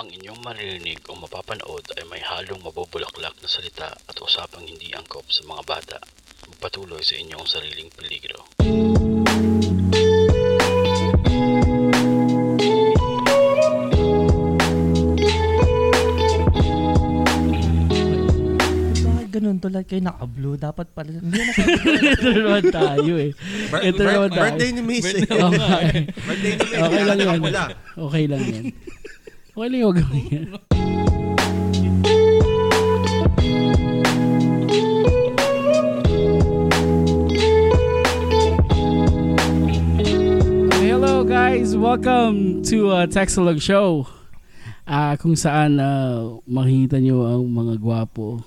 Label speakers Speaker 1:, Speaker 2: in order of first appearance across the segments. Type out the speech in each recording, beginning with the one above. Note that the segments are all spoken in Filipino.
Speaker 1: Ang inyong maririnig o mapapanood ay may halong mabubulaklak na salita at usapang hindi angkop sa mga bata. Magpatuloy sa inyong sariling peligro.
Speaker 2: Bakit ganun tulad kayo naka-blue? Dapat pala... Hindi na
Speaker 3: Ito naman tayo eh.
Speaker 4: Bir-
Speaker 3: Ito
Speaker 4: bir-
Speaker 3: naman tayo.
Speaker 4: birthday ni Mace. eh.
Speaker 3: Oo nga eh.
Speaker 4: birthday ni Mace.
Speaker 3: Okay lang
Speaker 4: Kailangan
Speaker 3: yan.
Speaker 4: ako pula.
Speaker 3: Okay lang yan. Okay lang yung gawin yan. Hello guys! Welcome to uh, Texalog Show. Ah, kung saan ah, makikita nyo ang mga gwapo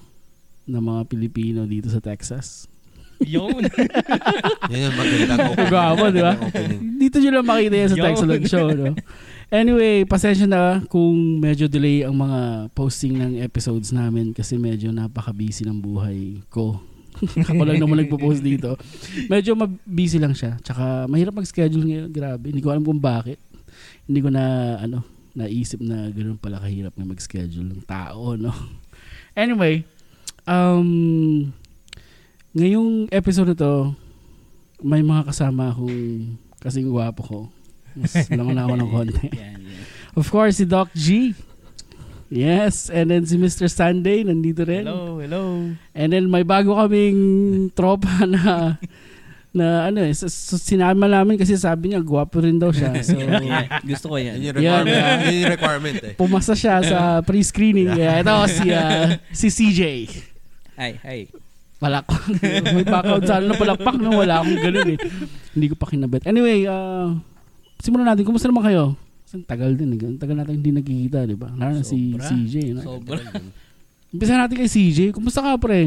Speaker 3: na mga Pilipino dito sa Texas.
Speaker 5: Yun.
Speaker 4: Yan yung magandang opening.
Speaker 3: Gwapo, di ba?
Speaker 4: Magandang opening.
Speaker 3: Dito nyo lang makita yan sa
Speaker 5: Yo.
Speaker 3: Texalog Show, no? Anyway, pasensya na kung medyo delay ang mga posting ng episodes namin kasi medyo napaka-busy ng buhay ko. Ako lang naman nagpo-post dito. Medyo mab- busy lang siya. Tsaka mahirap mag-schedule ngayon. Grabe. Hindi ko alam kung bakit. Hindi ko na, ano, naisip na ganoon pala kahirap na mag-schedule ng tao, no? Anyway, um, ngayong episode na to, may mga kasama akong kasing gwapo ko. Mas laman ako ng konti. Of course, si Doc G. Yes, and then si Mr. Sunday nandito rin.
Speaker 5: hello, hello.
Speaker 3: And then may bago kaming tropa na na ano eh, so, so, sinama namin kasi sabi niya gwapo rin daw siya. So
Speaker 5: Gusto ko
Speaker 4: Yan yung
Speaker 5: yan.
Speaker 4: requirement.
Speaker 3: Yan,
Speaker 4: Yan yung requirement eh.
Speaker 3: pumasa siya sa pre-screening kaya ito si ah, si CJ.
Speaker 5: Ay, ay.
Speaker 3: Palakpak. may background sa ano na palakpak na wala akong ganun eh. Hindi ko pa kinabit. Anyway, ah, simulan natin. Kumusta naman kayo? Kasi ang tagal din. eh. Ang tagal natin hindi nagkikita, di ba? Lalo na si
Speaker 5: Sobra.
Speaker 3: CJ. No?
Speaker 5: Sobra.
Speaker 3: Umpisa natin kay CJ. Kumusta ka, pre?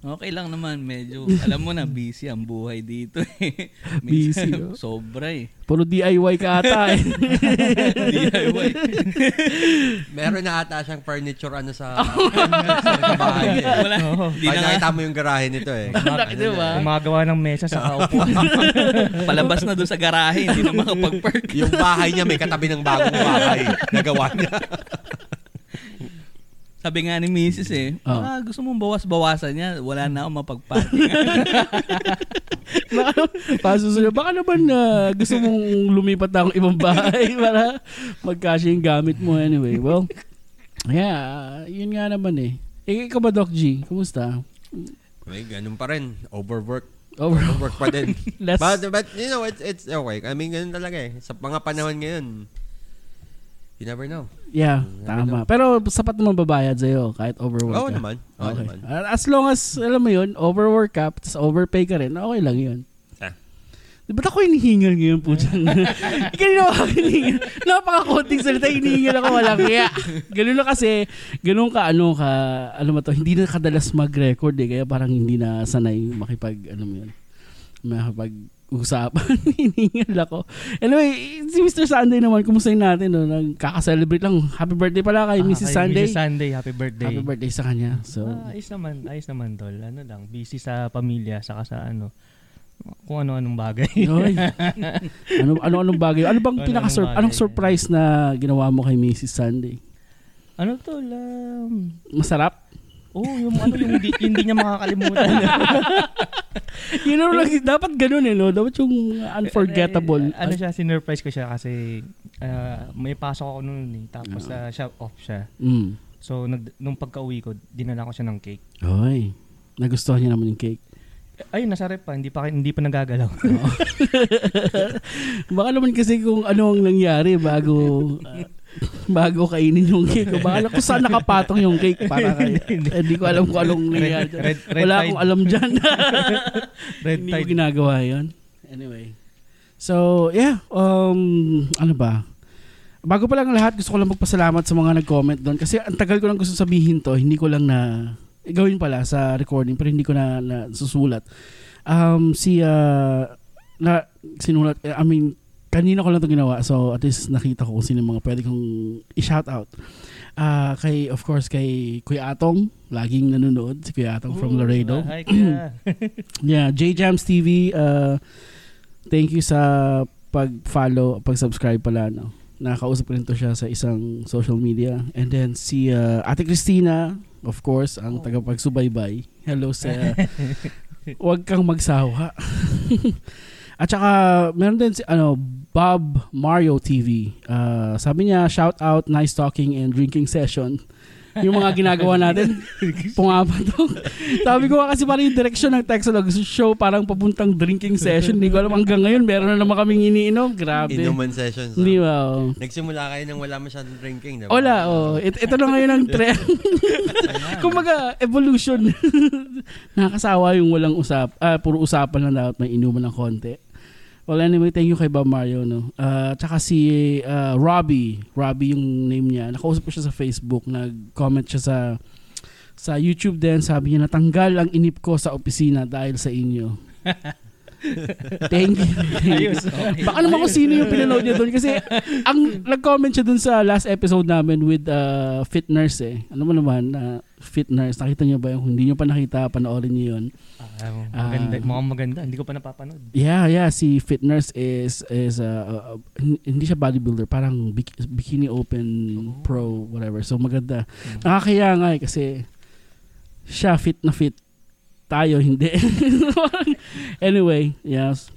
Speaker 5: Okay lang naman, medyo. Alam mo na, busy ang buhay dito eh.
Speaker 3: Busy, oh.
Speaker 5: Minsan, Sobra eh.
Speaker 3: Puro DIY ka ata eh.
Speaker 5: DIY.
Speaker 4: Meron na ata siyang furniture ano sa,
Speaker 3: Oh,
Speaker 4: sa bahay. Eh.
Speaker 5: Wala. Di
Speaker 4: Kaya
Speaker 5: na nga.
Speaker 4: nakita mo yung garahe nito eh.
Speaker 3: Nakita mo ba?
Speaker 6: Gumagawa ng mesa sa kaupo.
Speaker 5: Palabas na doon sa garahe. Hindi na makapag-park.
Speaker 4: Yung bahay niya may katabi ng bagong bahay na gawa niya.
Speaker 5: Sabi nga ni Mrs. eh,
Speaker 3: Oh.
Speaker 5: ah, gusto mong bawas-bawasan niya. Wala na akong mapag
Speaker 3: Baka, pasusunod. Baka naman ah, gusto mong lumipat na akong ibang bahay para magkasya yung gamit mo anyway. Well, yeah, yun nga naman eh. Eh, ikaw ba, Doc G? Kumusta?
Speaker 4: May ganun pa rin. Overwork.
Speaker 3: Overall,
Speaker 4: Overwork pa din.
Speaker 3: Less-
Speaker 4: But, but you know, it's, it's okay. I mean, ganun talaga eh. Sa mga panahon ngayon, you never know.
Speaker 3: yeah, tama. Pero sapat naman babayad sa'yo kahit overwork
Speaker 4: Oo
Speaker 3: ka.
Speaker 4: naman. Oo
Speaker 3: Okay.
Speaker 4: naman.
Speaker 3: Ah, As long as, alam mo yun, overwork ka, tapos overpay ka rin, okay lang yun.
Speaker 4: Ah.
Speaker 3: Di ba't ako hinihingal ngayon po dyan? Kanina ako hinihingal. Napaka-konting salita, hinihingal ako walang kaya. Ganun na kasi, ganun ka, ano ka, alam mo to, hindi na kadalas mag-record eh, kaya parang hindi na sanay makipag, ano mo yun, makipag-usapan. hinihingal ako. Anyway, si Mr. Sunday naman, kumustahin natin, no? Nagkaka-celebrate lang. Happy birthday pala Ah, kay Mrs. Sunday.
Speaker 6: Mrs. Sunday, happy birthday.
Speaker 3: Happy birthday sa kanya. So,
Speaker 6: Ah, ayos naman, ayos naman tol. Ano lang, busy sa pamilya, saka sa ano, kung ano-anong bagay.
Speaker 3: Yoy. ano ano anong bagay? Ano bang
Speaker 6: Ano,
Speaker 3: pinaka
Speaker 6: anong bagay?
Speaker 3: anong surprise na ginawa mo kay Mrs. Sunday?
Speaker 6: ano tol, um,
Speaker 3: Masarap?
Speaker 6: oh, yung ano, yung hindi, hindi niya makakalimutan.
Speaker 3: You know, like, dapat ganun eh, no? Dapat yung unforgettable.
Speaker 6: Eh, ano siya, sinurprise ko siya kasi ah, may pasok ako noon eh. Tapos ah,
Speaker 3: Ah.
Speaker 6: siya, off siya.
Speaker 3: Mm.
Speaker 6: So, nag, nung pagka-uwi ko, dinala ko siya ng cake.
Speaker 3: Oy. Nagustuhan niya naman yung cake.
Speaker 6: Ayun, nasa rep pa, hindi pa, hindi pa nagagalaw.
Speaker 3: Baka naman kasi kung ano ang nangyari bago bago kainin yung cake. Baka alam ko saan nakapatong yung cake para kay, hindi ko alam kung anong
Speaker 6: red,
Speaker 3: nangyari.
Speaker 6: red, red
Speaker 3: Wala
Speaker 6: tide.
Speaker 3: akong alam dyan.
Speaker 6: Red
Speaker 3: Hindi ko
Speaker 6: tide.
Speaker 3: ginagawa yun. Anyway. So, yeah. Um, ano ba? Bago pa lang lahat, gusto ko lang magpasalamat sa mga nag-comment doon. Kasi ang tagal ko lang gusto sabihin to. Hindi ko lang na... eh, Gawin pala sa recording, pero hindi ko na, na susulat. Um, si... ah, na, sinulat... eh, I mean, kanina ko lang to ginawa. So, at least nakita ko kung sino yung mga pwede kong i-shout out. Ah, kay, of course, kay Kuya Atong. Laging nanonood. Si Kuya Atong
Speaker 6: Ooh,
Speaker 3: from Laredo.
Speaker 6: Hi, kuya.
Speaker 3: Yeah, J Jams TV, uh, thank you sa pag-follow, pag-subscribe pala no. Nakausap ko rin to siya sa isang social media. And then si uh, Ate Christina, of course, ang tagapagsubaybay. Hello sa... Huwag kang magsawa. At saka, meron din si ano, Bob Mario TV. Ah, sabi niya, shout out, nice talking and drinking session. Yung mga ginagawa natin, pungapa to. sabi ko nga kasi parang yung direction ng Texalog show, parang papuntang drinking session. Hindi ko alam hanggang ngayon, meron na naman kaming iniinom. Grabe.
Speaker 4: Inuman sessions.
Speaker 3: Hindi
Speaker 4: ah.
Speaker 3: ba? oh.
Speaker 4: Nagsimula kayo nang wala masyadong drinking, diba?
Speaker 3: Wala, oh. It, ito na ngayon ang trend. Kumbaga, evolution. Nakakasawa yung walang usap. Ah, puro usapan lang dapat may inuman ng konti. Well, anyway, thank you kay Bob Mario, no? Ah, tsaka si ah, Robbie. Robbie yung name niya. Nakausap ko siya sa Facebook. Nag-comment siya sa sa YouTube din. Sabi niya, natanggal ang inip ko sa opisina dahil sa inyo. thank you. Thank you.
Speaker 6: Ayos. Okay.
Speaker 3: Baka naman kung sino yung pinanood niya doon. Kasi ang nag-comment siya doon sa last episode namin with uh, Fit Nurse eh. Ano mo naman, na Fit Nurse. Nakita niyo ba yun? Kung hindi niyo pa nakita, panoorin niyo yun.
Speaker 6: Ah, maganda,
Speaker 3: Ah.
Speaker 6: mukhang maganda. Hindi ko pa napapanood.
Speaker 3: Yeah, yeah. Si Fit Nurse is, is uh, uh, hin- hindi siya bodybuilder. Parang bik- bikini open pro, whatever. So maganda. Nakakaya nga eh kasi siya fit na fit. Tayo hindi. anyway, yes.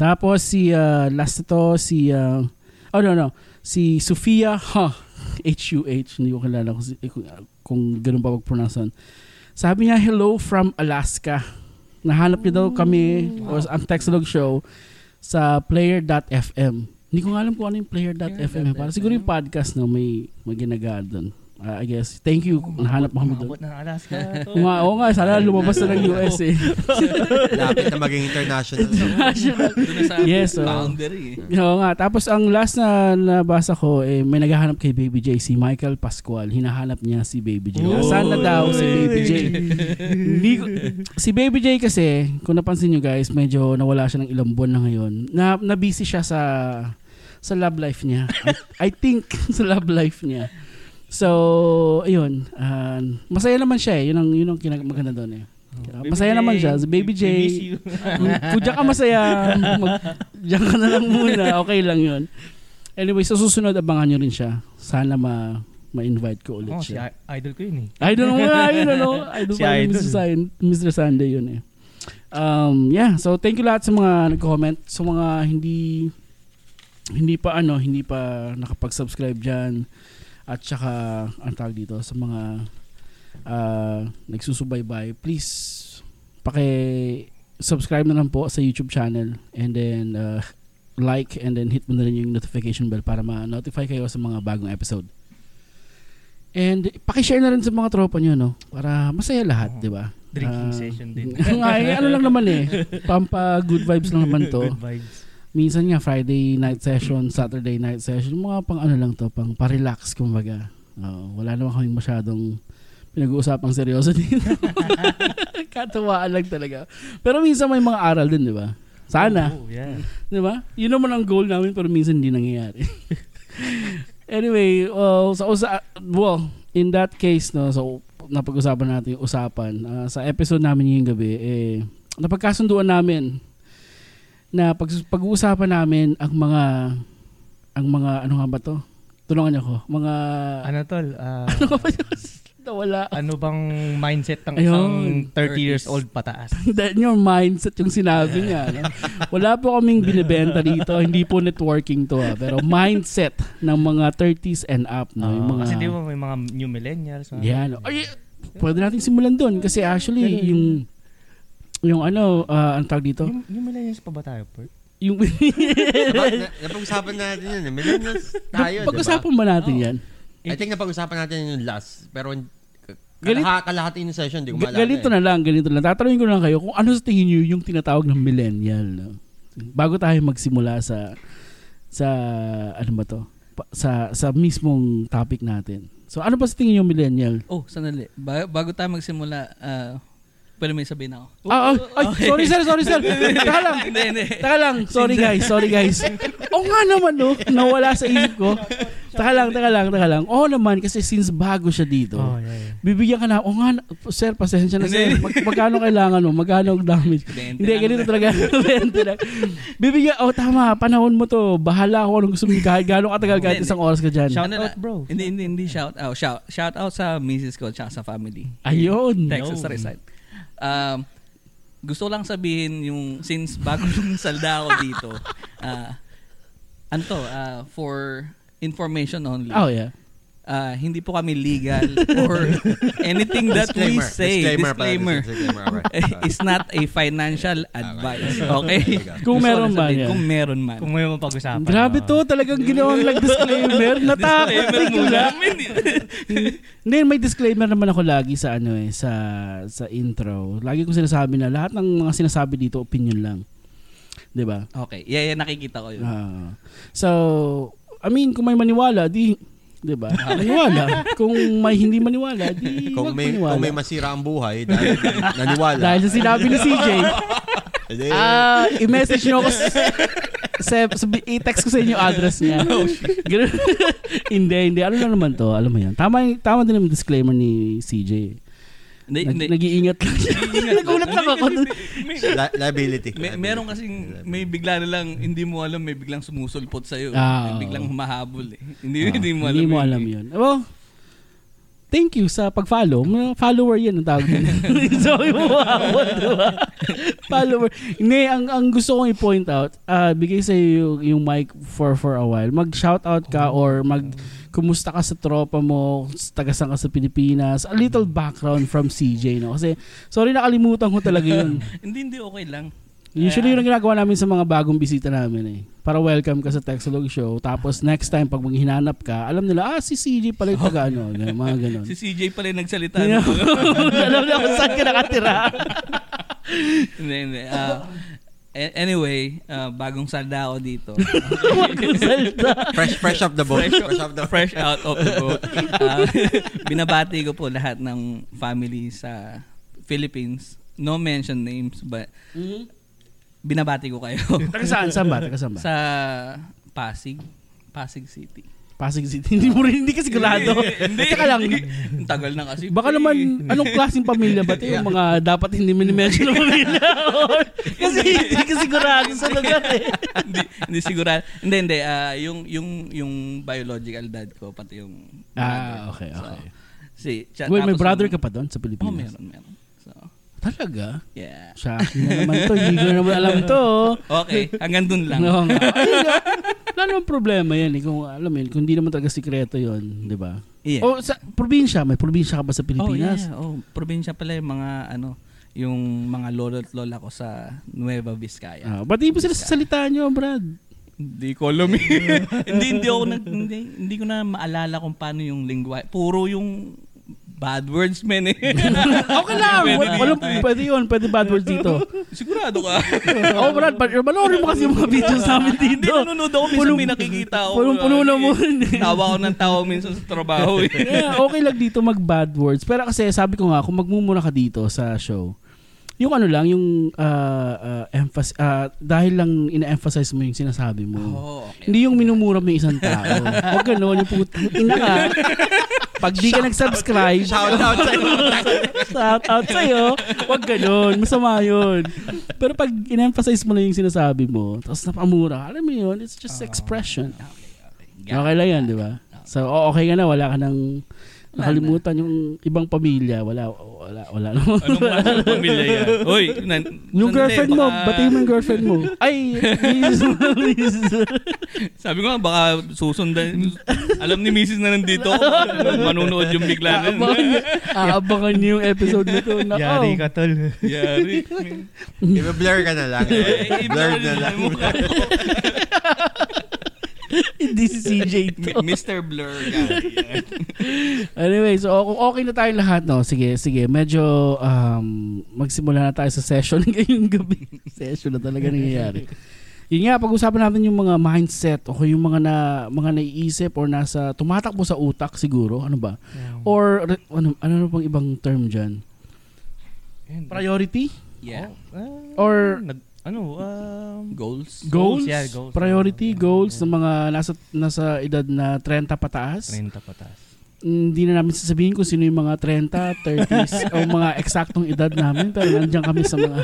Speaker 3: Tapos si uh, last ito si uh, oh no no, si Sofia ha H U H hindi ko kilala kung, si- kung, kung ganun ba mag-pronounce nun. Sabi niya hello from Alaska. Nahanap niya daw kami or ang Texalog show sa player.fm. Hindi ko nga alam kung ano yung player.fm. eh. Para siguro yung podcast no may may ginagawa doon. Ah, I guess. Thank you. Nahanap mo kami doon.
Speaker 6: Umabot ng Alaska. Oh,
Speaker 3: Oo nga, oo nga, sana lumabas na ng US eh.
Speaker 4: Lapit na maging international.
Speaker 3: Diba?
Speaker 5: Doon na sa
Speaker 3: Yes, oh.
Speaker 5: boundary eh.
Speaker 3: Oo nga, tapos ang last na nabasa ko, eh, may naghahanap kay Baby J, si Michael Pascual. Hinahanap niya si Baby J.
Speaker 6: Oh.
Speaker 3: Sana daw si Baby J. Hindi ko- si Baby J kasi, kung napansin nyo guys, medyo nawala siya ng ilang buwan na ngayon. Na, na-busy siya sa sa love life niya. I, I think sa love life niya. So, ayun. ah, masaya naman siya eh. Yun ang, yun ang kinag- maganda doon eh.
Speaker 6: Oh. Baby
Speaker 3: masaya
Speaker 6: J,
Speaker 3: naman siya. Si Baby
Speaker 6: we
Speaker 3: J.
Speaker 6: miss you.
Speaker 3: kung, kung diyan ka masaya, mag, diyan ka na lang muna. Okay lang yun. Anyway, sa susunod, abangan nyo rin siya. Sana ma, ma-invite ko ulit
Speaker 6: Oh, si
Speaker 3: siya.
Speaker 6: i- idol ko yun eh.
Speaker 3: I don't know nga, I don't know. I don't
Speaker 6: Si
Speaker 3: know.
Speaker 6: Idol.
Speaker 3: Mr. Sun- Mr. Sunday yun eh. Um, yeah, so thank you lahat sa mga nag-comment. Sa mga hindi hindi pa ano, hindi pa nakapag-subscribe dyan. At saka, ang tawag dito, sa mga ah, nagsusubaybay, please paki subscribe na lang po sa YouTube channel and then ah, like and then hit mo na rin yung notification bell para ma-notify kayo sa mga bagong episode. And paki-share na rin sa mga tropa nyo, no? Para masaya lahat,
Speaker 6: Oo.
Speaker 3: di ba?
Speaker 6: Drinking
Speaker 3: Ah,
Speaker 6: session din.
Speaker 3: Ay, ano lang naman eh. Pampa good vibes lang naman to.
Speaker 6: Good vibes.
Speaker 3: Minsan nga Friday night session, Saturday night session, mga pang ano lang to, pang pa-relax kumbaga. Oo, wala naman kaming masyadong pinag-uusapang seryoso dito. Katuwaan lang talaga. Pero minsan may mga aral din, di ba? Sana.
Speaker 6: Oh, yeah.
Speaker 3: Di ba? Yun naman ang goal namin pero minsan hindi nangyayari. anyway, well, sa usa well, in that case, no, so napag-usapan natin yung usapan. Ah, sa episode namin ngayong gabi, eh, napagkasunduan namin na pag, pag-uusapan namin ang mga ang mga ano nga ba to? Tulungan niyo ako. Mga
Speaker 6: Ano tol, ah,
Speaker 3: nawala.
Speaker 6: ano bang mindset ng
Speaker 3: Ayun.
Speaker 6: isang 30 years old pataas?
Speaker 3: That your mindset yung sinabi niya. No? Wala po kaming binibenta dito. Hindi po networking to. ah. Pero mindset ng mga 30s and up. No? Yung mga,
Speaker 6: Kasi di ba may mga new millennials? mga-
Speaker 3: Yan. no? Ay, pwede natin simulan doon. Kasi actually, yung yung ano, ah, ang tawag dito?
Speaker 6: New, new millennials pa ba tayo, Pert?
Speaker 3: Yung,
Speaker 4: Napa- na- Diba? Napag-usapan natin yun. eh. Millennials tayo, di ba?
Speaker 3: pag-usapan
Speaker 6: diba?
Speaker 3: ba natin yan?
Speaker 4: I think napag-usapan natin yun yung last. Pero
Speaker 3: Galit-
Speaker 4: kalaha, kalahati yung session, di ko
Speaker 3: Ga-
Speaker 4: maalala.
Speaker 3: Ganito
Speaker 4: eh.
Speaker 3: na lang, ganito lang. Tatanungin ko lang kayo kung ano sa tingin niyo yung tinatawag ng millennial. No? Bago tayo magsimula sa sa ano ba to? Pa- sa sa mismong topic natin. So ano ba sa tingin niyo millennial?
Speaker 5: Oh, sandali. Ba- bago tayo magsimula, ah, Pero may sabihin ako.
Speaker 3: Ah, ah, ay, sorry sir, sorry sir. Taka lang.
Speaker 5: Hindi, hindi.
Speaker 3: Taka lang. Sorry guys, sorry guys. Oo nga naman no, nawala sa isip ko. Taka lang, taka lang, taka lang. Oo naman, kasi since bago siya dito,
Speaker 6: Oh, yeah, yeah.
Speaker 3: bibigyan ka na, oo nga, na- sir, pasensya na sir. Mag- magkano kailangan mo? Magkano ang damage?
Speaker 5: Bente
Speaker 3: Hindi,
Speaker 5: lang
Speaker 3: ganito
Speaker 5: na.
Speaker 3: talaga. Bente lang. Bibigyan, oh tama, panahon mo to. Bahala ako anong gusto mo. Kahit gano'ng katagal, kahit
Speaker 5: Hindi,
Speaker 3: isang oras ka dyan.
Speaker 6: Shout
Speaker 5: Ano
Speaker 6: out,
Speaker 5: na?
Speaker 6: bro.
Speaker 5: Hindi, hindi, hindi. Shout out. Shout, shout out sa misis ko at sa family.
Speaker 3: Ayun.
Speaker 5: Texas sa reside. Um, gusto ko lang sabihin yung since bago yung salda ako dito, ah anto, ah, for information only,
Speaker 3: Oh yeah.
Speaker 5: ah, hindi po kami legal or anything that we
Speaker 4: Disclaimer.
Speaker 5: say,
Speaker 4: Disclaimer
Speaker 5: disclaimer,
Speaker 4: pala. Disclaimer, alright.
Speaker 5: eh, is not a financial advice. Okay?
Speaker 3: Kung
Speaker 5: Gusto ko
Speaker 3: meron
Speaker 5: lang sabihin,
Speaker 3: man yan.
Speaker 5: Kung meron man.
Speaker 6: Kung may mapag-usapan.
Speaker 3: Grabe
Speaker 6: oh.
Speaker 3: to, talagang ginawang like disclaimer. Natakot
Speaker 5: Disclaimer muna.
Speaker 3: bigla. Hindi, may disclaimer naman ako lagi sa ano eh, sa sa intro. Lagi kong sinasabi na lahat ng mga sinasabi dito opinion lang. 'Di ba?
Speaker 5: okay. Yeah, yeah, nakikita ko yun.
Speaker 3: Ah. so, I mean, kung may maniwala, di 'di ba? Maniwala. kung may hindi maniwala, di
Speaker 4: Kung
Speaker 3: wag
Speaker 4: may,
Speaker 3: maniwala.
Speaker 4: kung may masira ang buhay, dahil naniwala.
Speaker 3: Dahil sa sinabi ni CJ,
Speaker 4: Hindi.
Speaker 3: ah, i-message niyo ako sa- sa, sabi- i-text ko sa inyo address niya. Ganun. hindi, hindi. Ano lang naman to? Alam mo yan. Tama, yung- tama din yung disclaimer ni CJ.
Speaker 5: Hindi,
Speaker 3: Nag,
Speaker 5: hindi.
Speaker 3: nag-iingat lang siya. Nagulat lang ako. dun.
Speaker 4: Li- liability. Liability.
Speaker 5: May, meron kasing may bigla na lang hindi mo alam may biglang sumusulpot sa iyo.
Speaker 3: Ah, oo.
Speaker 5: may biglang humahabol eh. Hindi
Speaker 3: Ah,
Speaker 5: hindi mo alam.
Speaker 3: Hindi mo
Speaker 5: yun.
Speaker 3: alam yun. Well, thank you sa pag-follow. Mga Follower yan ang tawag yun. so, yung mawawal, diba? Follower. Hindi, ang, ang gusto kong i-point out, ah, bigay sa yung, yung mic for for a while. Mag-shoutout ka or mag kumusta ka sa tropa mo, tagasan ka sa Pilipinas. A little background from CJ, no? Kasi, sorry, nakalimutan ko talaga yun.
Speaker 5: Hindi hindi okay lang.
Speaker 3: Usually yun ang ginagawa namin sa mga bagong bisita namin eh. Para welcome ka sa Texalog Show. Tapos next time pag maghinanap ka, alam nila, ah si CJ pala yung taga ano. Ganun, mga ganun.
Speaker 5: Si CJ pala yung nagsalita.
Speaker 3: Hindi
Speaker 5: nito.
Speaker 3: na- alam nila kung saan ka nakatira.
Speaker 5: Hindi hindi. Ah, a- anyway, ah, bagong salda ako dito.
Speaker 3: Magkusalta.
Speaker 4: Fresh, fresh up the boat.
Speaker 5: Fresh
Speaker 4: Fresh,
Speaker 5: up-
Speaker 4: up the
Speaker 5: Fresh out of the boat. Ah, binabati ko po lahat ng family sa Philippines. No mention names but
Speaker 3: Mm-hmm.
Speaker 5: binabati ko kayo
Speaker 3: Taga saan? Saan ba? Taga saan ba?
Speaker 5: sa Pasig, Pasig City.
Speaker 3: Pasig City. Hindi mo rin, hindi ka sigurado. Teka lang.
Speaker 5: Ang tagal na kasi.
Speaker 3: Baka naman, anong klaseng pamilya ba? Ito yung mga dapat hindi minimension na pamilya. kasi hindi ka sigurado sa lugar eh.
Speaker 5: hindi, hindi sigurado. Hindi, hindi. ah, yung, yung, yung biological dad ko, pati yung
Speaker 3: Ah,
Speaker 5: brother.
Speaker 3: okay, okay.
Speaker 5: So, si, siya-
Speaker 3: Well, may
Speaker 5: tapos
Speaker 3: brother
Speaker 5: yung-
Speaker 3: ka pa doon sa
Speaker 5: Oh,
Speaker 3: Pilipinas?
Speaker 5: meron, meron. So,
Speaker 3: Talaga?
Speaker 5: yeah.
Speaker 3: Sa akin na naman to. Hindi ko na naman alam to.
Speaker 5: Okay, hanggang dun lang.
Speaker 3: No, nga. Wala namang problema yan. Eh. Kung alam mo yun, kung hindi naman talaga sikreto yun, di ba?
Speaker 5: Yeah.
Speaker 3: O sa probinsya, may probinsya ka ba sa
Speaker 5: Oh, yeah,
Speaker 3: Pilipinas?
Speaker 5: yeah. Oh, probinsya pala yung mga, ano, yung mga lolo at lola ko sa Nueva Vizcaya.
Speaker 3: Ah, ba't di mo sila sasalita nyo, Brad?
Speaker 5: Hindi ko alam eh. hindi, hindi ako nag, hindi, hindi ko na maalala kung paano yung lingwa. Puro yung bad words, men eh.
Speaker 3: Okay lang.
Speaker 5: Pwede
Speaker 3: Wal-
Speaker 5: dito.
Speaker 3: Walang, pwede yun. Pwede bad words dito.
Speaker 5: Sigurado ka.
Speaker 3: oh, Brad, pa- manoorin mo kasi yung mga videos namin
Speaker 5: Hindi
Speaker 3: dito.
Speaker 5: nanonood ako, minsan
Speaker 3: Pulong-
Speaker 5: may nakikita ako. eh.
Speaker 3: Punong-puno na mo. eh.
Speaker 5: Tawa ko ng tawa minsan sa trabaho eh.
Speaker 3: yeah, okay lang dito mag bad words. Pero kasi sabi ko nga, kung magmumura ka dito sa show, yung ano lang, yung ah, ah, emphas- ah, dahil lang ina-emphasize mo yung sinasabi mo.
Speaker 5: Oo, Oh, okay.
Speaker 3: Hindi yung minumura mo yung isang tao. Huwag ganun, yung puto. Ina ka, pag di ka nag-subscribe,
Speaker 4: Shout out sa
Speaker 3: shout out sa'yo. Huwag ganun. Masama yun. Pero pag in-emphasize mo lang yung sinasabi mo, tapos napamura, alam mo yun, it's just expression. Ah. Okay lang yan, di ba? So, o- okay ka na, wala ka nang nakalimutan yung ibang pamilya. Wala, wala, wala. naman.
Speaker 5: Anong mga pamilya yan? Hoy, nan-
Speaker 3: yung
Speaker 5: sandali,
Speaker 3: girlfriend mo,
Speaker 5: baka-
Speaker 3: batiin mo yung girlfriend mo. Ay, miss, miss.
Speaker 5: Sabi ko nga, baka susundan. Alam ni Mrs. na nandito ako. Manunood yung bigla na.
Speaker 3: Abangan niyo, aabangan niyo yung episode nito. Nako.
Speaker 6: Yari ka, tol.
Speaker 5: Yari.
Speaker 4: I-blur ka na lang.
Speaker 5: Eh,
Speaker 4: Blur na
Speaker 5: blur
Speaker 4: lang.
Speaker 5: yung mukha ko.
Speaker 3: Hindi si CJ to.
Speaker 5: Mi- Mr. Blur. yari.
Speaker 3: Anyway, so kung okay na tayo lahat, no? Sige, sige. Medyo um, magsimula na tayo sa session ngayong gabi. session na talaga nangyayari. Yun nga, pag-usapan natin yung mga mindset o kung yung mga na mga naiisip or nasa tumatakbo sa ano utak siguro, ano ba? Or re- ano ano na pang ibang term diyan?
Speaker 6: Ayun.
Speaker 3: Priority?
Speaker 5: Yeah.
Speaker 6: Ah,
Speaker 3: Or-
Speaker 6: nag- ano,
Speaker 5: Oh.
Speaker 6: um,
Speaker 5: Goals.
Speaker 6: Goals,
Speaker 3: Goals?
Speaker 6: yeah, goals.
Speaker 3: Priority
Speaker 6: Yeah.
Speaker 3: goals ng mga nasa, nasa edad na 30 pataas?
Speaker 6: 30 pataas.
Speaker 3: hindi na namin sasabihin kung sino yung mga 30, 30s, o mga eksaktong edad namin. Pero nandiyan kami sa mga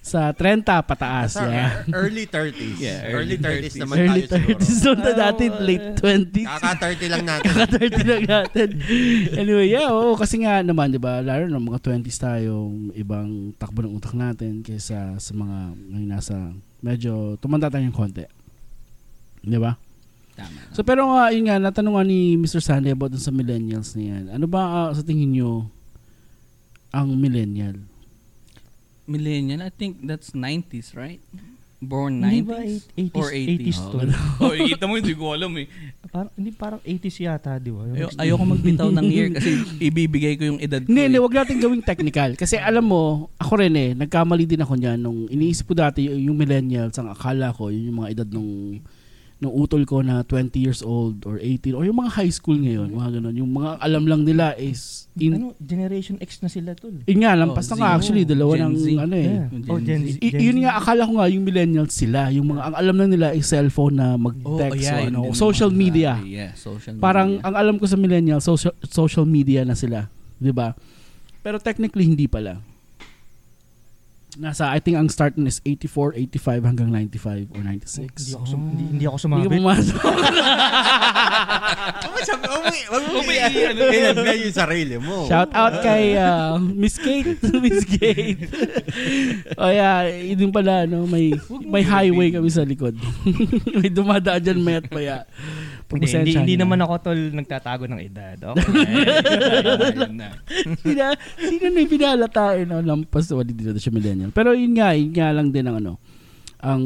Speaker 3: sa 30 pataas.
Speaker 4: Sa
Speaker 3: Yeah.
Speaker 4: early 30s.
Speaker 5: Yeah,
Speaker 4: early,
Speaker 5: early
Speaker 4: 30s,
Speaker 5: 30s.
Speaker 4: naman
Speaker 3: Early
Speaker 4: tayo
Speaker 3: 30s.
Speaker 4: siguro.
Speaker 3: So, na dati late 20s.
Speaker 4: Kaka-30 lang natin.
Speaker 3: Kaka-30 lang natin. Anyway, yeah, oo. Kasi nga naman, di ba, lalo ng mga 20s tayo, ibang takbo ng utak natin kaysa sa mga ngayon nasa medyo tumanda tayong konti. Di ba?
Speaker 5: Tama.
Speaker 3: So pero nga, yun nga, natanong nga ni Mr. Sandy about dun sa millennials na yan. Ano ba ah, sa tingin nyo ang millennial?
Speaker 5: Millennial, I think that's 90s, right? Born
Speaker 6: Hindi ba
Speaker 5: 90s?
Speaker 6: 80s,
Speaker 5: Or 80s?
Speaker 6: 80s to?
Speaker 5: oh, kita mo, hindi ko alam eh.
Speaker 6: Parang, hindi, parang 80s yata, di ba?
Speaker 5: Ay- ayoko magbitaw ng year kasi ibibigay ko yung edad ko.
Speaker 3: Hindi,
Speaker 5: eh.
Speaker 3: hindi, wag natin gawing technical. Kasi alam mo, ako rin eh, nagkamali din ako niyan nung iniisip ko dati y- yung millennials, ang akala ko, yun yung mga edad nung nung utol ko na 20 years old or 18 or yung mga high school ngayon, mga ganun. Yung mga alam lang nila is in, Eh,
Speaker 6: ano, Generation X na sila, tol.
Speaker 3: yun nga, lampas
Speaker 5: Oh,
Speaker 3: na nga
Speaker 5: Z.
Speaker 3: actually, dalawa
Speaker 5: Gen
Speaker 3: ng
Speaker 5: Z.
Speaker 3: ano eh.
Speaker 6: Yeah.
Speaker 5: Yung
Speaker 6: Oh,
Speaker 5: Gen
Speaker 6: Gen Z.
Speaker 3: I-
Speaker 6: Gen
Speaker 3: yun
Speaker 6: Z.
Speaker 3: nga, akala ko nga yung millennials sila. Yung mga, ang alam na nila is cellphone na mag-text.
Speaker 5: yeah,
Speaker 3: o ano,
Speaker 5: Oh, yun din
Speaker 3: o
Speaker 5: yung
Speaker 3: social
Speaker 5: mga
Speaker 3: media.
Speaker 5: sinabi. Yeah, social media.
Speaker 3: Parang, ang alam ko sa millennials, social, social media na sila. 'di ba? Pero technically, hindi pala. Nasa, I think ang start nun is 84, 85 hanggang 95 or
Speaker 6: Hindi
Speaker 3: 96.
Speaker 6: ako, sum- hindi, hindi ako
Speaker 3: Hindi
Speaker 6: sumabit.
Speaker 3: ka pumasok.
Speaker 4: Huwag mo sabi- huwag mo- huwag mo
Speaker 5: Umi-
Speaker 4: i-
Speaker 5: ano.
Speaker 4: i-admire yung sarili mo.
Speaker 3: Shout out kay ah, Miss Kate. Miss Kate. o yeah, yun din pala, no? may, may highway kami sa likod. may dumadaan dyan, may at maya.
Speaker 6: Hindi, hindi,
Speaker 3: Pagpasensyahan
Speaker 6: hindi
Speaker 3: nyo.
Speaker 6: naman ako, tol, nagtatago ng edad. Okay. Ayun na.
Speaker 5: Eh,
Speaker 3: Sina, sino na yung pinalata eh, no? Lampas, wali dito siya millennial. Pero yun nga, yun nga lang din ang ano, ang,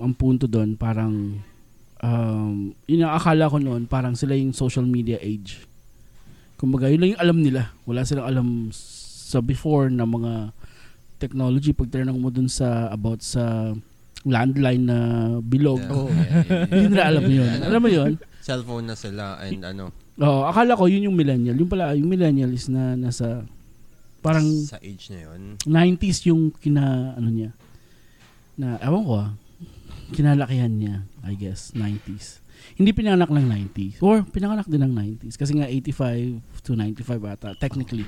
Speaker 3: ang punto doon, parang, um, yun ang akala ko noon, parang sila yung social media age. Kumbaga, yun lang yung alam nila. Wala silang alam sa before na mga technology. Pag tinanong mo dun sa, about sa landline na bilog,
Speaker 4: Yeah.
Speaker 3: oh,
Speaker 4: Yeah, yeah, yeah.
Speaker 3: hindi nila alam yun. Alam mo yun?
Speaker 4: Cellphone na sila and ano,
Speaker 3: Oo, akala ko yun yung millennial. Yung pala, yung millennial is na nasa, parang,
Speaker 4: sa age na yun.
Speaker 3: 90s yung kina ano niya na ewan ko ah kinalakihan niya I guess 90s hindi pinanganak ng 90s or pinanganak din ng 90s kasi nga 85 to 95 ata technically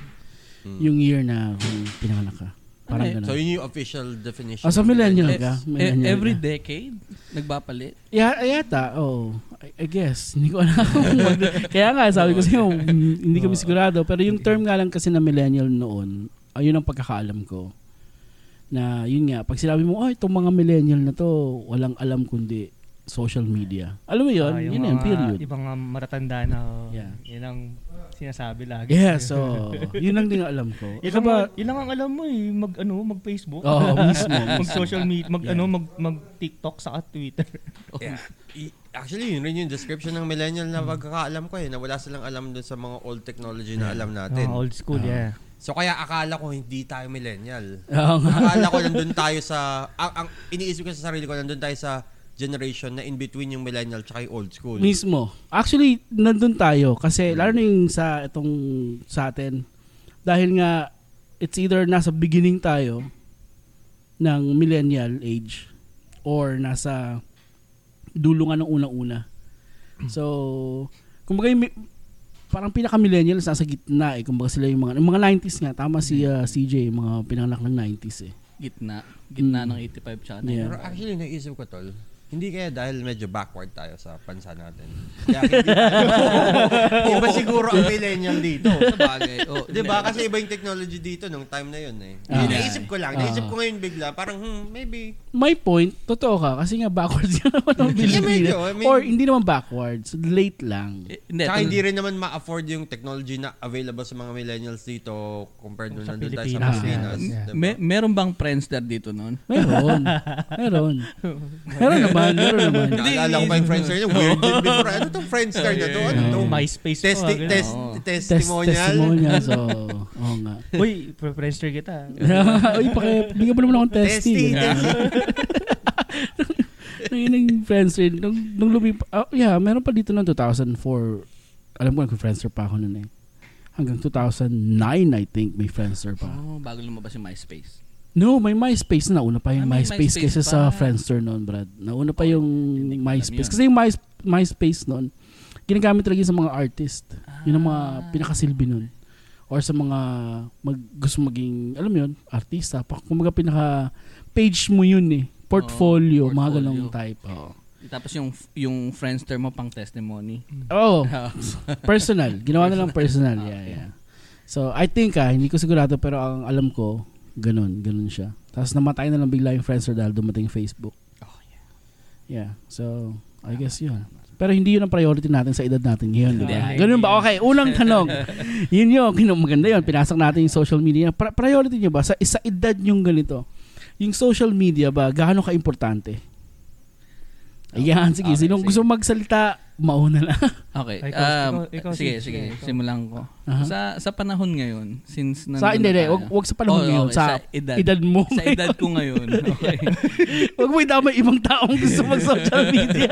Speaker 4: Mm.
Speaker 3: yung year na kung pinanganak ka parang
Speaker 5: Ano eh,
Speaker 3: ganun
Speaker 4: So yun yung official definition.
Speaker 3: Ah, so
Speaker 4: ng
Speaker 3: millennial
Speaker 5: Eh,
Speaker 3: ka?
Speaker 5: eh,
Speaker 3: Millennial
Speaker 5: every
Speaker 3: ka?
Speaker 5: decade, nagpapalit.
Speaker 3: Yeah, yata, oh. I, I guess. Hindi ko alam. kung mag- Kaya nga, sabi ko sa'yo, mm, hindi kami sigurado. Pero yung term nga lang kasi na millennial noon, ayun ang pagkakaalam ko. Na yun nga, pag sinabi mo, oh, itong mga millennial na to, walang alam kundi social media. Alam mo yun?
Speaker 6: Ah, yung
Speaker 3: yun yun,
Speaker 6: mga-
Speaker 3: period.
Speaker 6: Ibang mga matatanda na, oh,
Speaker 3: Yeah.
Speaker 6: yun ang sinasabi lagi.
Speaker 3: Yes, so, yun ang din ang alam ko.
Speaker 6: Yun
Speaker 3: Ikaw
Speaker 6: ang,
Speaker 3: ba?
Speaker 6: yun lang ang alam mo eh, mag ano, mag Facebook.
Speaker 3: Oo, mismo, mismo.
Speaker 6: mag social media, mag
Speaker 3: Yeah.
Speaker 6: ano, mag, mag TikTok sa Twitter.
Speaker 4: Yeah. I- Actually, yun rin yung description ng millennial na pagkakaalam ko eh, na wala silang alam dun sa mga old technology na alam natin.
Speaker 6: Ah, old school, yeah.
Speaker 4: So kaya akala ko hindi tayo millennial.
Speaker 3: Oo nga.
Speaker 4: akala ko nandun tayo sa, ang, ang iniisip ko sa sarili ko, nandun tayo sa generation na in between yung millennial tsaka yung old school.
Speaker 3: Mismo. Hmm. Actually, nandun tayo kasi lalo na yung sa itong sa atin dahil nga it's either nasa beginning tayo ng millennial age or nasa dulo nga ng una-una. Hmm. So, kumbaga yung mi- parang pinaka-millennials nasa gitna eh. Kumbaga sila yung mga, yung mga 90s nga. Tama si ah, CJ, yung mga pinanganak ng 90s eh.
Speaker 5: Gitna. Gitna
Speaker 3: Mm.
Speaker 5: ng 85 channel.
Speaker 3: Yeah.
Speaker 4: Pero actually, naisip ko tol, hindi kaya dahil medyo backward tayo sa bansa natin. Kaya hindi tayo- iba siguro ang millennial dito. Sa bagay. Oh, di ba? Kasi iba yung technology dito nung time na yun eh.
Speaker 3: Ah.
Speaker 4: Yun, naisip ko lang.
Speaker 3: Ah.
Speaker 4: Naisip ko ngayon bigla. Parang, hmm, maybe.
Speaker 3: my point, totoo ka, kasi nga backwards nga naman ang
Speaker 4: Yeah,
Speaker 3: Pilipinas.
Speaker 4: medyo, I mean-
Speaker 3: Or hindi naman backwards, late lang.
Speaker 5: Eh, hindi,
Speaker 4: Tsaka
Speaker 5: ito-
Speaker 4: hindi rin naman ma-afford yung technology na available sa mga millennials dito compared nung
Speaker 6: Sa
Speaker 4: nandun tayo sa
Speaker 6: Pilipinas.
Speaker 4: Pilipinas.
Speaker 6: Yeah.
Speaker 4: Diba?
Speaker 5: Me- meron bang Friendster dito noon?
Speaker 3: Meron. meron. Meron naman, meron naman.
Speaker 4: Naalala ko ba yung Friendster niya? Weird din before. Ano tong Friendster na to? Ano to?
Speaker 6: MySpace pa,
Speaker 4: Testi-
Speaker 6: ganun.
Speaker 4: test-
Speaker 5: Oo.
Speaker 3: Test,
Speaker 4: testimonial.
Speaker 3: testimonial. So, oo nga.
Speaker 6: Uy, preferencer kita.
Speaker 3: Uy, paki, bigyan mo naman akong testing.
Speaker 4: Testi.
Speaker 3: Nung yun yung friends rin, nung, nung lumip, ah, yeah, meron pa dito ng 2004. Alam ko, nag-friends pa ako noon eh. hanggang 2009, I think, may Friendster pa.
Speaker 5: Oh, bago lumabas yung MySpace.
Speaker 3: No, may MySpace na. Una pa yung
Speaker 5: Ah, may
Speaker 3: MySpace,
Speaker 5: MySpace
Speaker 3: kaysa sa
Speaker 5: pa. Oh,
Speaker 3: Friendster noon, Brad. Nauna pa yung
Speaker 5: hindi ko alam
Speaker 3: MySpace.
Speaker 5: yun.
Speaker 3: Kasi yung Mys- MySpace noon, ginagamit talaga yun sa mga artist. Yun ang mga
Speaker 5: Ah.
Speaker 3: pinakasilbi noon. Or sa mga mag, gusto maging, alam mo yun, artista. Pa, kumbaga pinaka page mo yun eh. Portfolio,
Speaker 5: Oo,
Speaker 3: mga
Speaker 5: Oh, portfolio.
Speaker 3: ganong type. Oo.
Speaker 5: Tapos yung yung Friendster mo pang testimony.
Speaker 3: Oh, personal. Ginawa na lang personal.
Speaker 5: Ah,
Speaker 3: Yeah, yeah. So, I think ah, hindi ko sigurado pero ang alam ko, ganun, ganun siya. Tapos namatay na lang bigla yung Friendster dahil dumating yung Facebook.
Speaker 5: Oh, yeah.
Speaker 3: Yeah. So, I guess yun. Pero hindi yun ang priority natin sa edad natin ngayon. di ba?
Speaker 5: Hindi.
Speaker 3: Ganun ba? Okay, unang tanong. yun yun, Ganun, maganda yun. Pinasak natin yung social media. Pri- priority nyo ba? Sa, sa edad yung ganito, yung social media ba, gaano ka-importante? Ayan, sige.
Speaker 5: Okay,
Speaker 3: Sinong
Speaker 5: sige.
Speaker 3: gusto magsalita, mauna na.
Speaker 5: Okay.
Speaker 3: Ah,
Speaker 6: Ay, ikaw,
Speaker 5: um,
Speaker 6: ikaw, ikaw,
Speaker 5: sige,
Speaker 6: sige,
Speaker 5: sige.
Speaker 6: ikaw.
Speaker 5: Simulan ko.
Speaker 3: Aha.
Speaker 5: Sa sa panahon ngayon, since
Speaker 3: Sa,
Speaker 5: nandun
Speaker 3: hindi,
Speaker 5: na
Speaker 3: hindi.
Speaker 5: tayo.
Speaker 3: Wag, wag sa panahon
Speaker 5: Oo,
Speaker 3: ngayon.
Speaker 5: okay,
Speaker 3: Sa,
Speaker 5: sa edad.
Speaker 3: edad. mo.
Speaker 5: sa edad ko ngayon. Okay.
Speaker 3: wag mo idama yung ibang taong gusto mag-social media.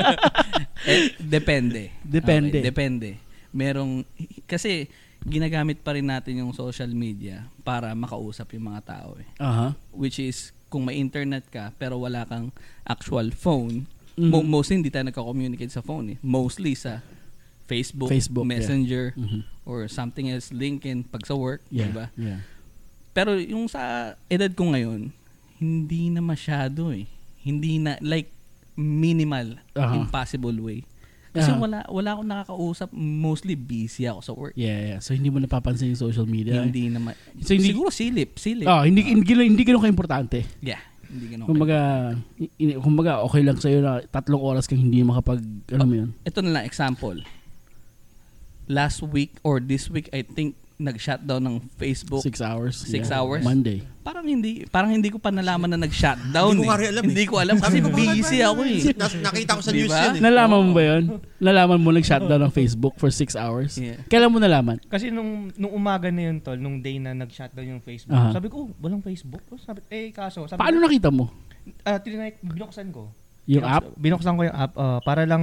Speaker 5: eh, depende.
Speaker 3: Depende.
Speaker 5: Okay, depende. Merong, kasi ginagamit pa rin natin yung social media para makausap yung mga tao eh.
Speaker 3: Aha.
Speaker 5: Which is, kung may internet ka pero wala kang actual phone,
Speaker 3: Mhm.
Speaker 5: mo- mostly hindi tayo nagka-communicate sa phone eh. Mostly sa Facebook,
Speaker 3: Facebook, yeah.
Speaker 5: Messenger,
Speaker 3: Mhm.
Speaker 5: or something else, LinkedIn, pag sa work,
Speaker 3: Yeah.
Speaker 5: di ba?
Speaker 3: yeah.
Speaker 5: Pero yung sa edad ko ngayon, hindi na masyado eh. Hindi na, like, minimal
Speaker 3: Aha.
Speaker 5: in possible way. Kasi
Speaker 3: Aha.
Speaker 5: wala, wala akong nakakausap. Mostly busy ako sa work.
Speaker 3: Uh-huh. Yeah, yeah. So, hindi mo napapansin yung social media.
Speaker 5: Hindi naman.
Speaker 3: So, hindi-
Speaker 5: siguro silip, silip.
Speaker 3: Ah, hindi, hindi, hindi ganun ka-importante.
Speaker 5: Yeah, hindi ganun.
Speaker 3: Kumbaga, in, kumbaga, okay lang sa'yo na tatlong oras kang hindi makapag, ano mo yun?
Speaker 5: Ito na lang, example. Last week or this week, I think, nag-shutdown ng Facebook.
Speaker 3: Six hours.
Speaker 5: Six hours?
Speaker 3: Monday.
Speaker 5: Parang hindi parang hindi ko pa nalaman na nag-shutdown.
Speaker 4: Hindi ko
Speaker 5: eh.
Speaker 4: nga rin alam eh.
Speaker 5: Hindi ko alam kasi
Speaker 4: Sabi ko, bakit
Speaker 5: busy
Speaker 4: ba-
Speaker 5: ako eh.
Speaker 4: Nas- nakita ko sa news
Speaker 5: Diba?
Speaker 4: yan eh.
Speaker 3: Nalaman mo ba yun? Nalaman mo nag-shutdown ng Facebook for six hours?
Speaker 5: Oh. Yeah.
Speaker 3: Kailan mo nalaman?
Speaker 6: Kasi nung, nung umaga na yun, tol, nung day na nag-shutdown yung Facebook,
Speaker 3: Aha.
Speaker 6: sabi ko, oh, walang Facebook. Oh, sabi, eh, kaso, sabi
Speaker 3: Paano
Speaker 6: ko,
Speaker 3: nakita mo?
Speaker 6: ah, tinry- binuksan ko.
Speaker 3: Yung
Speaker 6: Binuksan-
Speaker 3: app?
Speaker 6: Binuksan ko yung app ah, para lang,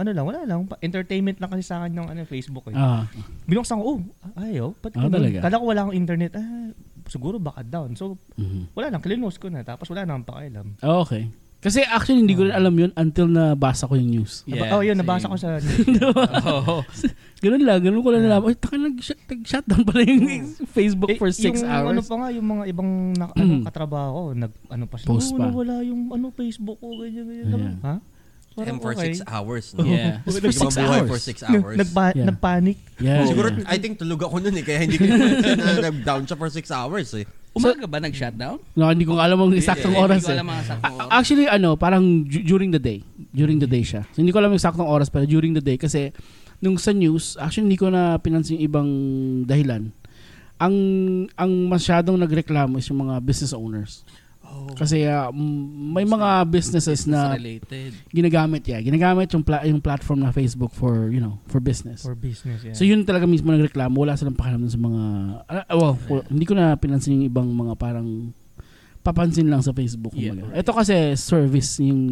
Speaker 6: ano lang, wala lang. pa- entertainment lang kasi sa akin ng ano, Facebook. Eh.
Speaker 3: Ah,
Speaker 6: Binuksan ko, oh, ayaw. Ba't
Speaker 3: Ah,
Speaker 6: ganun?
Speaker 3: talaga?
Speaker 6: Kala ko wala akong internet. Ah, siguro baka down. So,
Speaker 3: mhm.
Speaker 6: wala lang, klinos ko na. Tapos wala na akong pakialam.
Speaker 3: Ah, okay. Kasi actually, hindi ko rin alam yun until nabasa ko yung news.
Speaker 5: Yeah,
Speaker 6: Naba- oh, yun,
Speaker 5: same.
Speaker 6: nabasa ko sa...
Speaker 5: Oo.
Speaker 3: Ganun lang, ganun ko lang nalaman. Ay, taka, nag-shut- nag-shutdown pala yung Facebook
Speaker 6: Eh,
Speaker 3: for six
Speaker 6: yung
Speaker 3: hours. Mm.
Speaker 6: ano pa nga, yung mga ibang na, ano, katrabaho, ko, nag, ano pa sila,
Speaker 3: Post
Speaker 6: "Oh,
Speaker 3: pa."
Speaker 6: nawala yung ano, Facebook ko, ganyan, ganyan.
Speaker 3: Yeah.
Speaker 6: Sabi ko, Ha?
Speaker 4: M for
Speaker 6: okay.
Speaker 4: six
Speaker 3: Oh,
Speaker 4: hours. No?
Speaker 5: Yeah.
Speaker 4: Mas
Speaker 3: For six
Speaker 4: mabuhay
Speaker 3: hours.
Speaker 4: for six
Speaker 6: Nag-
Speaker 4: hours.
Speaker 6: nagpa-
Speaker 3: Yeah.
Speaker 6: Nagpanic.
Speaker 3: yeah.
Speaker 4: Siguro,
Speaker 3: yeah.
Speaker 4: I think tulog ako nun eh. Kaya hindi ko napansin na nag-down siya for six hours eh.
Speaker 5: Umaga ba nag-shutdown?
Speaker 3: No, hindi ko alam ang eksaktong
Speaker 5: Hindi
Speaker 3: oras.
Speaker 5: ko
Speaker 3: eh.
Speaker 5: alam ang saktong
Speaker 3: A-
Speaker 5: oras.
Speaker 3: Actually, ano, parang du- during the day. During the day siya. So, hindi ko alam yung saktong oras, pero during the day. Kasi, nung sa news, actually, hindi ko na pinansin yung ibang dahilan. Ang ang masyadong nagreklamo is yung mga business owners.
Speaker 5: Oh,
Speaker 3: Kasi ah, m- may mga businesses na
Speaker 5: related.
Speaker 3: ginagamit yeah, ginagamit yung pla- yung platform na Facebook for, you know, for business.
Speaker 6: For business, yeah.
Speaker 3: So yun talaga mismo nagreklamo, wala silang pakialam dun sa mga ah, well, wala- hindi ko na pinansin yung ibang mga parang papansin lang sa Facebook
Speaker 5: Yeah,
Speaker 3: kumbaga.
Speaker 5: right.
Speaker 3: Ito kasi service yung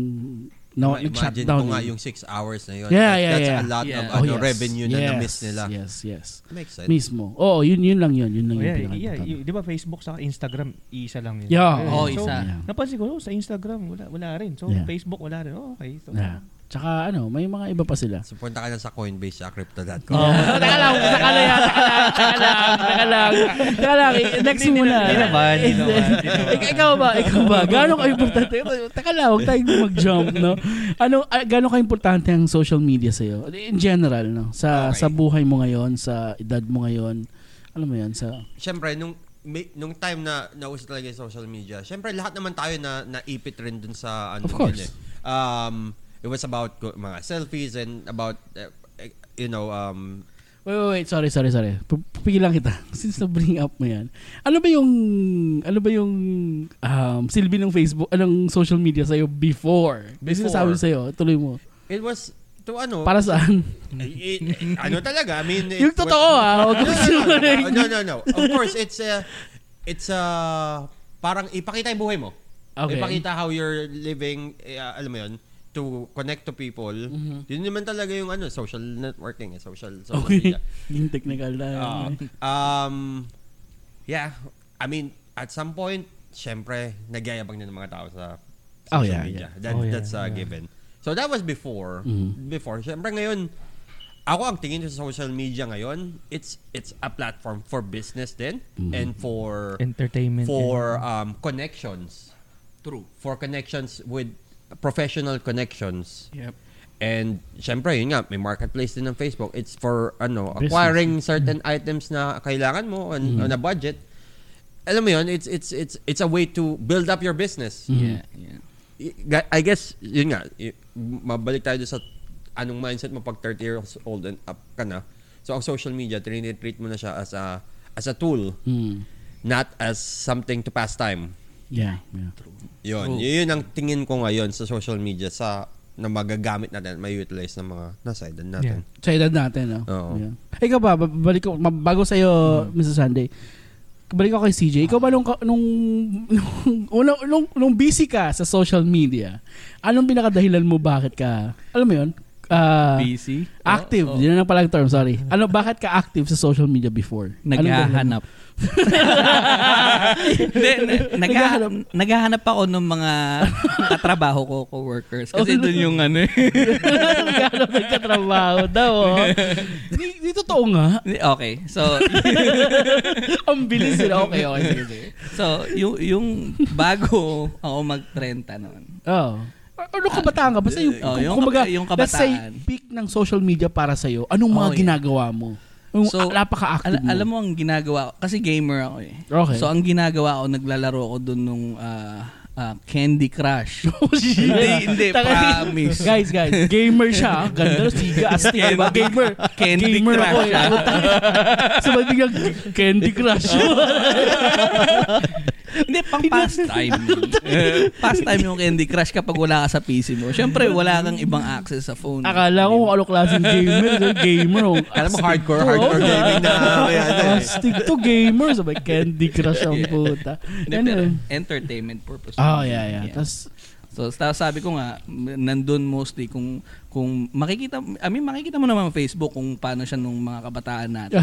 Speaker 3: na,
Speaker 4: Imagine
Speaker 3: nag-shutdown.
Speaker 4: ko nga
Speaker 3: eh.
Speaker 4: yung six hours na yun.
Speaker 3: Yeah,
Speaker 4: That-
Speaker 3: yeah,
Speaker 4: That's
Speaker 3: yeah. Oh,
Speaker 4: a lot of
Speaker 5: Yeah.
Speaker 4: ano,
Speaker 3: yes.
Speaker 4: revenue na
Speaker 3: Yes,
Speaker 4: na-miss nila. Eh.
Speaker 3: Yes, yes.
Speaker 4: Makes sense.
Speaker 3: Mismo. Oo, yun yun lang yun, yun lang
Speaker 6: Oh, yeah,
Speaker 3: yung
Speaker 6: yeah,
Speaker 3: pinaka-
Speaker 6: y- di ba Facebook sa Instagram, isa lang yun.
Speaker 3: Yeah.
Speaker 4: Oh,
Speaker 5: Oo,
Speaker 6: so,
Speaker 5: isa.
Speaker 3: Yeah.
Speaker 6: Napansin ko, oh, sa Instagram, wala, wala rin. So,
Speaker 3: Yeah.
Speaker 6: Facebook, wala rin. Oh, okay. So,
Speaker 3: Yeah. Tsaka ano, may mga iba pa sila.
Speaker 4: So, punta ka na sa Coinbase, sa crypto.com.
Speaker 3: Oh, teka lang, teka lang, yan, teka lang, teka lang, teka lang, teka lang, eh, next muna.
Speaker 6: Hindi naman, hindi naman, hindi naman.
Speaker 3: Ik- Ikaw ba, ikaw ba, gaano ka importante? Teka lang, huwag tayong mag-jump, no? Ano, ah, gaano ka importante ang social media sa'yo? In general, no? Sa,
Speaker 4: Okay.
Speaker 3: sa buhay mo ngayon, sa edad mo ngayon, alam mo yan, sa...
Speaker 4: Siyempre, nung, may- nung time na nauso talaga yung social media, siyempre, lahat naman tayo na naipit rin dun sa ano.
Speaker 3: Of course.
Speaker 4: yun eh. Um, it was about go- mga selfies and about, eh, eh, you know, um,
Speaker 3: Wait, wait, wait, sorry, sorry, sorry. Pu- Pupigilan kita. Since na-bring up mo yan, ano ba yung, ano ba yung um, silbi ng Facebook, anong social media sa'yo before? Before. Yung
Speaker 4: Before.
Speaker 3: sinasabi sa'yo, tuloy mo.
Speaker 4: it was to ano.
Speaker 3: Para saan?
Speaker 4: Eh, eh, eh, ano talaga? I mean, it
Speaker 3: Yung
Speaker 4: was-
Speaker 3: totoo ah, huwag ko
Speaker 4: No, no, no,
Speaker 3: sinungaling.
Speaker 4: no, no, no, no. Of course, it's a, it's a, parang ipakita yung buhay mo.
Speaker 3: Okay.
Speaker 4: Ipakita how you're living, eh, ah, alam mo yun. to connect to people.
Speaker 3: Mhm.
Speaker 4: Yun naman talaga yung ano, social networking, eh, social social
Speaker 3: Okay.
Speaker 4: media.
Speaker 3: Yung technical na. ano, eh.
Speaker 4: Ah, um, yeah, I mean, at some point, syempre, nagyayabang din ng mga tao sa
Speaker 3: Oh, yeah,
Speaker 4: social media.
Speaker 3: yeah.
Speaker 4: That,
Speaker 6: Oh, yeah,
Speaker 4: that's a
Speaker 6: yeah.
Speaker 4: given. So that was before.
Speaker 3: Mhm.
Speaker 4: Before, syempre ngayon, ako ang tingin ko sa social media ngayon, it's it's a platform for business din
Speaker 3: Mhm.
Speaker 4: and for
Speaker 6: Entertainment.
Speaker 4: for um, connections,
Speaker 5: True.
Speaker 4: for connections with professional connections.
Speaker 5: Yep.
Speaker 4: And syempre, yun nga, may marketplace din ng Facebook. It's for ano,
Speaker 3: Business.
Speaker 4: acquiring certain items na kailangan mo on,
Speaker 3: Mhm.
Speaker 4: on a budget. Alam mo yun, it's it's it's it's a way to build up your business.
Speaker 3: Mm.
Speaker 5: Yeah, yeah.
Speaker 4: I- I guess yun nga, y- mabalik tayo doon sa anong mindset mo pag 30 years old and up ka na. So ang social media, treat mo na siya as a as a tool,
Speaker 3: Mm.
Speaker 4: not as something to pass time.
Speaker 3: Yeah. yeah.
Speaker 4: Yun, yun ang tingin ko ngayon sa social media sa na magagamit natin, may utilize ng mga nasa edad natin.
Speaker 3: Sa edad natin, no?
Speaker 4: Oo.
Speaker 3: Yeah. Ikaw ba, babalik ko, mab- bago sa'yo, Mr. Sunday, balik ako kay CJ. Ikaw ba nung, ka- nung, nung, nung, nung, nung busy ka sa social media, anong pinakadahilan mo bakit ka, alam mo yun, Ah,
Speaker 5: Busy.
Speaker 3: active, yun ang palang term, sorry. Ano, bakit ka active sa social media before? Anong
Speaker 5: Naghahanap. Hindi, na- naghahanap. Naghahanap ako ng mga katrabaho ko, co-workers. Kasi
Speaker 3: Oh,
Speaker 5: doon yung ano eh.
Speaker 3: dahilan? Naghahanap ng katrabaho daw. oh. Di, di totoo nga.
Speaker 5: Okay. So,
Speaker 3: Ang bilis nila. Okay, okay. Sige, sige.
Speaker 5: so yung, yung bago ako mag-30 noon.
Speaker 3: Oh. Ano kabataan ka? Basta yung,
Speaker 5: Oh,
Speaker 3: kung-
Speaker 5: yung
Speaker 3: kumbaga,
Speaker 5: kab- yung
Speaker 3: let's say,
Speaker 5: kabataan.
Speaker 3: peak ng social media para sa'yo, anong mga
Speaker 5: Oh, yeah.
Speaker 3: ginagawa mo? Yung
Speaker 5: So,
Speaker 3: so, napaka-active
Speaker 5: Al- alam
Speaker 3: mo.
Speaker 5: mo ang ginagawa ko, kasi gamer ako eh.
Speaker 3: Mm. Okay.
Speaker 5: So ang ginagawa ko, naglalaro ako doon nung ah, ah, Candy Crush.
Speaker 3: Oh, shit.
Speaker 5: hindi, hindi,
Speaker 3: Taka-
Speaker 5: promise.
Speaker 3: Guys, guys, gamer siya. ah. Ganda na siga. Asti, diba? Gamer.
Speaker 5: Candy
Speaker 3: gamer
Speaker 5: Crush, ah.
Speaker 3: ako. eh. Sa mga biglang Candy Crush.
Speaker 5: Hindi, pang pastime. Eh, pastime yung Candy Crush kapag wala ka sa PC mo. Siyempre, wala kang ibang access sa phone.
Speaker 3: Akala ko kung ano klaseng gamer. eh. Gamer. Oh.
Speaker 4: Alam mo, hardcore, hardcore gaming na. Ayan, eh.
Speaker 3: Astig to gamer. Sabay Candy Crush ang puta.
Speaker 5: Hindi, pero
Speaker 3: Anyway.
Speaker 5: entertainment purpose.
Speaker 3: Oh, yeah, yeah. Tapos,
Speaker 5: So, sa- sabi ko nga, m- nandun mostly kung kung makikita, I mean, makikita mo naman sa Facebook kung paano siya nung mga kabataan natin.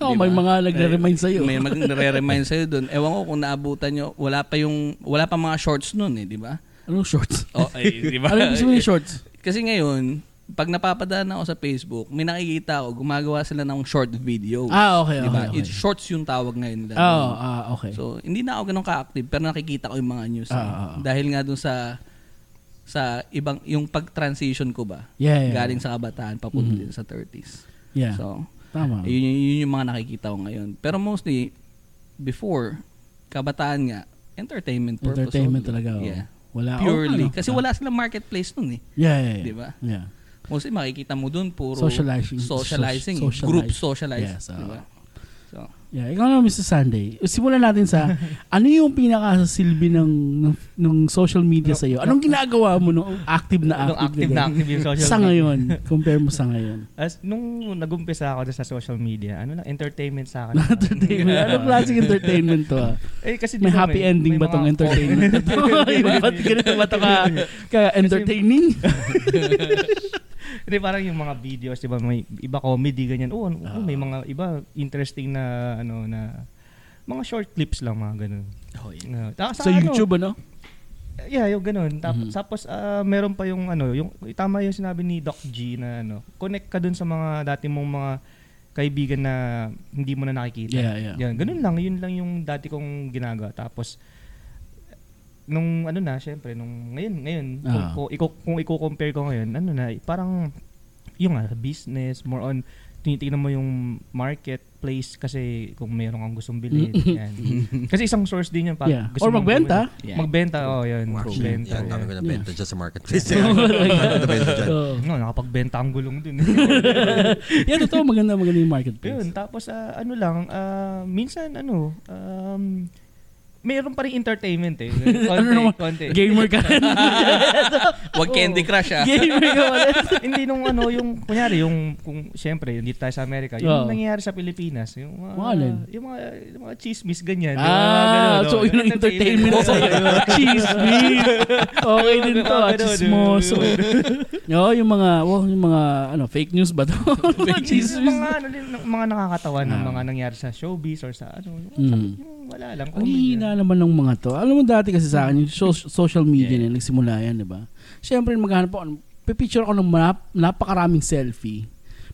Speaker 3: oh, may
Speaker 5: Di ba? Eh,
Speaker 3: mga nagre-remind sa'yo.
Speaker 5: May magre-remind sa'yo doon. Ewan ko kung naabutan nyo, wala pa yung, wala pa mga shorts nun eh, di ba?
Speaker 3: Anong Ano, shorts?
Speaker 5: Oh, ay, di ba?
Speaker 3: Ano yung gusto mo yung shorts?
Speaker 5: Kasi ngayon, pag napapadaan ako sa Facebook, may nakikita ako, gumagawa sila ng short video.
Speaker 3: Ah, okay,
Speaker 5: Diba?
Speaker 3: okay, okay.
Speaker 5: It's shorts yung tawag ngayon nila.
Speaker 3: Oh, ah, okay.
Speaker 5: So, hindi na ako ganun ka-active, pero nakikita ko yung mga news.
Speaker 3: Ah, ah, ah.
Speaker 5: Dahil nga dun sa sa ibang yung pag-transition ko ba
Speaker 3: Yeah, yeah.
Speaker 5: galing sa kabataan papunta din sa 30s.
Speaker 3: yeah. Ah.
Speaker 5: So,
Speaker 3: Tama.
Speaker 5: yun, yun- yun yung mga nakikita ko ngayon. Pero mostly before kabataan nga entertainment purpose.
Speaker 3: Entertainment
Speaker 5: only.
Speaker 3: talaga. oh.
Speaker 5: Yeah.
Speaker 3: Wala. oh,
Speaker 5: Purely
Speaker 3: ano?
Speaker 5: kasi wala silang marketplace nun eh.
Speaker 3: Yeah, yeah, yeah.
Speaker 5: Di ba?
Speaker 3: Yeah.
Speaker 5: Mostly makikita mo dun puro
Speaker 3: Socializing.
Speaker 5: socializing,
Speaker 3: So- socialize.
Speaker 5: group socializing.
Speaker 3: Yes, ah. oo.
Speaker 5: diba? So,
Speaker 3: Yeah, ikaw na Mr. Sunday. Simulan natin sa ano yung pinakasilbi ng ng, ng social media sa iyo? Anong ginagawa mo nung active na
Speaker 5: Nung
Speaker 3: active,
Speaker 5: Ano? active na
Speaker 3: ganun?
Speaker 6: ano, Active yung social
Speaker 3: sa
Speaker 6: media.
Speaker 3: ngayon? Compare mo sa ngayon.
Speaker 6: As, nung nagumpisa ako sa social media, ano lang, entertainment sa akin.
Speaker 3: entertainment. Anong ano klaseng entertainment to? ah?
Speaker 6: Eh, kasi
Speaker 3: May happy ending ba tong entertainment na to? Ba't ganito ba ah, to ka, ka entertaining?
Speaker 6: Hindi, parang yung mga videos, di ba, may iba comedy, ganyan. Oo, ano, oo, may mga iba interesting na, ano, na, mga short clips lang, mga ganun.
Speaker 5: oh, yeah.
Speaker 6: Na- ta-
Speaker 3: sa YouTube ano?
Speaker 6: Yeah, yung ganun. Tap-
Speaker 3: Mhm.
Speaker 6: Tapos ah, meron pa yung ano, yung tama yung sinabi ni Doc G na ano, connect ka dun sa mga dati mong mga kaibigan na hindi mo na nakikita.
Speaker 3: Yeah, yeah.
Speaker 6: Yan, ganun lang, yun lang yung dati kong ginagawa. Tapos nung ano na, syempre nung ngayon, ngayon
Speaker 3: Ah.
Speaker 6: kung, kung, iko- kung i-compare ko ngayon, ano na, parang yung nga, business, more on tinitingnan mo yung marketplace kasi kung meron kang gustong bilhin. yan. Kasi isang source din yun. Para
Speaker 3: Yeah. Or magbenta.
Speaker 5: Yeah.
Speaker 6: Magbenta, oh, yun.
Speaker 4: Actually,
Speaker 6: Magbenta.
Speaker 4: yan, dami ko
Speaker 6: Yeah.
Speaker 4: na benta dyan sa marketplace. Ang dami ko nabenta dyan.
Speaker 3: Oo.
Speaker 6: No, nakapagbenta ang gulong dun. eh.
Speaker 3: Yan, totoo. Maganda, maganda yung marketplace.
Speaker 6: yun, tapos ah, ano lang, ah, minsan ano, um, Mayroon pa rin entertainment eh.
Speaker 3: Ano
Speaker 6: Konti,
Speaker 3: naman?
Speaker 6: konti.
Speaker 3: Gamer ka rin.
Speaker 5: Wag Candy Crush ah.
Speaker 3: Gamer ka ulit.
Speaker 6: hindi nung ano, yung, kunyari, yung, kung, syempre, yung dito tayo sa Amerika, yung
Speaker 3: Oo.
Speaker 6: nangyayari sa Pilipinas, yung mga,
Speaker 3: Mga alin?
Speaker 6: yung mga, yung mga chismis, ganyan. yung mga
Speaker 3: Ah,
Speaker 6: ganun,
Speaker 3: so
Speaker 6: oh,
Speaker 3: yun ang entertainment
Speaker 6: Oo.
Speaker 3: sa'yo. Chismis. Okay din to, ah, chismoso. Oo, yung mga, oh, yung mga, ano, fake news ba to? Mga
Speaker 6: Yung
Speaker 3: chismis.
Speaker 6: mga, ano, din, mga nakakatawa ng
Speaker 3: Ah.
Speaker 6: mga nangyari sa showbiz or sa ano, yung,
Speaker 3: Mm.
Speaker 6: yung wala lang.
Speaker 3: Ang
Speaker 6: comedy
Speaker 3: hihina naman ng mga to. Alam mo dati kasi sa akin, yung so- social media na yun, nagsimula yan, di ba? Siyempre, maghanap ako, pipicture ako ng manap- napakaraming selfie.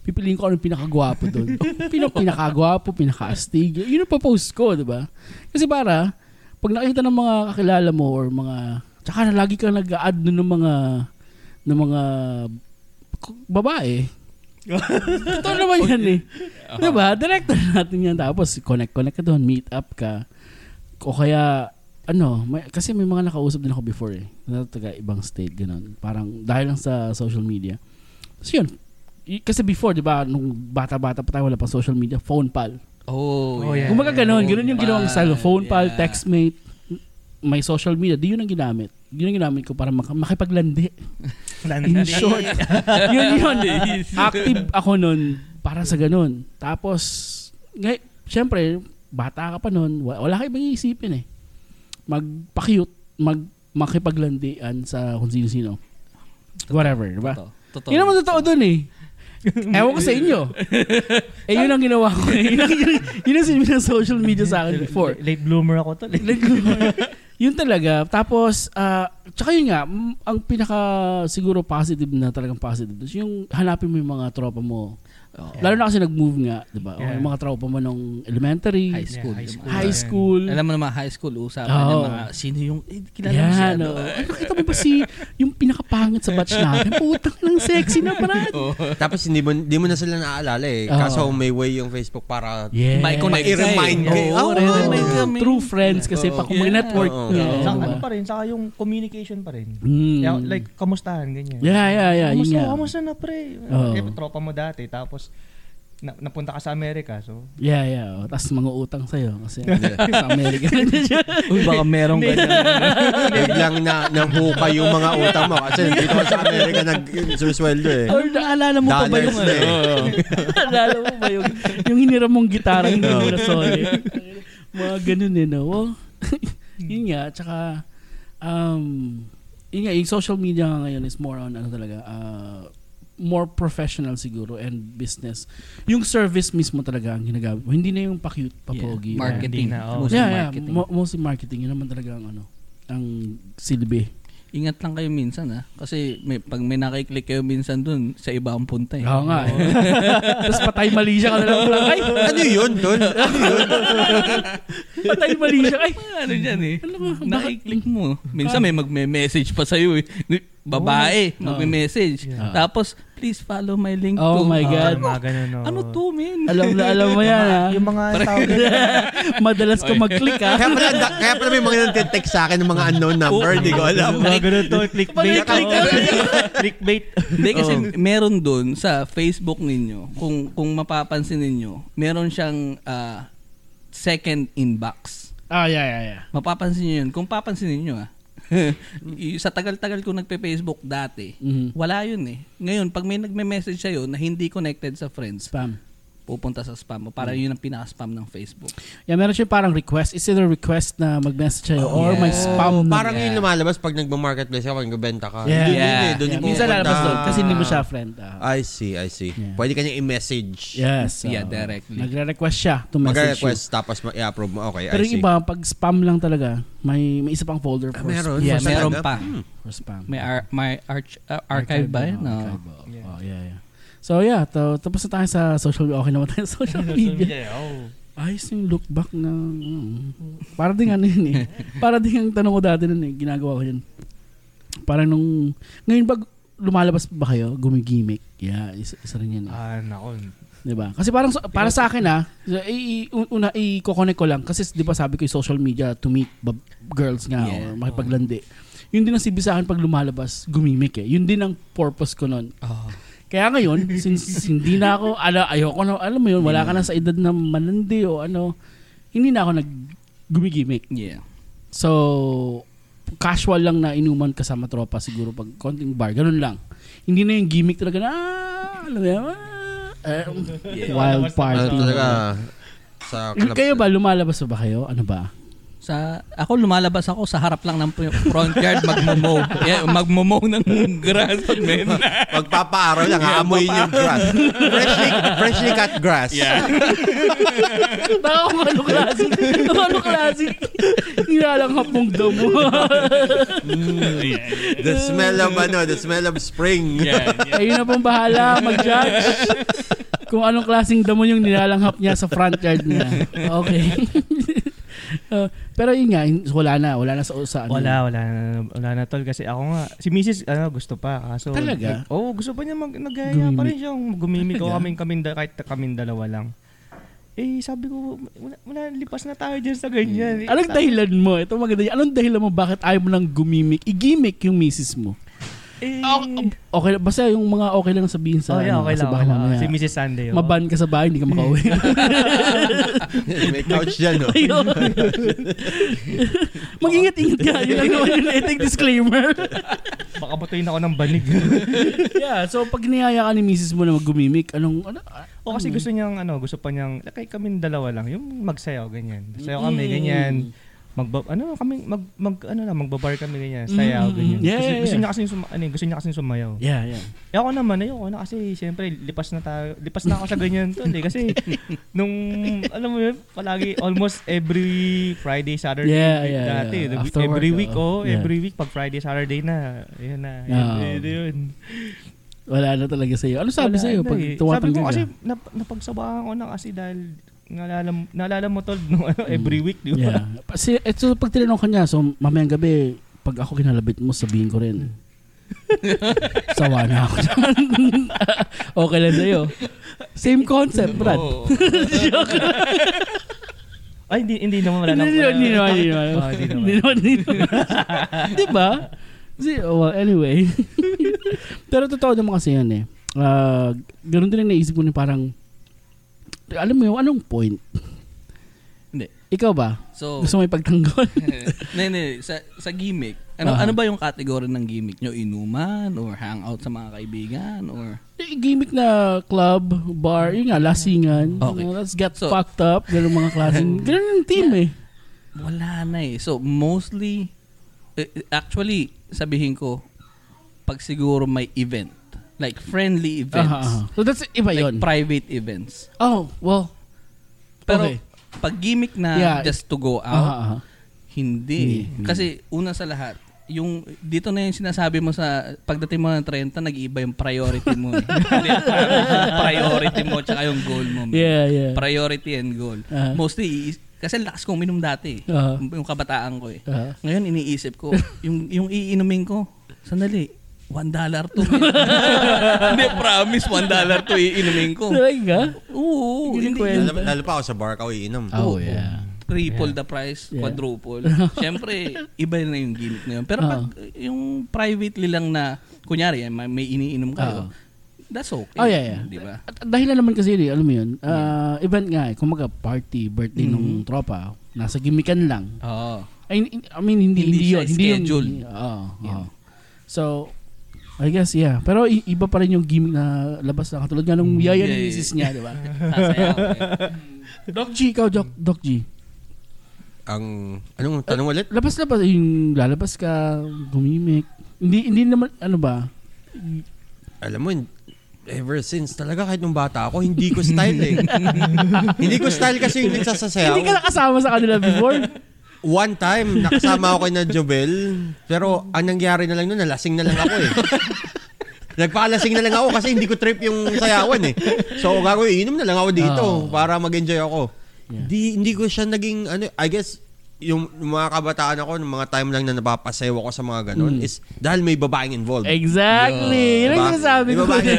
Speaker 3: Pipiliin ko ano yung pinakagwapo doon. Pino, pinakagwapo, pinakaastig. Yun ang papost ko, di ba? Kasi para, pag nakita ng mga kakilala mo or mga, tsaka na lagi kang nag-add nun ng mga, ng mga k- babae. Totoo naman yan eh. Diba? Director natin yan. Tapos connect-connect ka doon, meet up ka. O kaya, ano, may, kasi may mga nakausap din ako before eh. Na taga ibang state, ganun. Parang dahil lang sa social media. Tapos yun. Y- Kasi before, di ba, nung bata-bata pa tayo, wala pa social media, phone pal.
Speaker 5: Oh,
Speaker 6: Oh, yeah.
Speaker 3: Kumaga ganun,
Speaker 5: Phone
Speaker 3: ganun yung ginawang
Speaker 5: pal,
Speaker 3: style. Phone pal,
Speaker 5: yeah.
Speaker 3: textmate, may social media, di yun ang ginamit. Yun ang ginamit ko para mak- makipaglandi. In short, yun yun. eh. Active ako nun para sa ganun. Tapos, ngay, syempre, bata ka pa nun, wa- wala ka ibang iisipin eh. Magpa-cute, mag, makipaglandian sa kung sino-sino. Whatever, di ba?
Speaker 5: Totoo. Totoo.
Speaker 3: Yun naman totoo dun eh. Ewan ko sa inyo. eh, yun ang ginawa ko. eh. yun ang, yun, yun ang sinabi ng social media sa akin before.
Speaker 6: Late bloomer ako eh. to.
Speaker 3: Like, yun talaga. Tapos, ah, tsaka yun nga, mm, ang pinaka siguro positive na talagang positive is yung hanapin mo yung mga tropa mo. Lalo na kasi nag-move nga, di ba? O
Speaker 6: Yeah.
Speaker 3: yung mga tropa mo nung elementary,
Speaker 5: High school.
Speaker 6: high school.
Speaker 3: high school.
Speaker 5: Alam mo naman, high school, usapan
Speaker 3: Oo.
Speaker 5: ng mga, sino yung, eh, kilala mo siya,
Speaker 3: Yan,
Speaker 5: ano?
Speaker 3: no? Ano, kita mo ba si, yung pinakapangit sa batch natin? Putang ng sexy na brad.
Speaker 5: Oh,
Speaker 4: Tapos hindi mo, hindi mo na sila naaalala eh.
Speaker 3: Oo.
Speaker 4: Kaso may way yung Facebook para
Speaker 3: Yeah. Oh,
Speaker 5: May connect ka eh.
Speaker 4: I-remind ka eh.
Speaker 5: Oo,
Speaker 4: Oo,
Speaker 5: re-remind
Speaker 4: oo.
Speaker 5: ka, man.
Speaker 3: True friends kasi
Speaker 4: Oo.
Speaker 3: pa kung mag-network.
Speaker 4: Oo.
Speaker 5: Oh,
Speaker 3: nga,
Speaker 4: Oo.
Speaker 3: di
Speaker 6: Sa
Speaker 3: ba?
Speaker 6: ano pa rin, saka yung communication pa rin.
Speaker 3: Mm.
Speaker 6: Yeah, like, kamustahan, ganyan.
Speaker 3: Yeah, yeah, yeah.
Speaker 5: ano
Speaker 3: Yun
Speaker 6: Kamusta,
Speaker 3: nga.
Speaker 6: kamusta na pre?
Speaker 3: Oo.
Speaker 6: Eh, tropa mo dati, tapos na- napunta ka sa Amerika, so
Speaker 3: Yeah, yeah. Oh. Tapos mga utang sa'yo kasi sa Amerika na siya.
Speaker 5: Uy, baka meron ka dyan.
Speaker 4: Biglang na, nahuka yung mga utang mo. Kasi dito ka sa Amerika nag-susweldo eh.
Speaker 3: Or naalala mo pa ba
Speaker 4: Dollars
Speaker 3: yung
Speaker 4: na eh.
Speaker 3: ano? naalala mo ba yung, yung hiniram mong gitara, hindi mo na sorry. Mga ganun eh, no? Well, yun nga, tsaka, um, yun nga, yung social media nga ngayon is more on, ano talaga, uh, more professional siguro and business. Yung service mismo talaga ang ginagamit mo. Hindi na yung pa-cute, pa-pogi.
Speaker 5: Marketing.
Speaker 6: Hindi na, oo.
Speaker 3: oh.
Speaker 5: Mostly
Speaker 3: Yeah, yeah.
Speaker 5: marketing.
Speaker 3: Mo- mostly marketing. Yun naman talaga ang ano, ang silbi.
Speaker 5: Ingat lang kayo minsan ha. Kasi may, pag may nakiklik kayo minsan dun, sa iba ang punta eh.
Speaker 3: Oo nga. eh. Tapos patay mali siya ka na lang. Parang, Ay,
Speaker 4: Ano yun, tol? Ano yun?
Speaker 3: patay mali siya. Ay,
Speaker 5: Ano dyan eh.
Speaker 3: Alam mo, bakit-
Speaker 5: Nakiklik mo. Minsan may magme-message pa sa'yo eh. Babae,
Speaker 3: Oo.
Speaker 5: magme-message.
Speaker 3: Oh. Yeah.
Speaker 5: Tapos, please follow my link
Speaker 3: Oh
Speaker 5: to.
Speaker 3: my
Speaker 5: Ah,
Speaker 3: God.
Speaker 6: mga ganun, no.
Speaker 5: Ano to, men?
Speaker 3: alam na alam mo yan ha.
Speaker 6: Yung mga tawag
Speaker 3: Madalas ko mag-click ah. ha.
Speaker 4: Kaya pala, da- kaya pala may mga nagtitext sa akin ng mga unknown number. Hindi ko alam.
Speaker 6: Yung mga ganun to, clickbait.
Speaker 4: Click-
Speaker 6: Oo, clickbait.
Speaker 5: Hindi kasi
Speaker 3: Oh.
Speaker 5: meron dun sa Facebook ninyo, kung kung mapapansin ninyo, meron siyang ah, second inbox.
Speaker 3: Ah, yeah, yeah, yeah.
Speaker 5: Mapapansin niyo yun. Kung papansin niyo ah. Y- sa tagal-tagal ko nagpe-Facebook dati,
Speaker 3: Mhm.
Speaker 5: wala yun eh. Ngayon, pag may nagme-message sa'yo na hindi connected sa friends,
Speaker 3: Spam.
Speaker 5: pupunta sa spam mo.
Speaker 3: Mm.
Speaker 5: Para yun ang pinaka-spam ng Facebook.
Speaker 3: Yeah, meron siya parang request. Is it a request na mag-message sa'yo or may spam na.
Speaker 4: Parang yun lumalabas pag nagma-marketplace ka, pag nagbenta
Speaker 3: Oh,
Speaker 4: ka.
Speaker 3: Yeah.
Speaker 4: Yun yun eh.
Speaker 5: Yeah.
Speaker 4: Doon
Speaker 3: Yeah,
Speaker 4: yung
Speaker 3: minsan
Speaker 4: pupunta.
Speaker 3: lalabas doon kasi hindi mo siya friend. ah.
Speaker 4: I see, I see.
Speaker 3: Yeah.
Speaker 4: Pwede kanya i-message.
Speaker 3: yes. so,
Speaker 5: Yeah, directly.
Speaker 3: Nagre-request siya to message you.
Speaker 4: Magre-request tapos ma- i-approve mo. Okay,
Speaker 3: Pero
Speaker 4: I
Speaker 3: yung
Speaker 4: see.
Speaker 3: iba, pag spam lang talaga, may, may isa pang folder for,
Speaker 4: meron?
Speaker 3: Yeah,
Speaker 4: For
Speaker 5: meron
Speaker 4: talaga?
Speaker 5: pa.
Speaker 3: for spam.
Speaker 5: May, ar- may arch- ah, archive ba yun?
Speaker 3: no? Hmm.
Speaker 5: No.
Speaker 3: Archive, oh. Oh, yeah, yeah. So yeah, to, tapos na tayo sa social Okay naman tayo sa social media.
Speaker 6: Yeah, oh.
Speaker 3: Ayos yung look back na... para ding ano yun eh. Para ding ang tanong ko dati nun eh. Ginagawa ko yun. Para nung... Ngayon ba lumalabas pa ba kayo? Gumigimik. Yeah, isa, isa rin yan eh.
Speaker 6: Ah, nako.
Speaker 3: Diba? Kasi parang so- para sa akin ah, i, i- una i-coconnect ko lang kasi 'di ba sabi ko yung social media to meet bab- girls nga
Speaker 5: Yeah.
Speaker 3: or makipaglandi. Yun din ang sibi sa akin pag lumalabas, gumimik eh. Yun din ang purpose ko noon. Kaya ngayon, since hindi na ako, ala, ayoko na, alam mo yun, wala ka na sa edad na malandi o ano, hindi na ako nag gumigimik.
Speaker 5: Yeah.
Speaker 3: So, casual lang na inuman kasama tropa siguro pag konting bar, ganun lang. Hindi na yung gimmick talaga na, ah, alam mo yan, ah, eh, wild
Speaker 4: Ano
Speaker 3: party. Hmm,
Speaker 4: talaga, sa club.
Speaker 3: Kayo ba, lumalabas na ba kayo? Ano ba?
Speaker 5: Sa ako lumalabas ako sa harap lang ng front yard magmo-mow. Yeah, magmo-mow ng grass men.
Speaker 4: Magpapaaraw lang, aamuin yung grass. Freshly, freshly cut grass.
Speaker 3: Baka kung ano klase. Kung ano klase. Nilalanghap mong damo.
Speaker 4: The smell of ano, the smell of spring.
Speaker 3: Ayun na pong bahala mag-judge. Kung anong klaseng damo yung nilalanghap niya sa front yard niya. Okay. Uh, pero yun nga, yun- wala na. Wala na sa, sa ano.
Speaker 6: Wala, wala na, wala na tol kasi ako nga, si Mrs. ano, gusto pa. Kaso,
Speaker 3: Talaga?
Speaker 6: Oo, oh, gusto pa niya mag, nagaya pa rin siya. Gumimik ako kaming, kaming, da- kahit kaming dalawa lang. Eh, sabi ko, wala, wala lipas na tayo dyan sa ganyan. Eh,
Speaker 3: Mm. Anong
Speaker 6: sabi-
Speaker 3: dahilan mo? Ito maganda. yun. Anong dahilan mo bakit ayaw mo nang gumimik? I-gimmick yung misis mo.
Speaker 6: Eh,
Speaker 3: Oh, Okay, basta yung mga okay lang sabihin sa
Speaker 6: oh, yeah,
Speaker 3: ano,
Speaker 6: okay
Speaker 3: kasi
Speaker 6: lang.
Speaker 3: baka
Speaker 6: okay lang.
Speaker 3: mamaya
Speaker 6: Si Mrs. Sunday. oh.
Speaker 3: Maban ka sa bahay, hindi ka makauwi.
Speaker 4: May couch dyan, oh. no?
Speaker 3: Ayun. Mag-ingat-ingat ka. Yun lang naman yung ethic disclaimer.
Speaker 6: Baka batuin ako ng banig.
Speaker 3: yeah, so pag niyaya ka ni misis mo na mag-gumimik, anong, ano,
Speaker 6: o kasi gusto niyang, ano, gusto pa niyang, kahit kaming dalawa lang, yung magsayaw, ganyan. Sayaw
Speaker 3: Mm.
Speaker 6: kami, ganyan. Magba, ano kami mag, mag ano na magbabar kami ganyan sayaw
Speaker 3: Mm, mm,
Speaker 6: ganyan gusto,
Speaker 3: mm. Yeah, yeah,
Speaker 6: gusto
Speaker 3: yeah.
Speaker 6: niya kasi suma, ano, eh, gusto niya kasi sumayaw
Speaker 3: yeah, yeah.
Speaker 6: Eh, ako naman, ayoko na kasi siyempre lipas na tayo. Lipas na ako sa ganyan to. Eh, kasi nung, alam mo yun, palagi almost every Friday, Saturday.
Speaker 3: Yeah, yeah,
Speaker 6: dati,
Speaker 3: yeah.
Speaker 6: the week-
Speaker 3: After work,
Speaker 6: every week,
Speaker 3: oo.
Speaker 6: oh,
Speaker 3: Yeah.
Speaker 6: every week, pag Friday, Saturday na. Ayun na.
Speaker 3: Ah.
Speaker 6: Yun, yun, yun.
Speaker 3: Wala na talaga sa'yo. Ano
Speaker 6: Wala
Speaker 3: sabi sa'yo
Speaker 6: na
Speaker 3: pag
Speaker 6: eh. Sabi
Speaker 3: tumatanggal
Speaker 6: ko
Speaker 3: ka?
Speaker 6: kasi, nap, napagsabahan ko na kasi dahil naalala, mo- naalala mo tol nung ano, every week, di ba?
Speaker 3: Mm. Yeah. Kasi, eh, so, pag tinanong ka niya, so mamayang gabi, pag ako kinalabit mo, sabihin ko rin. Sawa na ako dyan. okay lang sa'yo. Same concept, Brad.
Speaker 6: Ay, hindi, hindi naman wala
Speaker 3: Hindi naman, hindi naman, hindi naman.
Speaker 6: Oh, hindi naman.
Speaker 3: Hindi naman, hindi naman. Di ba? Kasi, oh, well, anyway. Pero totoo naman kasi yan eh. Ah, ganun din ang naisip ko ni parang, alam mo yung anong point?
Speaker 5: Hindi.
Speaker 3: Ikaw ba?
Speaker 5: So,
Speaker 3: Gusto mo ipagtanggol?
Speaker 5: nee, nee, sa, sa gimmick, ano,
Speaker 3: Ah.
Speaker 5: ano ba yung category ng gimmick nyo? Inuman or hangout sa mga kaibigan or
Speaker 3: Eh, gimmick na club, bar, yun nga, lasingan.
Speaker 5: Mm-hmm. Okay.
Speaker 3: You know, let's get
Speaker 5: So-
Speaker 3: fucked up. Ganun mga klaseng. Ganun yung team eh.
Speaker 5: wala na eh. So, mostly, eh, actually, sabihin ko, pag siguro may event, like
Speaker 3: Aha,
Speaker 5: friendly events,
Speaker 3: aha. Ah, So that's iba
Speaker 5: like
Speaker 3: yun.
Speaker 5: private events.
Speaker 3: oh, well.
Speaker 5: Pero
Speaker 3: Okay.
Speaker 5: pag gimmick na
Speaker 3: Yeah.
Speaker 5: just to go
Speaker 3: Aha,
Speaker 5: out,
Speaker 3: aha.
Speaker 5: Hindi. Kasi una sa lahat, yung dito na yung sinasabi mo sa pagdating mo ng 30, nag-iiba yung priority mo. eh. Hindi, priority mo tsaka yung goal mo. man.
Speaker 3: Yeah, yeah.
Speaker 5: Priority and goal.
Speaker 3: Ah.
Speaker 5: Mostly, iis- kasi lakas kong uminom dati. eh.
Speaker 3: Ah.
Speaker 5: Yung kabataan ko eh.
Speaker 3: Ah.
Speaker 5: Ngayon iniisip ko, yung, yung iinumin ko, sandali, one dollar to. Hindi, promise, one dollar to iinumin ko.
Speaker 3: Talaga? Yun
Speaker 5: Oo,
Speaker 3: yung
Speaker 5: hindi,
Speaker 3: kwento.
Speaker 4: Lalo, lalo pa ako sa bar ka, iinom.
Speaker 3: Oh, yeah.
Speaker 5: triple the price,
Speaker 3: Yeah.
Speaker 5: quadruple. Siyempre, iba na yung gimmick na yun. Pero
Speaker 3: Oo.
Speaker 5: pag uh, yung privately lang na, kunyari, eh, may, may
Speaker 3: Oo.
Speaker 5: iniinom kayo, that's okay.
Speaker 3: Oh, yeah, yeah.
Speaker 5: Di ba?
Speaker 3: At, at dahil na naman kasi yun, eh, alam mo yun, ah, event nga eh, kumaga party, birthday
Speaker 5: Mm-hmm.
Speaker 3: nung tropa, nasa gimikan lang.
Speaker 5: Oo.
Speaker 3: I, I mean, hindi,
Speaker 5: Hindi
Speaker 3: hindi, yun.
Speaker 5: siya
Speaker 3: Hindi yung-
Speaker 5: scheduled.
Speaker 3: Oo,
Speaker 5: Yeah.
Speaker 3: oo. So, I guess, yeah. Pero i- iba pa rin yung gimmick na labas na katulad nga nung yaya
Speaker 5: Mm-hmm. Yeah, yeah,
Speaker 3: ni misis niya, di ba?
Speaker 5: Sasayaw.
Speaker 3: Doc G, ikaw, Doc, Doc G.
Speaker 4: Ang, anong tanong ulit?
Speaker 3: Labas-labas, yung lalabas ka, gumimik. Hindi, hindi naman, ano ba?
Speaker 4: alam mo, ever since talaga kahit nung bata ako, hindi ko style eh. hindi ko style kasi yung nagsasasayaw.
Speaker 3: Hindi ka nakasama sa kanila before.
Speaker 4: One time, nakasama ako na Jobel, pero ang nangyari na lang nun, nalasing na lang ako eh. Nagpaalasing na lang ako kasi hindi ko trip yung sayawan eh. So, ang gagawin, iinom na lang ako dito
Speaker 3: Oh.
Speaker 4: para mag-enjoy ako.
Speaker 3: Yeah.
Speaker 4: Di, hindi ko siya naging, ano, I guess, yung, yung mga kabataan ako, ng mga time lang na napapasayaw ako sa mga ganun,
Speaker 3: Mm.
Speaker 4: is dahil may babaeng involved.
Speaker 3: exactly. Yun ang
Speaker 4: Diba?
Speaker 3: sinasabi ko.
Speaker 4: May babae.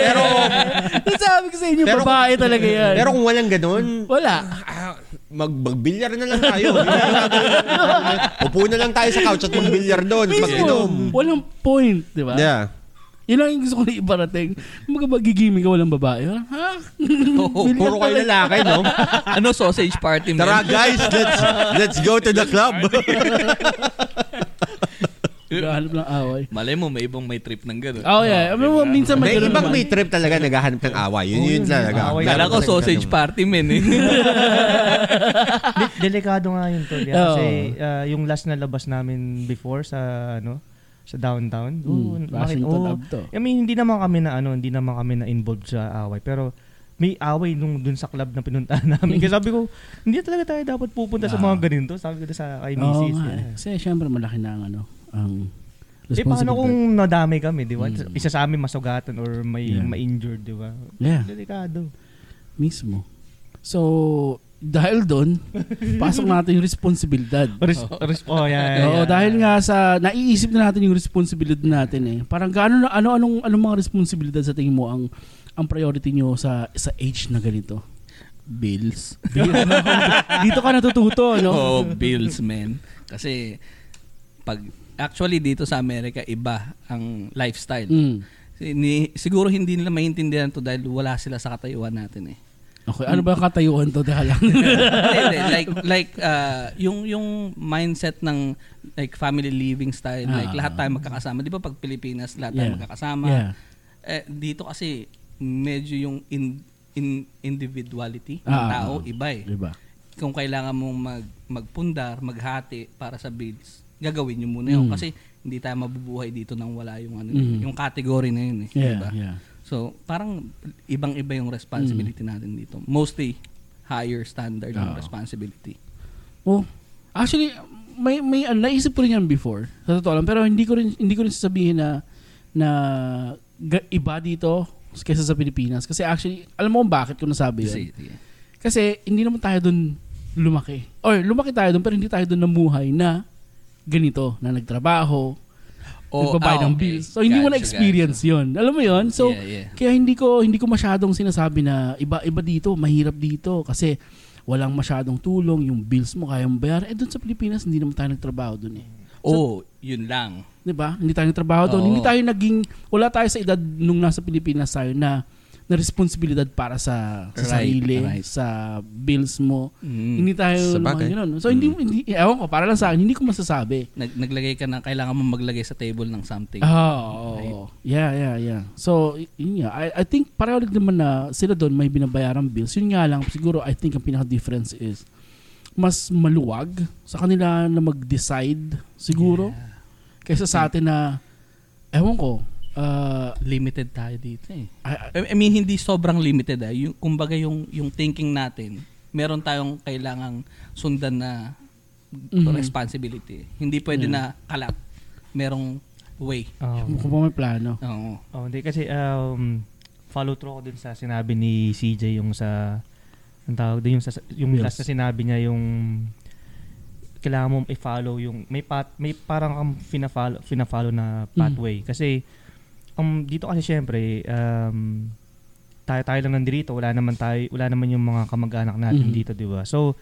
Speaker 4: pero,
Speaker 3: Nasabi ko sa inyo,
Speaker 4: Pero-
Speaker 3: babae talaga yan.
Speaker 4: pero kung walang ganun,
Speaker 3: Wala.
Speaker 4: Ah, mag magbilyar na lang tayo. Upo na lang tayo sa couch at magbilyar doon.
Speaker 3: Mismo,
Speaker 4: Mag-inom.
Speaker 3: walang point, di ba?
Speaker 4: Yeah.
Speaker 3: Yun lang yung gusto ko na ibarating. Mga magigimik ka walang babae. Ha?
Speaker 5: Oo,
Speaker 3: Bilhin
Speaker 4: Puro kayo lalaki, no?
Speaker 5: ano sausage party man?
Speaker 4: Tara guys, let's let's go to the club.
Speaker 3: Naghahanap ng away.
Speaker 5: Malay mo, may ibang may trip ng gano'n.
Speaker 3: Oh yeah. I mean, well, minsan may ganun
Speaker 4: diba? may ibang
Speaker 3: naman.
Speaker 4: may trip talaga naghahanap ng away. Yun
Speaker 6: Oo,
Speaker 4: yun
Speaker 6: yun,
Speaker 4: talaga.
Speaker 6: away.
Speaker 5: Mm. Kala ko
Speaker 4: Talaga
Speaker 5: sausage
Speaker 4: ganun.
Speaker 5: party men eh.
Speaker 6: De- delikado nga yun tol.
Speaker 3: Oo.
Speaker 6: Yeah. Kasi ah, yung last na labas namin before sa ano sa downtown. doon,
Speaker 3: Mm,
Speaker 6: bakit-
Speaker 3: Washington
Speaker 6: oo.
Speaker 3: Ave to.
Speaker 6: I mean, hindi naman kami na ano, hindi naman kami na involved sa away. Pero may away nung dun sa club na pinuntahan namin. Kasi sabi ko, hindi talaga tayo dapat pupunta sa mga ganito. Sabi ko na sa kay
Speaker 3: Ah. Oo
Speaker 6: Mrs.
Speaker 3: nga. eh.
Speaker 6: Yeah.
Speaker 3: Kasi syempre malaki na ang ano, ang
Speaker 6: Eh, paano kung
Speaker 3: responsibility.
Speaker 6: nadami kami, di ba?
Speaker 3: Mm.
Speaker 6: Isa sa amin masugatan or may
Speaker 3: Yeah.
Speaker 6: ma-injured, di ba?
Speaker 3: Yeah,
Speaker 6: Delikado.
Speaker 3: mismo. So, dahil doon, pasok natin yung responsibilidad.
Speaker 6: Res- res- oh, yeah, yeah,
Speaker 3: Oo,
Speaker 6: yeah.
Speaker 3: dahil nga sa naiisip na natin yung responsibility natin eh. Parang gaano na ano anong anong mga responsibilidad sa tingin mo ang ang priority nyo sa sa age na ganito?
Speaker 5: Bills.
Speaker 3: Dito, dito ka natututo, no?
Speaker 5: Oh, bills men. Kasi pag actually dito sa Amerika iba ang lifestyle.
Speaker 3: Mm.
Speaker 5: Ni, siguro hindi nila maintindihan to dahil wala sila sa katayuan natin eh.
Speaker 3: Okay, ano ba ang katayuan to? Teka lang.
Speaker 5: Hindi, hindi. like like ah, yung yung mindset ng like family living style, like
Speaker 3: Ah.
Speaker 5: lahat tayo magkakasama. 'Di ba pag Pilipinas lahat tayo
Speaker 3: Yeah.
Speaker 5: magkakasama?
Speaker 3: yeah.
Speaker 5: Eh, dito kasi medyo yung in, in individuality ng
Speaker 3: Ah.
Speaker 5: tao iba eh.
Speaker 3: Diba?
Speaker 5: kung kailangan mong mag, magpundar, maghati para sa bills, gagawin nyo muna yun.
Speaker 3: Mm.
Speaker 5: Kasi hindi tayo mabubuhay dito nang wala yung, ano,
Speaker 3: Mm.
Speaker 5: yung category na yun. Eh,
Speaker 3: Yeah,
Speaker 5: diba?
Speaker 3: yeah.
Speaker 5: So, parang ibang-iba yung responsibility natin dito. Mostly, higher standard
Speaker 3: Mm.
Speaker 5: ng
Speaker 3: Oo.
Speaker 5: responsibility.
Speaker 3: Oh, actually may may uh, naisip ko rin yan before. Sa totoo lang, pero hindi ko rin hindi ko rin sasabihin na na ga- iba dito kaysa sa Pilipinas kasi actually alam mo kung bakit ko nasabi yun.
Speaker 5: Kasi, yeah.
Speaker 3: Kasi hindi naman tayo doon lumaki. Or lumaki tayo doon pero hindi tayo doon namuhay na ganito na nagtrabaho,
Speaker 5: Oh,
Speaker 3: nagbabayad
Speaker 5: ah,
Speaker 3: ng
Speaker 5: okay.
Speaker 3: bills. So hindi mo
Speaker 5: Gotcha,
Speaker 3: na experience 'yon. Alam mo 'yon? So
Speaker 5: gotcha. yeah, yeah.
Speaker 3: kaya hindi ko hindi ko masyadong sinasabi na iba iba dito, mahirap dito kasi walang masyadong tulong, yung bills mo kaya mong bayaran. Eh doon sa Pilipinas hindi naman tayo nagtrabaho doon eh.
Speaker 5: oh, yun lang.
Speaker 3: 'Di ba? Hindi tayo nagtrabaho doon.
Speaker 5: Oo.
Speaker 3: Hindi tayo naging wala tayo sa edad nung nasa Pilipinas tayo na na responsibilidad para sa, sa
Speaker 5: Right,
Speaker 3: sarili,
Speaker 5: right.
Speaker 3: sa bills mo.
Speaker 5: Mm.
Speaker 3: Hindi tayo
Speaker 4: Sa
Speaker 3: naman
Speaker 4: bagay.
Speaker 3: ganun. So hindi, hindi ewan ko, para lang sa akin, hindi ko masasabi.
Speaker 5: Nag- naglagay ka na, kailangan mo maglagay sa table ng something.
Speaker 3: Oo. Oh, Yeah, yeah, yeah. So, y- yun nga. I, I think pareho rin naman na sila doon may binabayarang bills. Yun nga lang, siguro I think ang pinaka-difference is mas maluwag sa kanila na mag-decide siguro kaysa sa atin na ewan ko uh,
Speaker 5: Limited tayo dito eh.
Speaker 3: I- I-
Speaker 5: I I mean, hindi sobrang limited ah. Yung, kumbaga yung, yung thinking natin, meron tayong kailangang sundan na
Speaker 3: Mhm.
Speaker 5: responsibility. Hindi pwede na kalat. Merong way.
Speaker 6: Oh.
Speaker 3: mukhang ba may plano.
Speaker 5: Oo.
Speaker 6: Oh, hindi kasi um, follow through ako dun sa sinabi ni CJ yung sa ang tawag dun, yung, sa, yung
Speaker 3: Yes.
Speaker 6: last na sinabi niya yung kailangan mo i-follow yung may pat may parang kang fina-follow, fina-follow na
Speaker 3: Mm.
Speaker 6: pathway kasi um dito kasi syempre um tayo tayo lang nandito wala naman tayo wala naman yung mga kamag-anak natin
Speaker 3: Mhm.
Speaker 6: dito di ba so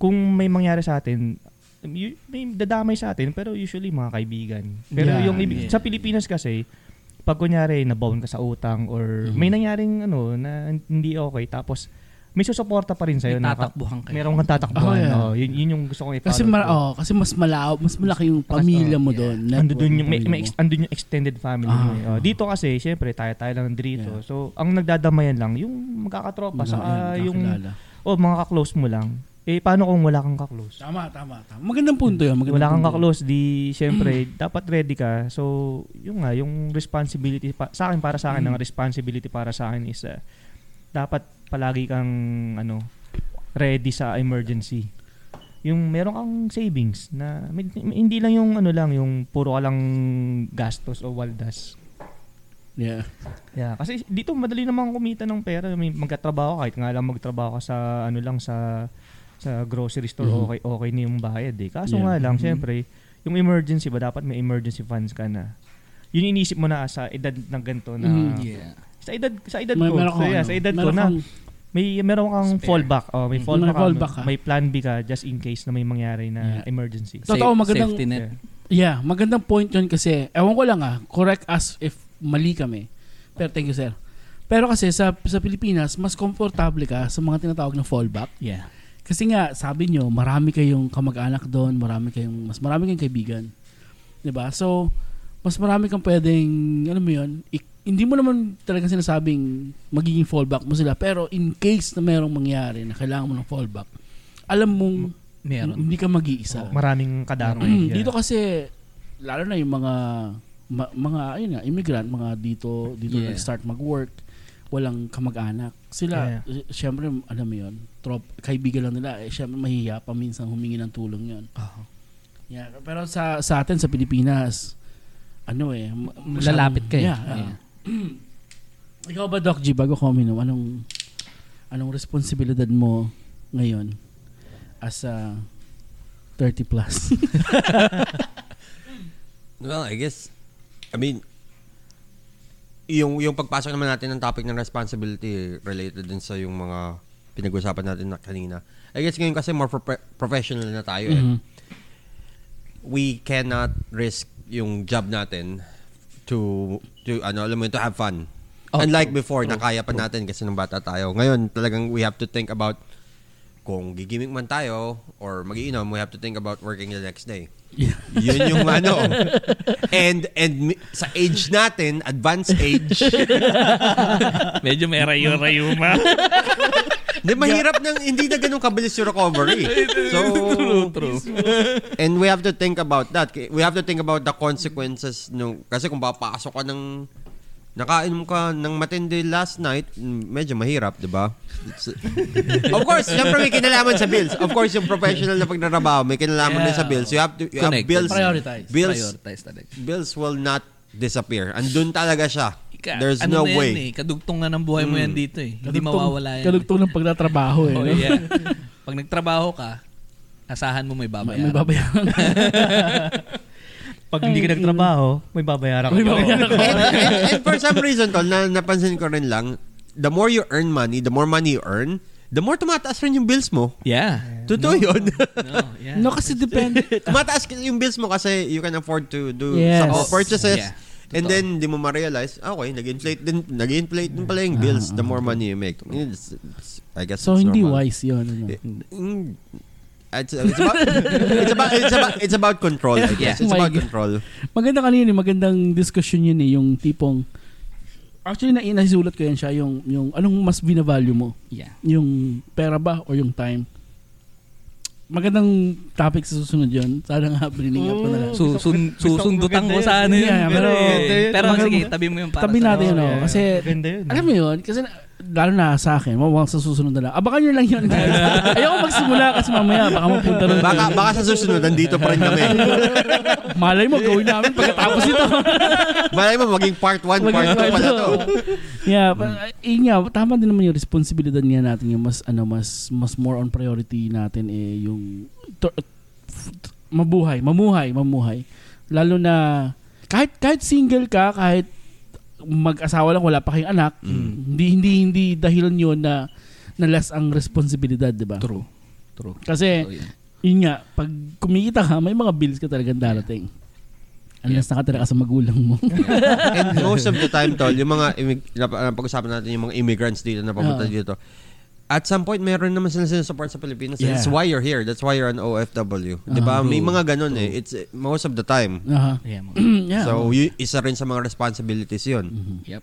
Speaker 6: kung may mangyari sa atin um, yu- may dadamay sa atin pero usually mga kaibigan pero
Speaker 3: Yeah,
Speaker 6: yung ibig-
Speaker 5: yeah.
Speaker 6: sa Pilipinas kasi pag kunyari nabound ka sa utang or
Speaker 3: Mhm.
Speaker 6: may nangyaring ano na hindi okay tapos may susuporta pa rin sa'yo.
Speaker 5: May
Speaker 6: na ka-
Speaker 5: tatakbuhan kayo.
Speaker 6: Merong kang tatakbuhan.
Speaker 3: Oh, yeah.
Speaker 6: oh, yun, yun yung gusto kong i-follow.
Speaker 3: Kasi ma-
Speaker 6: through.
Speaker 3: oh, kasi mas malaw, mas malaki yung pamilya mo
Speaker 5: yeah.
Speaker 3: doon.
Speaker 6: Ando
Speaker 3: network
Speaker 6: dun
Speaker 3: ng
Speaker 6: yung, may,
Speaker 3: pamilya
Speaker 6: may
Speaker 3: mo.
Speaker 6: ex- andun yung extended family
Speaker 3: Ah.
Speaker 6: mo. eh. Oh, dito kasi, syempre, tayo-tayo lang dito.
Speaker 3: Yeah.
Speaker 6: So, ang nagdadamayan lang, yung magkakatropa,
Speaker 3: Mga-
Speaker 6: saka
Speaker 3: yan,
Speaker 6: ah, yung,
Speaker 3: kakilala.
Speaker 6: oh, mga kaklose mo lang. Eh, paano kung wala kang kaklose?
Speaker 3: Tama, tama, tama. Magandang punto yun. Magandang
Speaker 6: wala kang
Speaker 3: punto yun.
Speaker 6: kaklose, di, syempre, dapat ready ka. So, yung nga, yung responsibility, pa, sa akin, para sa akin, ang responsibility para sa akin is, uh, dapat palagi kang, ano, ready sa emergency. Yung meron kang savings na may- may- hindi lang yung ano lang yung puro ka lang gastos o waldas.
Speaker 3: Yeah.
Speaker 6: Yeah, kasi dito madali namang kumita ng pera. May magkatrabaho kahit nga lang magtrabaho ka sa ano lang sa sa grocery store
Speaker 3: Mhm.
Speaker 6: okay okay na yung bayad eh. Kaso
Speaker 3: Yeah. Mm-hmm.
Speaker 6: nga lang
Speaker 5: Mhm.
Speaker 6: syempre, yung emergency ba dapat may emergency funds ka na. Yun yung inisip mo na sa edad ng ganito na
Speaker 3: Mhm.
Speaker 5: Yeah.
Speaker 6: sa edad sa edad
Speaker 3: May-
Speaker 6: ko.
Speaker 3: meron
Speaker 6: So,
Speaker 3: kang
Speaker 6: yeah,
Speaker 3: ano,
Speaker 6: sa edad ko
Speaker 3: meron
Speaker 6: na
Speaker 3: kang- Mm-hmm.
Speaker 6: may meron kang
Speaker 5: Spare.
Speaker 6: fallback. Oh, may
Speaker 5: Mhm.
Speaker 6: fallback,
Speaker 3: May fallback
Speaker 6: ka,
Speaker 3: ka.
Speaker 6: may plan B ka just in case na may mangyari na
Speaker 3: Yeah.
Speaker 6: emergency.
Speaker 3: Totoo, magandang-
Speaker 5: Safety net.
Speaker 3: Yeah, magandang point yun kasi, ewan ko lang ah, correct us if mali kami. Pero thank you, sir. Pero kasi sa sa Pilipinas, mas komportable ka sa mga tinatawag na fallback.
Speaker 5: Yeah.
Speaker 3: Kasi nga, sabi nyo, marami kayong kamag-anak doon, marami kayong, mas marami kayong kaibigan. 'Di ba So, mas marami kang pwedeng, alam mo yun, ik- hindi mo naman talaga sinasabing magiging fallback mo sila. Pero in case na merong mangyari na kailangan mo ng fallback, alam mong
Speaker 5: Meron.
Speaker 3: hindi ka mag-iisa.
Speaker 6: Maraming kadarong.
Speaker 3: Mm,
Speaker 6: yeah.
Speaker 3: Dito kasi lalo na yung mga ma- mga ayun nga, immigrant, mga dito dito
Speaker 5: Yeah.
Speaker 3: nag-start mag-work, walang kamag-anak. Sila eh, syempre alam mo 'yon, trop kaibigan lang nila, eh, syempre mahiya pa minsan humingi ng tulong 'yon.
Speaker 5: Uh-huh.
Speaker 6: Oo.
Speaker 3: Yeah, pero sa sa atin sa Pilipinas ano eh, ma- masyadong-
Speaker 5: Lalapit ka eh.
Speaker 3: Yeah, ah.
Speaker 5: Yeah.
Speaker 3: Ikaw ba Doc G bago ko uminom, anong anong responsibilidad mo ngayon as a 30 plus?
Speaker 4: Well, I guess, I mean, yung, yung pagpasok naman natin ng topic ng responsibility related din sa yung mga pinag-usapan natin na kanina. I guess ngayon kasi more pro- professional na tayo eh.
Speaker 3: Mhm.
Speaker 4: we cannot risk yung job natin to to ano alam mo yun, to have fun. Unlike before na kaya pa natin kasi nung bata tayo. Ngayon talagang we have to think about kung gigimik man tayo or magiinom, we have to think about working the next day.
Speaker 3: Yeah.
Speaker 4: Yun yung ano. and and mi- sa age natin, advanced age,
Speaker 5: Medyo may rayo-rayo ma.
Speaker 4: di mahirap nang hindi na ganun kabilis yung recovery. So, And we have to think about that. We have to think about the consequences nung kasi kung papasok ka ng nakainom ka ng matindi last night, mm, medyo mahirap, 'di ba? It's- of course, syempre may kinalaman sa bills. Of course, yung professional na pagtrabaho, may kinalaman din sa bills. You have to you have
Speaker 5: Connected.
Speaker 4: bills.
Speaker 3: Prioritize.
Speaker 4: Bills
Speaker 5: Prioritize talaga.
Speaker 4: bills will not disappear. Andun talaga siya.
Speaker 5: Ika,
Speaker 4: There's
Speaker 5: ano
Speaker 4: no
Speaker 5: na yan
Speaker 4: way. Mm.
Speaker 5: Eh. Kadugtong na ng buhay mo yan dito eh. Hindi
Speaker 3: Kadugtong-
Speaker 5: mawawala yan.
Speaker 3: Kadugtong ng pagtatrabaho eh.
Speaker 5: Oh,
Speaker 3: no?
Speaker 5: yeah. Pag nagtrabaho ka, asahan mo may
Speaker 3: May,
Speaker 5: babayaran.
Speaker 3: may babayaran.
Speaker 6: Pag hindi ka nagtrabaho, may babayaran ka.
Speaker 3: Mm-hmm. may babayaran ko.
Speaker 4: and, and, and for some reason, tol, na napansin ko rin lang, the more you earn money, the more money you earn, the more tumataas rin yung bills mo.
Speaker 5: Yeah.
Speaker 4: Totoo yun.
Speaker 5: No, yeah.
Speaker 3: no, kasi depende.
Speaker 4: tumataas ka- yung bills mo kasi you can afford to do
Speaker 3: Yes.
Speaker 4: some more purchases.
Speaker 5: Yeah.
Speaker 4: And then, di mo ma-realize, ah, okay, nag-inflate din, nag-inflate din pala yung bills the more money you make. It's- it's- I guess
Speaker 3: So,
Speaker 4: it's
Speaker 3: hindi
Speaker 4: normal.
Speaker 3: wise yun. Ano?
Speaker 4: Mm, It's, it's, about, it's, about, it's, about, it's about control, I guess.
Speaker 5: Yeah.
Speaker 4: It's
Speaker 3: Oh my
Speaker 4: about
Speaker 3: God.
Speaker 4: control.
Speaker 3: Maganda kanina, magandang discussion yun eh, yung tipong, actually, na inasulat ko yan siya, yung, yung anong mas binavalue mo?
Speaker 5: Yeah.
Speaker 3: Yung pera ba or yung time? Magandang topic sa susunod yun. Sana nga, briningan ko na lang.
Speaker 5: Su sun susundutan ko sa ano yun.
Speaker 3: Yeah,
Speaker 5: pero,
Speaker 3: pero-
Speaker 5: pero
Speaker 3: maganda
Speaker 5: sige,
Speaker 3: yun.
Speaker 5: tabi mo yung para
Speaker 3: Tabi
Speaker 5: sa-
Speaker 3: natin yun, oh. Kasi,
Speaker 6: Ganda yun. eh.
Speaker 3: alam mo yun, kasi na- lalo na sa akin, mawawang sa susunod na lang. Abangan nyo lang yun, guys. Ayoko magsimula kasi mamaya, baka mapunta rin.
Speaker 4: Baka, baka sa susunod, nandito pa rin kami.
Speaker 3: Malay mo, gawin namin pagkatapos ito.
Speaker 4: Malay mo, maging part 1, part 2 pala to.
Speaker 3: yeah, but, uh, yun nga, tama din naman yung responsibilidad nga natin yung mas, ano, mas, mas more on priority natin eh, yung to- f- t- mabuhay, mamuhay, mamuhay. Lalo na, kahit, kahit single ka, kahit mag-asawa lang, wala pa kayong anak,
Speaker 4: Mm.
Speaker 3: hindi, hindi, hindi dahilan yun na, na less ang responsibilidad, di ba?
Speaker 5: True. True.
Speaker 3: Kasi,
Speaker 4: oh,
Speaker 5: So, yun.
Speaker 3: yun nga, pag kumikita ka, may mga bills ka talagang darating. Unless nakatira ka sa magulang mo.
Speaker 4: And most of the time, tol, yung mga, imig- nap- ah, pag-usapan natin yung mga immigrants dito na papunta
Speaker 3: Oo.
Speaker 4: dito, at some point, meron naman sila sinusupport sa Pilipinas.
Speaker 3: Yeah.
Speaker 4: It's why you're here. That's why you're an OFW. Di ba? May mga ganun eh. It's eh, most of the time.
Speaker 3: Aha.
Speaker 5: Yeah, Mm-hmm. mo.
Speaker 3: Uh-huh. yeah.
Speaker 4: So, y- isa rin sa mga responsibilities yun.
Speaker 5: Yep.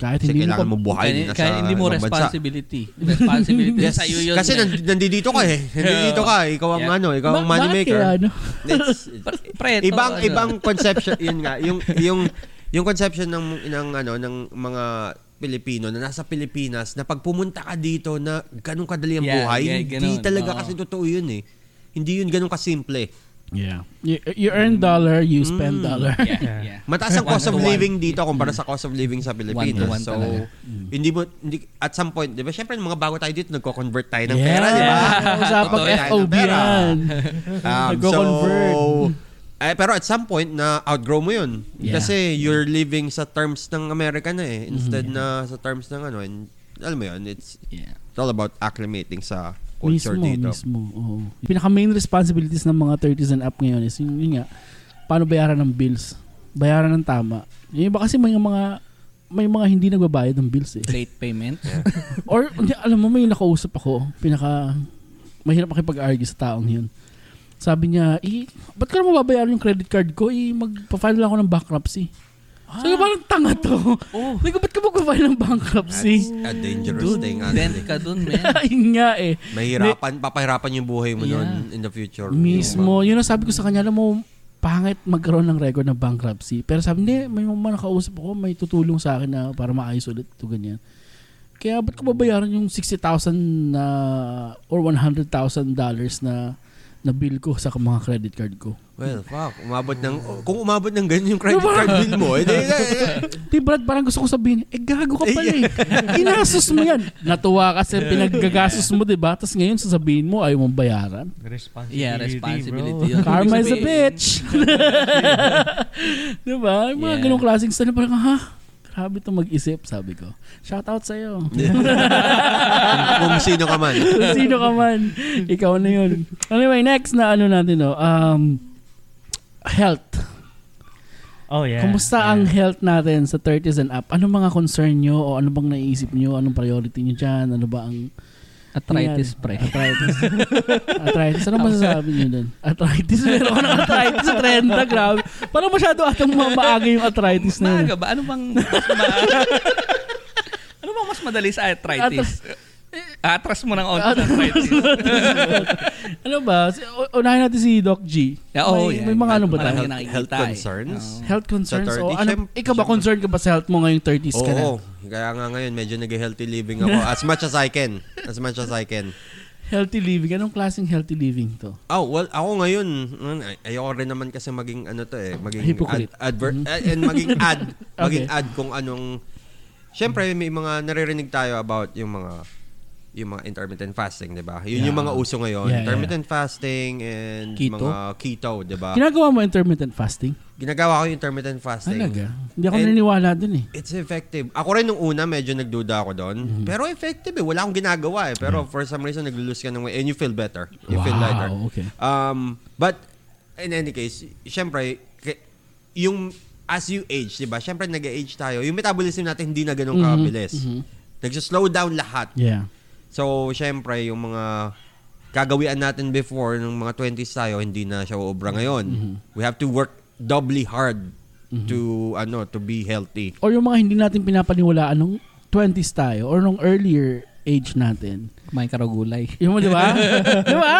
Speaker 3: kahit
Speaker 4: Kasi
Speaker 3: hindi mo
Speaker 4: kailangan
Speaker 3: pa-
Speaker 4: mo buhay
Speaker 5: Kaya-
Speaker 4: na sa
Speaker 5: kaya hindi mo
Speaker 4: ibang bansa.
Speaker 5: responsibility. Responsibility
Speaker 4: Yes.
Speaker 5: sa iyo yun.
Speaker 4: Kasi
Speaker 5: eh.
Speaker 4: nand- nandito ka eh. Nandito ka. Ikaw ang
Speaker 5: Yeah.
Speaker 4: ano, ikaw ang
Speaker 3: Ba- bakit
Speaker 4: moneymaker.
Speaker 3: kaya, ano?
Speaker 4: It's- it's-
Speaker 5: Preto,
Speaker 4: ibang
Speaker 5: ano.
Speaker 4: ibang conception yun nga yung yung yung conception ng ng ano ng mga Pilipino na nasa Pilipinas na pag pumunta ka dito na ganun kadali ang
Speaker 5: Yeah,
Speaker 4: buhay
Speaker 5: yeah,
Speaker 4: hindi
Speaker 5: ganun.
Speaker 4: talaga
Speaker 5: Oo.
Speaker 4: kasi totoo yun eh hindi yun ganun kasimple
Speaker 3: Yeah. You, you earn dollar, you spend dollar.
Speaker 5: Yeah, yeah.
Speaker 4: mataas ang cost of
Speaker 5: One to one.
Speaker 4: living dito kumpara sa cost of living sa Pilipinas
Speaker 5: One to one
Speaker 4: so
Speaker 5: talaga.
Speaker 4: hindi mo hindi, at some point di ba syempre mga bago tayo dito nagko-convert tayo ng
Speaker 3: Yeah.
Speaker 4: pera di ba
Speaker 3: Usapang
Speaker 4: Totoo yan,
Speaker 3: FOB
Speaker 4: pera.
Speaker 3: yan.
Speaker 4: Um,
Speaker 3: Nagko-convert.
Speaker 4: so, eh, pero at some point na outgrow mo yun.
Speaker 3: Yeah.
Speaker 4: Kasi you're living sa terms ng Amerika na eh. Instead na sa terms ng ano. And, alam mo yun, it's,
Speaker 5: Yeah.
Speaker 4: it's all about acclimating sa
Speaker 3: Mismo,
Speaker 4: culture dito.
Speaker 3: mismo. oo. Pinaka main responsibilities ng mga 30s and up ngayon is yun, yun nga, paano bayaran ng bills. bayaran ng tama. Yung iba kasi may mga may mga hindi nagbabayad ng bills eh.
Speaker 5: Late payment.
Speaker 3: Or hindi, alam mo may nakausap ako, pinaka mahirap makipag-argue sa taong 'yun. Sabi niya, eh, ba't ka naman babayaran yung credit card ko? Eh, magpa-file lang ako ng bankruptcy. Sabi ko, parang tanga to.
Speaker 5: Oh.
Speaker 3: Sabi ko, ba't ka magpa-file ng bankruptcy?
Speaker 4: A dangerous thing,
Speaker 5: Dent
Speaker 4: honestly.
Speaker 5: ka dun, man.
Speaker 3: Ayun nga eh.
Speaker 4: Mahirapan, papahirapan yung buhay mo
Speaker 5: Yeah.
Speaker 4: noon in the future.
Speaker 3: Mismo. Yun ang sabi ko sa kanya, alam mo, pangit magkaroon ng record ng bankruptcy. Pero sabi, hindi, may mga nakausap ako, may tutulong sa akin na para maayos ulit ito ganyan. Kaya ba't ko babayaran yung 60,000 na or 100,000 dollars na na bill ko sa mga credit card ko.
Speaker 4: Well, fuck. Umabot ng, kung umabot ng ganyan yung credit card bill mo, eh, edi,
Speaker 3: Di Brad, parang gusto ko sabihin, eh gago ka pala eh. Ginastos mo yan. Natuwa kasi pinaggagastos mo, di ba? Tapos ngayon sasabihin mo, ayaw mong bayaran.
Speaker 6: Responsibility,
Speaker 5: Yeah, responsibility.
Speaker 6: bro.
Speaker 5: yun.
Speaker 3: Karma is
Speaker 5: Ibig
Speaker 3: a
Speaker 5: sabihin,
Speaker 3: bitch. diba? Yung mga
Speaker 5: Yeah.
Speaker 3: ganong klaseng style. Parang, ha? Grabe itong mag-isip, sabi ko. Shout out sa'yo.
Speaker 4: kung sino ka man.
Speaker 3: Kung sino ka man. Ikaw na yun. Anyway, next na ano natin, no? Um, health.
Speaker 6: Oh, yeah.
Speaker 3: Kumusta
Speaker 6: yeah.
Speaker 3: ang health natin sa 30s and up? Ano mga concern nyo? O ano bang naisip nyo? Anong priority nyo dyan? Ano ba ang...
Speaker 5: Arthritis, pre.
Speaker 3: Arthritis. arthritis. Ano masasabi nyo dun? Arthritis. Meron ako ng arthritis sa 30. Grabe. Parang masyado atang ma- maaga yung arthritis na yun.
Speaker 5: Maaga ba? Ano bang mas ma- Ano bang mas madali sa arthritis? Atras mo ng onto sa arthritis.
Speaker 3: ano ba? Si- u- Unahin natin si Doc G.
Speaker 5: Yeah, oo,
Speaker 3: may,
Speaker 5: yeah.
Speaker 3: may mga ano ba tayo?
Speaker 5: Marami.
Speaker 4: oh, health,
Speaker 5: nakikita
Speaker 4: health
Speaker 5: eh.
Speaker 4: concerns?
Speaker 3: Health concerns?
Speaker 4: Sa 30,
Speaker 3: o ano,
Speaker 4: syempre-
Speaker 3: ikaw ba concerned ka ba sa health mo ngayong 30s ka na?
Speaker 4: Oo. Kaya nga ngayon, medyo nag-healthy living ako. As much as I can. As much as I can.
Speaker 3: Healthy living. Anong klaseng healthy living to?
Speaker 4: Oh, well, ako ngayon, mm, ay- ayoko rin naman kasi maging ano to eh, maging
Speaker 3: Hypocrite. Mm-hmm.
Speaker 4: ad, adver- eh, and maging ad,
Speaker 3: Okay.
Speaker 4: maging ad kung anong Siyempre, may mga naririnig tayo about yung mga yung mga intermittent fasting, 'di ba? Yun yung
Speaker 3: Yeah.
Speaker 4: mga uso
Speaker 3: Yeah,
Speaker 4: ngayon,
Speaker 3: yeah,
Speaker 4: intermittent fasting and
Speaker 3: Keto?
Speaker 4: mga keto, 'di ba?
Speaker 3: Ginagawa mo intermittent fasting?
Speaker 4: Ginagawa ko yung intermittent fasting.
Speaker 3: Talaga? Hindi ako
Speaker 4: And-
Speaker 3: naniniwala dun eh.
Speaker 4: It's effective. Ako rin nung una, medyo nagduda ako doon.
Speaker 3: Mm-hmm.
Speaker 4: Pero effective eh. Wala akong ginagawa eh. Pero for some reason, nag-lose ka ng weight and you feel better. You feel
Speaker 3: Wow,
Speaker 4: lighter.
Speaker 3: okay.
Speaker 4: Um, but in any case, syempre, k- yung as you age, di ba? Syempre, nag-age tayo. Yung metabolism natin hindi na ganun kabilis. Nagsa-slow down lahat.
Speaker 3: Mm-hmm. Yeah.
Speaker 4: So, syempre, yung mga kagawian natin before, nung mga 20s tayo, hindi na siya uobra ngayon.
Speaker 3: Mm-hmm.
Speaker 4: We have to work doubly hard to ano to be healthy.
Speaker 3: Or yung mga hindi natin pinapaniwalaan nung 20s tayo or nung earlier age natin.
Speaker 5: Kumain ka raw gulay.
Speaker 3: Yun mo, di ba? di ba?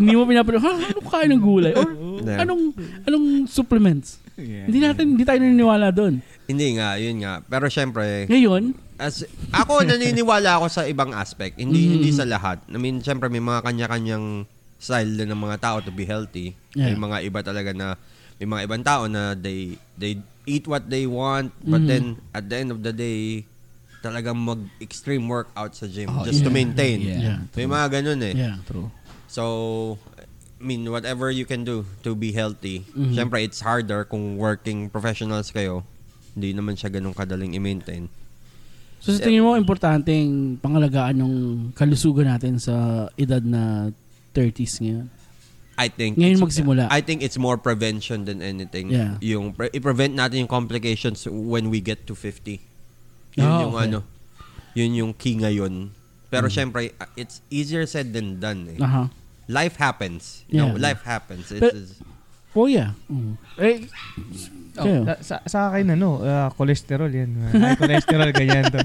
Speaker 3: Hindi mo pinapanood, ha, anong kain ng gulay? Or
Speaker 4: Yeah.
Speaker 3: anong, anong supplements? Hindi natin, hindi tayo naniniwala doon.
Speaker 4: Hindi nga, yun nga. Pero syempre,
Speaker 3: Ngayon,
Speaker 4: as ako naniniwala ako sa ibang aspect, hindi
Speaker 3: Mm.
Speaker 4: hindi sa lahat. I mean, syempre may mga kanya-kanyang style din ng mga tao to be healthy. May
Speaker 3: Yeah.
Speaker 4: mga iba talaga na may mga ibang tao na they they eat what they want,
Speaker 3: Mm.
Speaker 4: but then at the end of the day talagang mag extreme workout sa gym
Speaker 5: Oh,
Speaker 4: just to
Speaker 3: yeah.
Speaker 4: maintain.
Speaker 3: Yeah.
Speaker 4: May mga ganun eh.
Speaker 3: yeah.
Speaker 5: True.
Speaker 4: So, I mean, whatever you can do to be healthy.
Speaker 3: Mhm.
Speaker 4: Siyempre, it's harder kung working professionals kayo. Hindi naman siya ganun kadaling i-maintain.
Speaker 3: So sa tingin mo, importanteng pangalagaan ng kalusugan natin sa edad na 30s ngayon.
Speaker 4: I think
Speaker 3: Ngayon
Speaker 4: it's-
Speaker 3: magsimula.
Speaker 4: I think it's more prevention than anything.
Speaker 3: Yeah.
Speaker 4: Yung pre- i-prevent natin yung complications when we get to 50. Yun
Speaker 3: Ah,
Speaker 4: yung
Speaker 3: okay. Mm.
Speaker 4: ano. Yun yung key ngayon. Pero syempre, uh, it's easier said than done. Eh.
Speaker 3: Aha.
Speaker 4: Life happens. You
Speaker 3: Ah.
Speaker 4: know,
Speaker 3: Yeah.
Speaker 4: life happens. It's,
Speaker 3: But-
Speaker 4: it's-
Speaker 3: Oh yeah. Mm. Eh, kayo.
Speaker 6: Sa- Sa, sa akin, ano, ah, cholesterol yan. Uh, High cholesterol, ganyan to.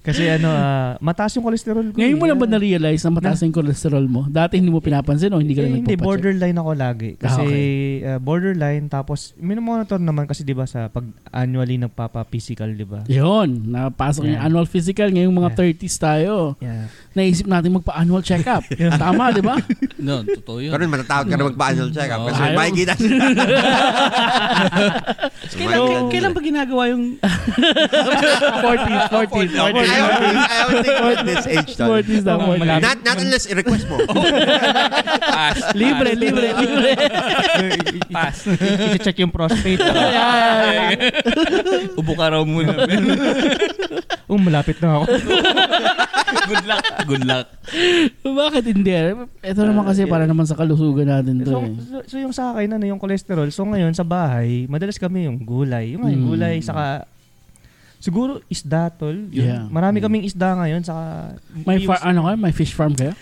Speaker 6: Kasi ano, ah, mataas yung cholesterol ko.
Speaker 3: Ngayon mo
Speaker 6: eh.
Speaker 3: lang ba na-realize na mataas na yung cholesterol mo? Dati hindi mo pinapansin o hindi ka
Speaker 6: Eh,
Speaker 3: lang
Speaker 6: hindi,
Speaker 3: nagpapacheck?
Speaker 6: borderline ako lagi. Kasi
Speaker 3: Ah, okay.
Speaker 6: ah, borderline, tapos minomonitor naman kasi di ba sa pag annually nagpapa-physical, di ba?
Speaker 3: Yun, napasok yung
Speaker 6: Yeah.
Speaker 3: annual physical. Ngayong mga 30s tayo,
Speaker 6: Yeah.
Speaker 3: naisip natin magpa-annual check-up. Tama, di ba?
Speaker 5: No, totoo yun.
Speaker 4: Pero matatawag ka na magpa-annual check-up kasi
Speaker 3: Ayaw.
Speaker 4: may kita siya.
Speaker 3: Ah,
Speaker 5: kailan, kailan ba ginagawa yung...
Speaker 3: 40s, 40s, 40s.
Speaker 4: I don't think, I don't think we're at this age, tol.
Speaker 3: Mortis na,
Speaker 6: Oo,
Speaker 3: Mortis.
Speaker 6: malapit.
Speaker 4: Not, not unless i-request mo.
Speaker 3: Oh.
Speaker 5: Pass.
Speaker 3: Libre,
Speaker 5: pass.
Speaker 3: libre, libre.
Speaker 5: Pass.
Speaker 6: I-check yung prostate. ah.
Speaker 5: Ubo ka raw muna.
Speaker 6: Oh, malapit na ako.
Speaker 5: Good luck. Good luck.
Speaker 3: Bakit hindi? eh? Ito naman kasi para naman sa kalusugan natin to.
Speaker 6: so,
Speaker 3: eh.
Speaker 6: so, so yung sa akin, ano, yung cholesterol. So ngayon sa bahay, madalas kami yung gulay. Yung ngayon,
Speaker 3: Mm.
Speaker 6: gulay, saka siguro isda, tol. Yun.
Speaker 3: Yeah. Hmm.
Speaker 6: Marami kaming isda ngayon, saka...
Speaker 3: May
Speaker 6: yung-
Speaker 3: far, ano kayo? May fish farm kayo?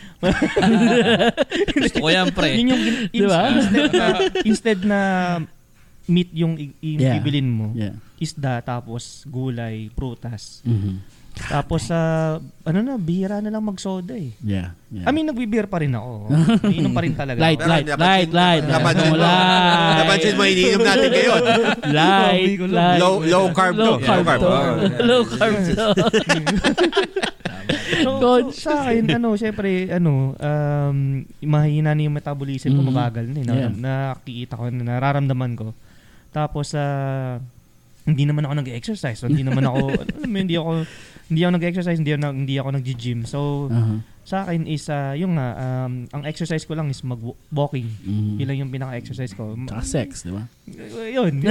Speaker 5: Gusto ko yan, pre.
Speaker 6: Yun yung in-
Speaker 3: Di ba?
Speaker 6: instead, na, instead na meat yung i- i-
Speaker 3: Yeah.
Speaker 6: bibilin mo,
Speaker 3: Yeah.
Speaker 6: isda, tapos gulay, prutas.
Speaker 3: Mhm.
Speaker 6: Tapos sa, ano na, bihira na lang magsoda eh.
Speaker 3: Yeah. yeah.
Speaker 6: I mean, nagbe-beer pa rin ako. Iniinom pa rin talaga.
Speaker 3: light,
Speaker 6: ako.
Speaker 3: light,
Speaker 4: Pero
Speaker 3: light,
Speaker 4: napansin-
Speaker 3: light.
Speaker 4: napansin
Speaker 3: Light.
Speaker 4: mo- Napansin mo, iniinom natin ngayon.
Speaker 3: Light, light.
Speaker 4: Low, low carb Oh, to.
Speaker 3: Low carb to. Low carb to.
Speaker 6: So,
Speaker 3: Coach.
Speaker 6: so, sa akin, ano, syempre, ano, um, mahina na yung metabolism ko,
Speaker 3: Mhm.
Speaker 6: mabagal na, eh, na,
Speaker 3: Yeah.
Speaker 6: nakikita ko, na nararamdaman ko. Tapos, ah, hindi naman ako nag-exercise. So, hindi naman ako, ano, alam mo, hindi ako, hindi ako nag-exercise, hindi ako, nag- hindi ako nag-gym. So,
Speaker 3: Uh-huh.
Speaker 6: sa akin is, ah, yung nga, um, ang exercise ko lang is mag-walking.
Speaker 3: Mhm.
Speaker 6: Yun lang yung pinaka-exercise ko.
Speaker 3: Tsaka sex, di ba?
Speaker 6: Yun. yun.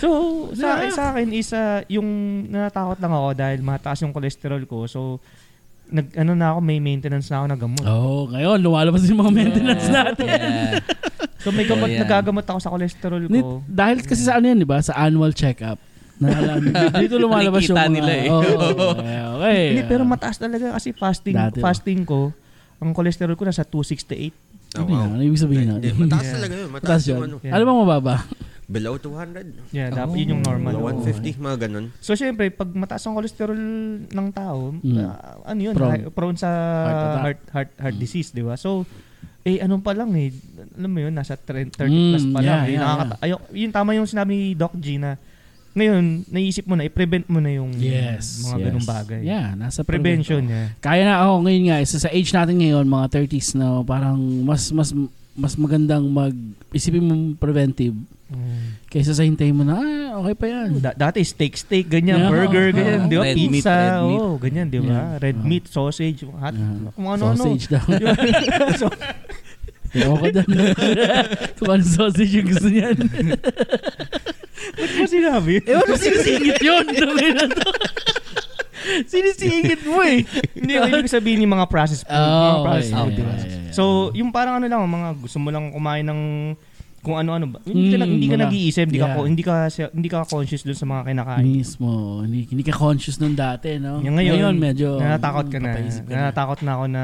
Speaker 6: so, sa, sa akin is ah, yung natatakot lang ako dahil mataas yung cholesterol ko. So, nag, ano na ako, may maintenance na ako na
Speaker 5: Ah.
Speaker 6: gamot.
Speaker 3: Oh, ngayon, lumalabas yung mga maintenance natin.
Speaker 5: Yeah.
Speaker 6: So, may gamot,
Speaker 5: Oh, yeah.
Speaker 6: nagagamot ako sa cholesterol
Speaker 3: Ni-
Speaker 6: ko.
Speaker 3: dahil kasi sa ano yan, di ba? Sa annual check-up. Nalalaman- Dito lumalabas yung
Speaker 5: Nakikita
Speaker 3: mga...
Speaker 5: nila eh.
Speaker 3: Oh, okay.
Speaker 6: Hindi, pero mataas talaga kasi fasting
Speaker 5: oh.
Speaker 3: Dati ba?
Speaker 6: fasting ko, ang cholesterol ko nasa 268.
Speaker 3: Ano yun? Ano ibig sabihin
Speaker 4: Oh, Hindi,
Speaker 3: natin?
Speaker 4: mataas
Speaker 6: Yeah.
Speaker 4: talaga yun. Mataas
Speaker 3: Mataas
Speaker 4: yung
Speaker 3: yun.
Speaker 4: ano.
Speaker 6: Yeah.
Speaker 3: Ano bang mababa?
Speaker 4: Below 200.
Speaker 6: Yeah,
Speaker 5: Oh.
Speaker 6: dapat yun yung normal.
Speaker 4: Below
Speaker 6: Oo.
Speaker 4: 150, mga ganun.
Speaker 6: So, syempre, pag mataas ang cholesterol ng tao,
Speaker 3: Mm.
Speaker 6: ah, ano yun,
Speaker 3: Prone.
Speaker 6: hi- prone sa
Speaker 3: Heart attack. Mm.
Speaker 6: heart heart, heart disease, di ba? So, eh, anong pa lang eh, alam mo yun, nasa 30, 30 plus
Speaker 3: Mm,
Speaker 6: pa
Speaker 3: yeah,
Speaker 6: lang. eh,
Speaker 3: yeah,
Speaker 6: nakakata- ayok- yun tama yung sinabi ni Doc G na, ngayon, naisip mo na, i-prevent mo na yung
Speaker 3: Yes.
Speaker 6: mga
Speaker 3: yes.
Speaker 6: ganung bagay.
Speaker 3: Yeah, nasa
Speaker 6: Prevention, yeah.
Speaker 3: Kaya na ako ngayon nga, isa sa age natin ngayon, mga 30s na parang mas mas mas magandang mag isipin mo preventive
Speaker 6: Mm.
Speaker 3: kaysa sa hintayin mo na ah, okay pa yan.
Speaker 6: Da- dati steak steak ganyan,
Speaker 3: Yeah.
Speaker 6: burger ganyan,
Speaker 3: Oh.
Speaker 6: di ba?
Speaker 5: Red meat,
Speaker 6: Pizza,
Speaker 5: red meat.
Speaker 6: oh, ganyan, di ba?
Speaker 3: Yeah.
Speaker 6: Red
Speaker 3: Oh.
Speaker 6: meat, sausage, hot,
Speaker 3: Yeah.
Speaker 6: kung ano-ano.
Speaker 3: Sausage daw. Ewan ko dyan. Kung anong sausage yung gusto niyan.
Speaker 6: Ba't mo sinabi?
Speaker 5: Eh,
Speaker 3: Ewan ko sinisingit yun. Tangin na to. sinisingit mo eh.
Speaker 6: Hindi, yung ibig sabihin yung mga processed food. mga
Speaker 3: Oh,
Speaker 6: processed
Speaker 3: okay.
Speaker 6: food,
Speaker 3: Yeah,
Speaker 6: diba?
Speaker 3: yeah, yeah, yeah.
Speaker 6: So, yung parang ano lang, mga gusto mo lang kumain ng kung ano-ano ba. Hindi ka,
Speaker 3: Mm,
Speaker 6: nag- hindi ka
Speaker 3: wala.
Speaker 6: nag-iisip, hindi, ka,
Speaker 3: Yeah. Hmm.
Speaker 6: ko- hindi, ka, siya- hindi ka conscious dun sa mga kinakain.
Speaker 3: Mismo. Hindi, hindi ka conscious nun dati, no?
Speaker 6: Yung ngayon,
Speaker 3: medyo...
Speaker 6: Natatakot ka na.
Speaker 3: papaisip ka na.
Speaker 6: Natatakot na ako na,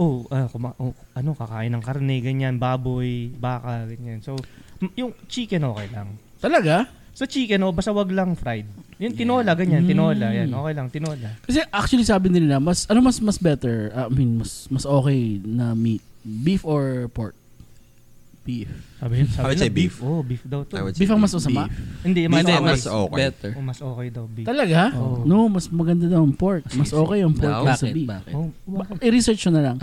Speaker 6: oh, ah, kuma- oh, ano, kakain ng karne, ganyan, baboy, baka, ganyan. So, m- yung chicken okay lang.
Speaker 3: Talaga?
Speaker 6: So, chicken, oh, basta wag lang fried. Yung tinola, ganyan, tinola, yan,
Speaker 3: Hmm.
Speaker 6: okay lang, tinola.
Speaker 3: Kasi actually sabi nila, mas ano mas mas better, uh, I mean, mas mas okay na meat, beef or pork? Beef.
Speaker 6: Sabi,
Speaker 4: I would
Speaker 6: nila,
Speaker 4: say beef.
Speaker 6: Oh, beef daw to.
Speaker 4: I would say
Speaker 3: Beef ang mas masama?
Speaker 6: Hindi, mas,
Speaker 5: Hindi,
Speaker 6: okay.
Speaker 5: mas
Speaker 4: mas okay.
Speaker 5: better.
Speaker 6: Oh, mas okay daw beef.
Speaker 3: Talaga?
Speaker 6: Oo.
Speaker 3: No, mas maganda daw ang pork. Mas Oh. okay ang pork kaysa
Speaker 5: Bakit?
Speaker 3: beef.
Speaker 5: Bakit?
Speaker 6: Oh,
Speaker 3: Ba- I-research nyo na lang.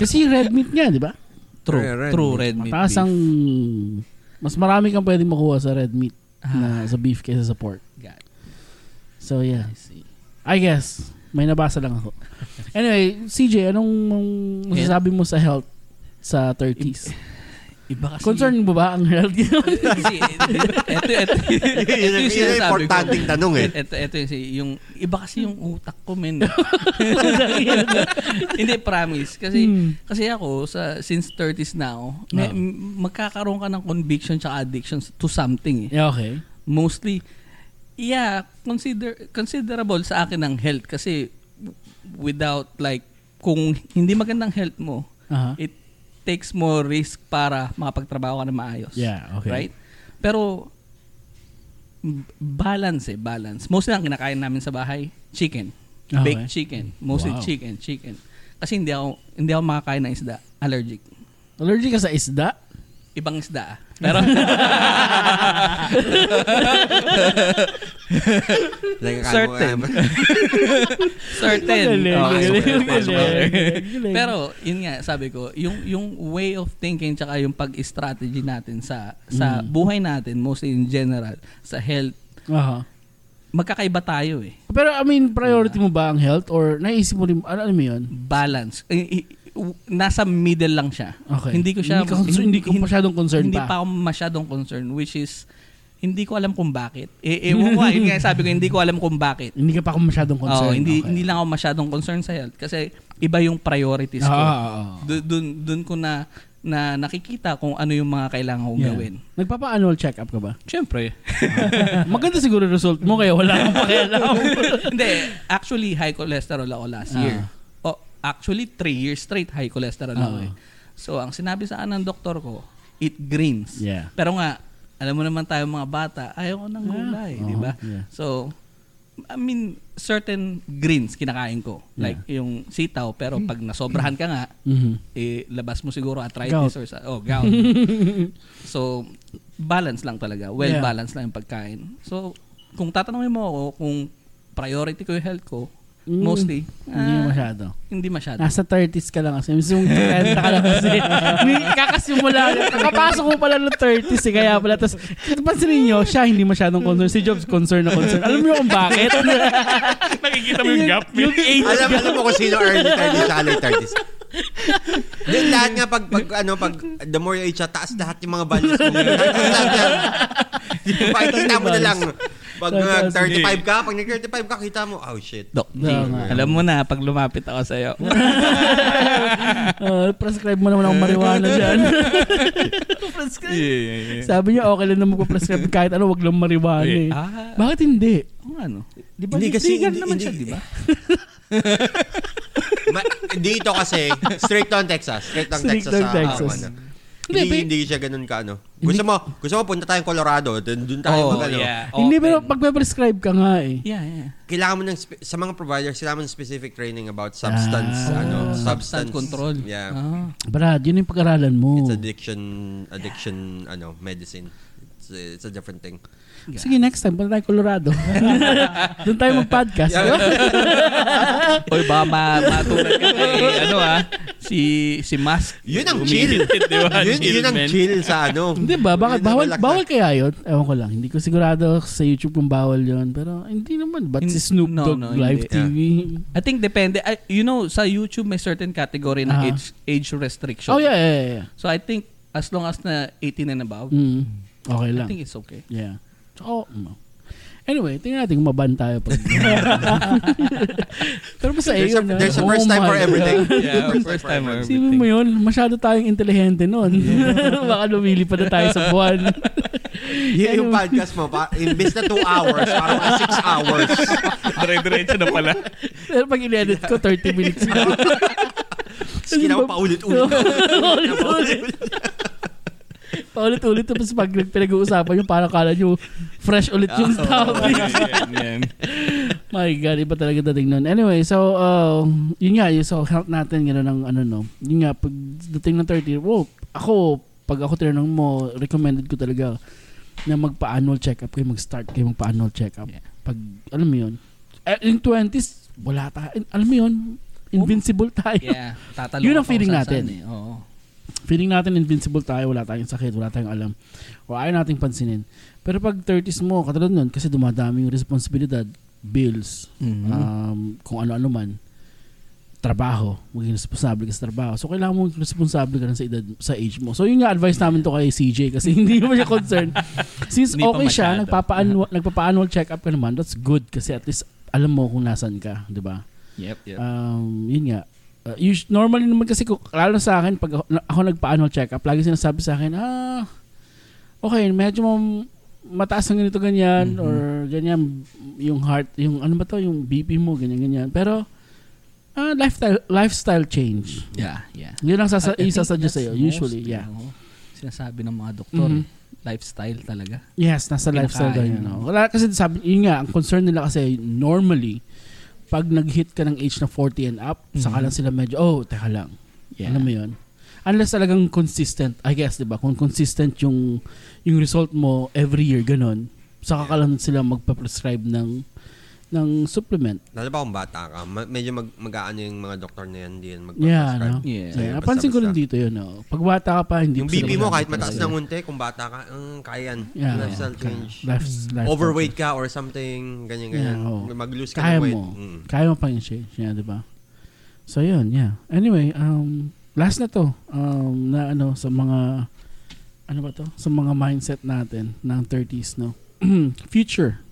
Speaker 3: Kasi red meat nga, di ba?
Speaker 5: True.
Speaker 4: Red meat.
Speaker 5: True red meat.
Speaker 3: Mataas ang...
Speaker 5: beef.
Speaker 3: Mas marami kang pwedeng makuha sa red meat na sa beef kaysa sa pork.
Speaker 5: God,
Speaker 3: So yeah,
Speaker 5: I see.
Speaker 3: I guess. May nabasa lang ako. Anyway, CJ, anong masasabi mo sa health sa 30s?
Speaker 5: Iba kasi.
Speaker 3: Concern mo ba ang health?
Speaker 5: Kasi, ito, ito, ito,
Speaker 4: Yun
Speaker 5: yung
Speaker 4: yung
Speaker 5: sinasabi ko.
Speaker 4: importanteng tanong eh.
Speaker 5: Ito, ito yung, yung, iba kasi yung utak ko, men. Hindi, promise. Kasi,
Speaker 3: Hmm.
Speaker 5: kasi ako, sa, since 30s na ako, may-
Speaker 3: Ah.
Speaker 5: m- magkakaroon ka ng conviction sa addiction to something. Eh.
Speaker 3: yeah, okay.
Speaker 5: Mostly, yeah, consider, considerable sa akin ang health kasi w- without like, kung hindi magandang health mo,
Speaker 3: Aha.
Speaker 5: it takes more risk para makapagtrabaho ka na maayos.
Speaker 3: Yeah, okay.
Speaker 5: Right? Pero, m- balance eh, balance. Mostly ang kinakain namin sa bahay, chicken.
Speaker 3: Ah, Okay.
Speaker 5: Baked chicken. Mostly
Speaker 3: Wow.
Speaker 5: chicken, chicken. Kasi hindi ako, hindi ako makakain ng isda. Allergic.
Speaker 3: Allergic ka sa isda?
Speaker 5: Ibang isda ah. Pero,
Speaker 4: Like, akala mo,
Speaker 5: Certain.
Speaker 4: ah,
Speaker 5: certain. Oh,
Speaker 3: Magaling,
Speaker 4: magaling,
Speaker 5: Okay, okay, okay,
Speaker 4: magaling,
Speaker 5: okay.
Speaker 3: magaling.
Speaker 5: Pero, yun nga, sabi ko, yung, yung way of thinking tsaka yung pag-strategy
Speaker 3: Mm.
Speaker 5: natin sa, sa buhay natin, mostly in general, sa health,
Speaker 3: Aha.
Speaker 5: magkakaiba tayo eh.
Speaker 3: Pero I mean, priority mo ba ang health or naisip mo rin, ano, ano mo yun?
Speaker 5: Balance. Eh, eh, w- Nasa middle lang siya.
Speaker 3: Okay.
Speaker 5: Hindi ko siya
Speaker 3: hindi ka, concern- hindi, ka masyadong concerned
Speaker 5: hindi
Speaker 3: pa.
Speaker 5: pa ako masyadong concerned which is hindi ko alam kung bakit. E, ewan ko, ah, yun nga sabi ko, hindi ko alam kung bakit.
Speaker 3: Hindi ka pa ako masyadong concerned.
Speaker 5: Oo, hindi
Speaker 3: okay.
Speaker 5: hindi lang ako masyadong concerned sa health kasi iba yung priorities
Speaker 3: Oo,
Speaker 5: ko.
Speaker 3: oo, oo.
Speaker 5: Dun- Dun dun ko na na nakikita kung ano yung mga kailangan kong
Speaker 3: Yeah.
Speaker 5: gawin.
Speaker 3: Nagpapa-annual check-up ka ba?
Speaker 5: Siyempre.
Speaker 3: Maganda siguro result mo kaya wala kang pakialam.
Speaker 5: hindi, actually high cholesterol ako last
Speaker 3: Ah.
Speaker 5: year. O actually three years straight high cholesterol ako.
Speaker 3: Ah.
Speaker 5: eh. So ang sinabi sa akin ng doktor ko, eat greens.
Speaker 3: yeah.
Speaker 5: Pero nga, alam mo naman tayo mga bata, ayaw ko ng gulay,
Speaker 3: Yeah.
Speaker 5: di ba?
Speaker 3: Uh-huh, yeah.
Speaker 5: So, I mean, certain greens kinakain ko. Like yung sitaw, pero pag nasobrahan ka nga,
Speaker 3: Mhm.
Speaker 5: eh, labas mo siguro arthritis
Speaker 3: Gout.
Speaker 5: or sa, oh, gout. so, balance lang talaga.
Speaker 3: Yeah.
Speaker 5: Well-balanced lang yung pagkain. So, kung tatanungin mo ako kung priority ko yung health ko,
Speaker 3: Mm,
Speaker 5: mostly,
Speaker 3: Hindi Ah.
Speaker 5: ah,
Speaker 3: masyado.
Speaker 5: hindi masyado.
Speaker 3: Nasa 30s ka lang kasi. Mas yung 30 ka lang kasi. Ni- Kakasimula. Kapasok mo pala ng 30s eh. Kaya pala. Tapos, pansin ninyo, siya hindi masyadong concerned. Si Jobs concerned na concerned. Alam mo kung bakit?
Speaker 6: Nakikita mo yung gap.
Speaker 3: yung age
Speaker 4: alam,
Speaker 3: gap.
Speaker 4: alam mo kung sino early 30s sa late 30s. Then lahat nga pag, pag ano pag the more you age siya, taas lahat yung mga values mo. Taas lahat yan. Pakikita mo na lang. Pag mga 35 ka, pag nag-35 ka, kita mo, oh shit.
Speaker 5: Dok, G,
Speaker 3: Oo nga.
Speaker 5: alam mo na, pag lumapit ako sa'yo,
Speaker 3: Uh, prescribe mo naman ako marijuana dyan. Sabi niya, okay lang na magpa-prescribe kahit ano, wag lang marijuana eh.
Speaker 5: ah,
Speaker 3: Bakit hindi?
Speaker 5: kung ano?
Speaker 4: Di ba hindi kasi,
Speaker 5: Legal naman siya, di ba?
Speaker 4: Ma- dito kasi, straight on Texas. Straight on
Speaker 3: Strict
Speaker 4: Texas.
Speaker 3: on
Speaker 4: sa,
Speaker 3: Texas.
Speaker 4: ano,
Speaker 3: Hindi,
Speaker 4: hindi,
Speaker 3: pe-
Speaker 4: hindi siya ganun ka ano. Gusto mo, gusto mo punta tayong Colorado, dun, dun tayo
Speaker 5: Oh,
Speaker 4: mag ano.
Speaker 5: yeah.
Speaker 3: Hindi,
Speaker 5: Open.
Speaker 3: pero pagpe-prescribe ka nga eh.
Speaker 5: Yeah, yeah.
Speaker 4: Kailangan mo ng spe- sa mga providers, kailangan mo ng specific training about substance
Speaker 3: Ah.
Speaker 4: ano, substance
Speaker 5: Substance control.
Speaker 4: Yeah.
Speaker 5: Ah.
Speaker 3: Brad, yun yung pag-aralan mo.
Speaker 4: It's addiction addiction ano, medicine. It's, it's a different thing.
Speaker 3: Sige, next time, punta tayo Colorado. Doon tayo mag-podcast.
Speaker 5: Oy, baka ma matulad ka kay, ano ah, si, si Musk.
Speaker 4: Yun ang chill.
Speaker 5: Di ba?
Speaker 4: yun, yun ang
Speaker 5: man.
Speaker 4: chill sa ano.
Speaker 3: Hindi ba? Bakit?
Speaker 4: Yun ang
Speaker 3: Bawal,
Speaker 4: relax-
Speaker 3: bawal kaya yun? Ewan ko lang. Hindi ko sigurado sa YouTube kung bawal yun. Pero hindi naman. Ba't si
Speaker 5: Hin-
Speaker 3: Snoop
Speaker 5: no,
Speaker 3: Dogg
Speaker 5: no,
Speaker 3: live
Speaker 5: hindi.
Speaker 3: TV?
Speaker 4: Ah.
Speaker 5: I think depende. I- you know, sa YouTube may certain category na
Speaker 3: Ah.
Speaker 5: age, age restriction.
Speaker 3: Oh, yeah, yeah, yeah, yeah.
Speaker 5: So I think as long as na 18 and above,
Speaker 3: Mm, okay
Speaker 5: I
Speaker 3: lang.
Speaker 5: think it's okay.
Speaker 3: Yeah. So, oh, mm. Anyway, tingnan natin kung maban tayo. Pag... Pero basta eh,
Speaker 4: There's a,
Speaker 3: yun. ah.
Speaker 4: there's a
Speaker 3: Oh
Speaker 4: first time
Speaker 3: my
Speaker 4: for
Speaker 3: God.
Speaker 4: everything.
Speaker 5: Yeah, first time for
Speaker 3: Sipin mo yun, masyado tayong intelihente nun. Baka lumilipad na tayo sa buwan.
Speaker 4: Y- yung podcast mo, pa, imbis na 2 hours, parang 6 hours.
Speaker 6: Dire-diretso na pala.
Speaker 3: Pero pag in-edit ko, 30 minutes na.
Speaker 4: Tapos ginawa pa ulit-ulit.
Speaker 3: Paulit-ulit. Paulit-ulit. Tapos pag pinag-uusapan yung parang kala nyo, fresh ulit yung topic. My God, iba talaga dating nun. Anyway, so, uh, yun nga, yung so health natin, gano'n ang ano no. Yun nga, pag dating ng 30, wow, ako, pag ako tinanong mo, recommended ko talaga na magpa-annual check-up kayo, mag-start kayo magpa-annual check-up.
Speaker 5: Yeah.
Speaker 3: Pag, alam mo yun, eh, in 20s, wala tayo. Alam mo yun, invincible tayo.
Speaker 5: Yeah, tatalo
Speaker 3: Yun
Speaker 5: ka
Speaker 3: ang feeling
Speaker 5: kung
Speaker 3: natin.
Speaker 5: saan-saan eh. Oo.
Speaker 3: feeling natin invincible tayo, wala tayong sakit, wala tayong alam, o ayaw nating pansinin. Pero pag 30s mo, katulad nun, kasi dumadami yung responsibilidad, bills,
Speaker 5: Mhm.
Speaker 3: um, kung ano-ano man, trabaho, maging responsable ka sa trabaho. So, kailangan mo responsable ka na sa, edad, sa age mo. So, yun nga advice namin to kay CJ kasi hindi naman siya concerned. Since
Speaker 5: Hindi pa
Speaker 3: okay siya,
Speaker 5: masyado.
Speaker 3: nagpapa-annual, nagpapa-annual check-up ka naman, that's good kasi at least alam mo kung nasan ka, di ba?
Speaker 5: Yep.
Speaker 3: Um, yun nga. Uh, us- normally naman kasi, kung, lalo sa akin, pag ako, na- ako nagpa-annual check-up, lagi sinasabi sa akin, ah, okay, medyo mam- mataas ang ganito ganyan
Speaker 5: Mm-hmm.
Speaker 3: or ganyan yung heart, yung ano ba to, yung BP mo, ganyan ganyan. Pero ah, lifestyle lifestyle change.
Speaker 5: Yeah, yeah.
Speaker 3: Yun ang sasa,
Speaker 5: I- I think
Speaker 3: isasuggest
Speaker 5: that's
Speaker 3: sa'yo, usually,
Speaker 5: mostly,
Speaker 3: yeah.
Speaker 5: oo. Sinasabi ng mga doktor,
Speaker 3: Mhm.
Speaker 5: lifestyle talaga.
Speaker 3: Yes, nasa
Speaker 5: Kinakain.
Speaker 3: lifestyle daw yun. no? Wala kasi sabi, yun nga, ang concern nila kasi normally, pag nag-hit ka ng age na 40 and up,
Speaker 4: Mhm.
Speaker 3: saka lang sila medyo, oh, teka lang.
Speaker 5: Yeah.
Speaker 3: Alam mo yun? Unless talagang consistent, I guess, di ba? Kung consistent yung, yung result mo every year, ganun, saka ka lang sila magpa-prescribe ng ng supplement.
Speaker 4: Lalo pa kung bata ka, ma- medyo mag, mag-aano yung mga doktor na yan, hindi yan
Speaker 3: Yeah,
Speaker 4: magpaprescribe.
Speaker 3: no?
Speaker 5: Yeah.
Speaker 3: Yeah,
Speaker 4: Basta,
Speaker 3: napansin ko rin
Speaker 4: basta.
Speaker 3: dito yun. No? Pag bata ka pa, hindi
Speaker 4: Yung
Speaker 3: ko sila
Speaker 4: BP mo,
Speaker 3: magagawa
Speaker 4: kahit mataas
Speaker 3: talaga.
Speaker 4: ng unti, kung bata ka, mm, kaya yan.
Speaker 3: Yeah,
Speaker 4: lifestyle
Speaker 3: yeah.
Speaker 4: change.
Speaker 3: Life- lifestyle
Speaker 4: Overweight ka or something, ganyan-ganyan.
Speaker 3: Yeah, oo.
Speaker 4: Mag-lose ka
Speaker 3: kaya
Speaker 4: ng weight.
Speaker 3: mo.
Speaker 4: Mm.
Speaker 3: Kaya mo pang i-change niya, di ba? So, yun, yeah. Anyway, um, last na to, um, na ano, sa mga, ano ba to? Sa mga mindset natin ng 30s, no? future.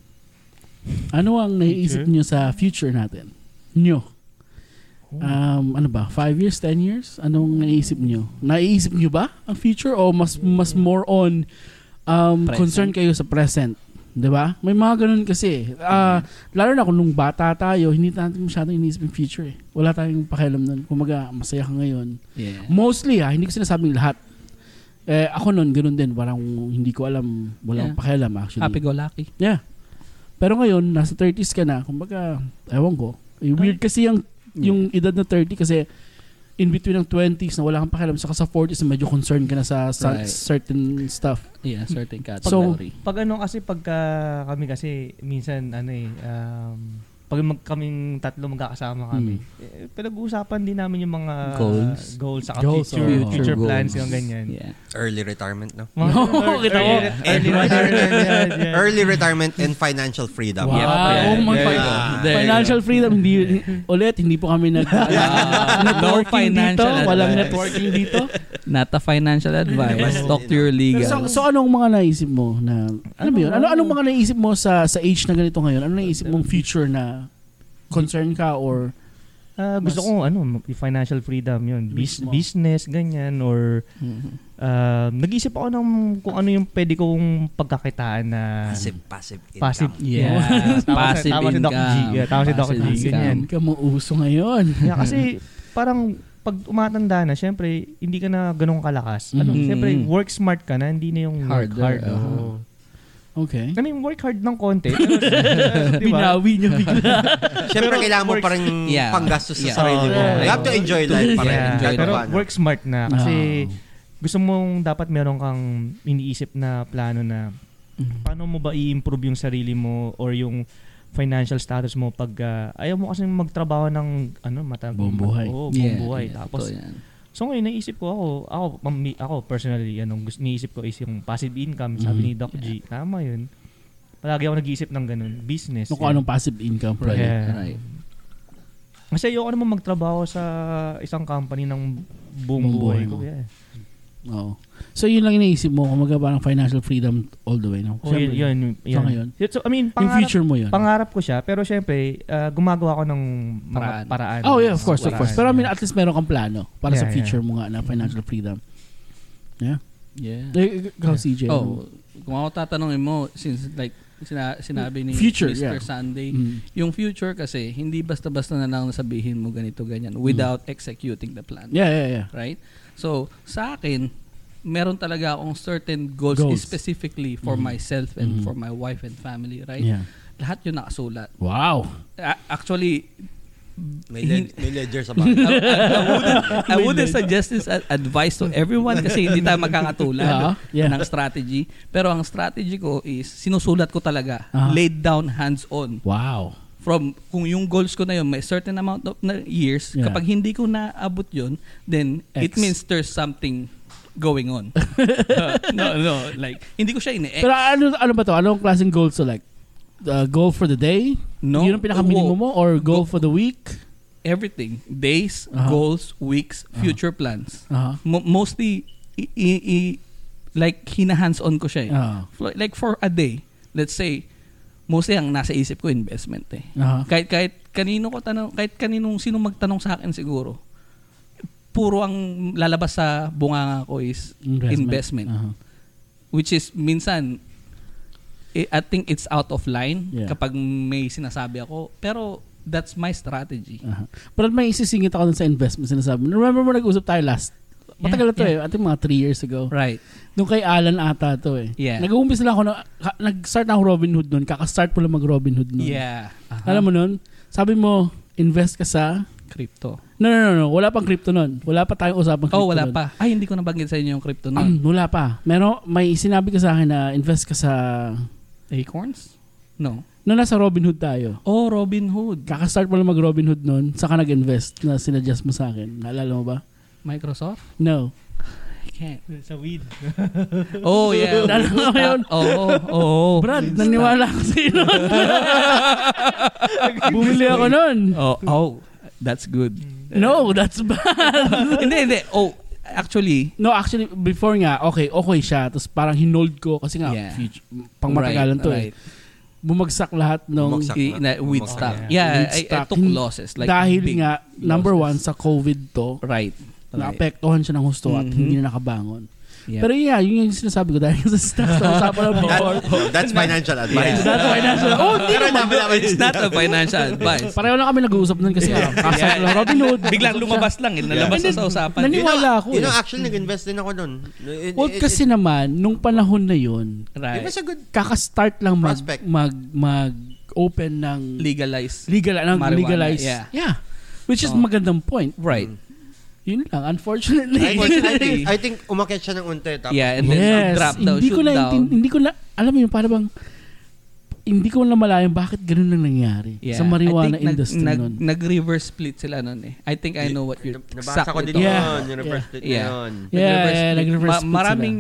Speaker 3: Ano ang naiisip
Speaker 6: Future?
Speaker 3: nyo sa future natin? Nyo. Um, ano ba? 5 years, 10 years? Anong naiisip nyo? Naiisip nyo ba ang future o mas mas more on um,
Speaker 5: Present.
Speaker 3: concern kayo sa present? 'Di ba? May mga ganun kasi. Ah,
Speaker 5: Mm-hmm.
Speaker 3: lalo na kung nung bata tayo, hindi natin masyadong iniisip yung future eh. Wala tayong pakialam nun. Kumaga, masaya ka ngayon.
Speaker 5: Yeah.
Speaker 3: Mostly ha, hindi ko sinasabing lahat. Eh, ako nun, ganun din. Parang hindi ko alam. Walang
Speaker 5: Yeah.
Speaker 3: pakialam actually.
Speaker 5: Happy go lucky.
Speaker 3: Yeah. Pero ngayon, nasa 30s ka na, kumbaga, ewan ko. Eh, weird kasi yung, yung edad na 30 kasi in between ng 20s na wala kang pakialam saka sa 40s na medyo concerned ka na sa, sa
Speaker 5: Right.
Speaker 3: certain stuff.
Speaker 5: Yeah, certain category.
Speaker 3: category.
Speaker 6: Pag ano kasi pagka kami kasi minsan ano eh um, pag mag, kaming tatlo magkakasama kami, eh, pinag-uusapan din namin yung mga
Speaker 5: Goals.
Speaker 6: goals sa
Speaker 3: Goals,
Speaker 6: future,
Speaker 3: oh.
Speaker 6: future, plans yung ganyan.
Speaker 5: Yeah.
Speaker 4: Early retirement, no?
Speaker 6: Mga
Speaker 3: No,
Speaker 6: ganun,
Speaker 3: kita
Speaker 6: early
Speaker 3: mo.
Speaker 6: re- early retirement,
Speaker 4: Early
Speaker 6: yan,
Speaker 4: retirement,
Speaker 6: yan.
Speaker 4: early retirement and financial freedom.
Speaker 3: Wow.
Speaker 5: Yeah.
Speaker 3: oh my
Speaker 5: Yeah.
Speaker 3: God.
Speaker 5: Yeah.
Speaker 3: Financial freedom, hindi, ulit, hindi po kami nag
Speaker 5: Ah, no
Speaker 3: networking dito.
Speaker 5: financial
Speaker 3: Walang
Speaker 5: advice.
Speaker 3: networking dito.
Speaker 5: Not a financial advice.
Speaker 4: Yeah.
Speaker 5: Talk to your legal.
Speaker 3: So, so anong mga naisip mo na, ano ba yun? Ano, anong mga naisip mo sa sa age na ganito ngayon? Ano naisip mong future na concern ka or
Speaker 6: Ah, gusto
Speaker 3: Mas-
Speaker 6: ko ano, mag- financial freedom yun. Bis-
Speaker 3: Mismo.
Speaker 6: business, ganyan. Or
Speaker 5: Mhm.
Speaker 6: ah, nag-isip ako ng kung ano yung pwede kong pagkakitaan na
Speaker 4: Passive, passive income.
Speaker 6: passive. Tama
Speaker 5: Yeah.
Speaker 6: si-
Speaker 5: Passive
Speaker 6: tama si Doc G.
Speaker 5: income.
Speaker 6: Yeah, tama si Doc G.
Speaker 5: Passive income.
Speaker 6: Ganyan.
Speaker 3: Hindi ka mo uso ngayon.
Speaker 6: Yeah, kasi parang pag umatanda na, syempre, hindi ka na ganun kalakas. Ano,
Speaker 5: Mhm.
Speaker 6: Syempre, work smart ka na, hindi na yung work
Speaker 5: Harder, uh-huh.
Speaker 6: hard.
Speaker 5: oo.
Speaker 6: oo.
Speaker 3: Okay.
Speaker 6: I mean, work hard ng konti. pero, di ba?
Speaker 3: Binawi niyo bigla.
Speaker 4: Siyempre, kailangan mo
Speaker 6: works-
Speaker 4: pa rin
Speaker 5: Yeah.
Speaker 4: panggastos
Speaker 5: Yeah.
Speaker 4: sa sarili mo.
Speaker 6: Yeah.
Speaker 4: You have to enjoy life pa rin.
Speaker 6: Yeah,
Speaker 5: enjoy
Speaker 4: Kahit
Speaker 6: pero
Speaker 4: paano.
Speaker 6: work smart na. Kasi gusto mong dapat meron kang iniisip na plano na
Speaker 5: Mm-hmm.
Speaker 6: paano mo ba i-improve yung sarili mo or yung financial status mo pag ah, ayaw mo kasi magtrabaho ng ano matag
Speaker 3: Buong buhay.
Speaker 6: Oo, buong
Speaker 5: Yeah,
Speaker 6: buhay.
Speaker 5: yeah,
Speaker 6: Tapos
Speaker 5: totoo yan.
Speaker 6: So ngayon naisip ko ako, ako, pam- ako personally, anong gusto niisip ko is yung passive income, sabi ni
Speaker 5: Mm-hmm.
Speaker 6: Doc G. Tama 'yun. Palagi ako nag-iisip ng ganun, business.
Speaker 3: No, kung
Speaker 5: ano
Speaker 3: anong passive income
Speaker 6: Yeah.
Speaker 3: project.
Speaker 5: Right.
Speaker 6: Kasi ayoko naman magtrabaho sa isang company ng buong
Speaker 3: Buong
Speaker 6: buhay
Speaker 3: buhay
Speaker 6: ko.
Speaker 3: mo.
Speaker 6: Yeah.
Speaker 3: Oo. So yun lang iniisip mo, kumaga parang financial freedom all the way. No?
Speaker 6: Oh, yun,
Speaker 3: Siyempre,
Speaker 6: yun, yun.
Speaker 3: So ngayon?
Speaker 6: So, I mean,
Speaker 3: Yung
Speaker 6: pangarap,
Speaker 3: future mo yun.
Speaker 6: pangarap ko siya, pero syempre, ah, gumagawa ako ng mga
Speaker 5: Paraan.
Speaker 6: paraan.
Speaker 3: oh yeah, of course, of
Speaker 6: Paraan,
Speaker 3: course. Pero I mean,
Speaker 6: yeah.
Speaker 3: at least meron kang plano para sa
Speaker 6: Yeah,
Speaker 3: future mo nga na financial freedom.
Speaker 5: Yeah.
Speaker 3: Eh, Ikaw, CJ. ano?
Speaker 5: Oh, kung ako tatanungin mo, since like sina- sinabi ni
Speaker 3: Future,
Speaker 5: Mr.
Speaker 3: yeah.
Speaker 5: Sunday,
Speaker 3: Mm.
Speaker 5: yung future kasi, hindi basta-basta na lang nasabihin mo ganito, ganyan, without executing the plan.
Speaker 3: Yeah, yeah, yeah.
Speaker 5: Right? So, sa akin, meron talaga akong certain goals,
Speaker 3: Goals. Mm-hmm.
Speaker 5: specifically for myself and for my wife and family, right?
Speaker 3: Yeah.
Speaker 5: Lahat yun nakasulat.
Speaker 3: Wow.
Speaker 5: A- Actually,
Speaker 4: May, led- may ledger sa bahay.
Speaker 5: I, I- I wouldn't, I wouldn't suggest this as advice to everyone kasi hindi tayo
Speaker 3: Ah,
Speaker 5: magkakatulad
Speaker 3: yeah.
Speaker 5: ng strategy. Pero ang strategy ko is sinusulat ko talaga,
Speaker 3: Ah.
Speaker 5: laid down, hands-on.
Speaker 3: Wow.
Speaker 5: From kung yung goals ko na yun, may certain amount of na years,
Speaker 3: Yeah.
Speaker 5: kapag hindi ko naabot yun, then it
Speaker 3: X.
Speaker 5: means there's something going on. Uh, no, no, like, hindi ko siya
Speaker 6: Eh.
Speaker 5: ine-X.
Speaker 3: Pero ano ano ba to? Anong klaseng goal to like? Uh, goal for the day?
Speaker 5: No.
Speaker 3: Yun ang pinaka-minimum mo? Or goal
Speaker 5: Go-
Speaker 3: for the week?
Speaker 5: Everything. Days,
Speaker 3: Aha.
Speaker 5: goals, weeks, future plans.
Speaker 6: Uh-huh.
Speaker 3: Aha.
Speaker 5: Mo- mostly i- i- i- like hina-hands on ko siya eh.
Speaker 3: Ah.
Speaker 5: Fl- Like for a day, let's say mostly ang nasa isip ko investment eh.
Speaker 3: Aha.
Speaker 5: Kahit kahit kanino ko tanong, kahit kaninong sino magtanong sa akin siguro, puro ang lalabas sa bunganga ko is investment.
Speaker 3: Aha.
Speaker 5: Which is minsan I I think it's out of line
Speaker 3: Yeah.
Speaker 5: kapag may sinasabi ako. Pero that's my strategy.
Speaker 3: Aha. Pero Uh-huh. may isisingit ako dun sa investment sinasabi. mo. Remember mo nag-usap tayo last? Matagal na to eh. I think mga 3 years ago.
Speaker 5: Right.
Speaker 3: Nung kay Alan ata to eh.
Speaker 5: Yeah.
Speaker 3: Nag-uumpis lang ako na, ka- nag-start na ako Robin Hood nun. Kaka-start ko lang mag-Robin Hood nun.
Speaker 5: Yeah. Aha.
Speaker 3: Alam mo nun? Sabi mo, invest ka sa...
Speaker 5: crypto.
Speaker 3: No, no, no, no. Wala pang crypto nun. Wala pa tayong usapang crypto
Speaker 5: Oh, wala
Speaker 3: nun.
Speaker 5: pa. Ay, hindi ko nabanggit sa inyo yung crypto
Speaker 3: Ah,
Speaker 5: noon.
Speaker 3: wala pa. Meron, may sinabi ka sa akin na invest ka sa...
Speaker 5: Acorns? No.
Speaker 3: Nung nasa Robinhood tayo,
Speaker 5: Oh, Robin Hood.
Speaker 3: kakastart mo lang mag Robinhood noon, saka nag-invest na sinadjust mo sa akin. Naalala mo ba?
Speaker 5: Microsoft?
Speaker 3: No.
Speaker 5: I can't.
Speaker 6: Sa weed.
Speaker 5: Oh, yeah. Oh,
Speaker 3: Naalala mo yun?
Speaker 5: Oo, oo, oo.
Speaker 3: Brad, naniwala ako sa'yo nun. Bumili ako nun.
Speaker 5: Oh, oh, that's good.
Speaker 3: No, that's bad.
Speaker 5: hindi, hindi. Oh, actually,
Speaker 3: No, actually, before nga, okay, okay siya. Tapos parang hinold ko kasi nga,
Speaker 5: Yeah.
Speaker 3: future, pang matagalan to eh. Bumagsak lahat nung
Speaker 4: Bumagsak.
Speaker 5: I, na, weed
Speaker 4: Bumagsak
Speaker 5: stock.
Speaker 6: na.
Speaker 5: Yeah,
Speaker 3: Weed Hmm.
Speaker 5: I, I
Speaker 3: stock.
Speaker 5: took losses. Like
Speaker 3: dahil
Speaker 5: big
Speaker 3: nga, number one,
Speaker 5: losses.
Speaker 3: sa COVID to,
Speaker 5: Right. right.
Speaker 3: naapektuhan siya ng husto at
Speaker 5: Mhm.
Speaker 3: hindi na nakabangon.
Speaker 5: Yeah.
Speaker 3: Pero Mm-hmm. yeah, yun yung sinasabi ko dahil sa stocks na usapan ng before.
Speaker 4: That's financial advice.
Speaker 5: Yeah.
Speaker 3: That's why nasa, oh, hindi
Speaker 4: Pero
Speaker 3: naman.
Speaker 4: dapat dapat
Speaker 5: it's not a financial advice.
Speaker 3: Pareho lang kami nag-uusap nun kasi yeah. kasal lang Robin Hood.
Speaker 5: Biglang lumabas lang. Eh, nalabas
Speaker 3: Yeah.
Speaker 5: na sa usapan.
Speaker 3: Nani- Naniwala ako
Speaker 4: You know,
Speaker 3: eh.
Speaker 4: actually, nag-invest din ako nun. It-
Speaker 3: Well,
Speaker 4: it-
Speaker 3: kasi naman, nung panahon na yun,
Speaker 4: it
Speaker 5: Right.
Speaker 4: was a good
Speaker 3: kakastart lang mag,
Speaker 4: Prospect.
Speaker 3: mag, mag open ng
Speaker 5: Legalize.
Speaker 3: legal, ng
Speaker 5: Marijuana,
Speaker 3: legalize.
Speaker 5: yeah.
Speaker 3: Which is
Speaker 5: Oh.
Speaker 3: magandang point.
Speaker 5: Right.
Speaker 3: Yun lang,
Speaker 4: I
Speaker 3: unfortunately.
Speaker 4: think, I think,
Speaker 5: Unfortunately.
Speaker 4: I think umakit siya ng unti. Tapos
Speaker 5: Yeah, and then
Speaker 3: yes,
Speaker 5: drop down,
Speaker 3: hindi ko
Speaker 5: shoot
Speaker 3: na
Speaker 5: down.
Speaker 3: intin- hindi ko na alam mo yun para bang hindi ko na malayan bakit ganun lang nangyari
Speaker 5: Yeah.
Speaker 3: sa marijuana
Speaker 5: I think nag-
Speaker 3: industry
Speaker 5: nag,
Speaker 3: nun.
Speaker 5: Nag-reverse split sila nun eh. I think I know what you're
Speaker 4: nabasa ko
Speaker 5: exactly
Speaker 4: din
Speaker 5: talking
Speaker 3: Yeah.
Speaker 4: yun, yung
Speaker 3: Yeah.
Speaker 4: reverse split
Speaker 5: Yeah.
Speaker 4: na yun.
Speaker 3: yeah,
Speaker 5: nag-reverse
Speaker 3: yeah,
Speaker 5: split.
Speaker 3: nag-reverse split
Speaker 5: Maraming,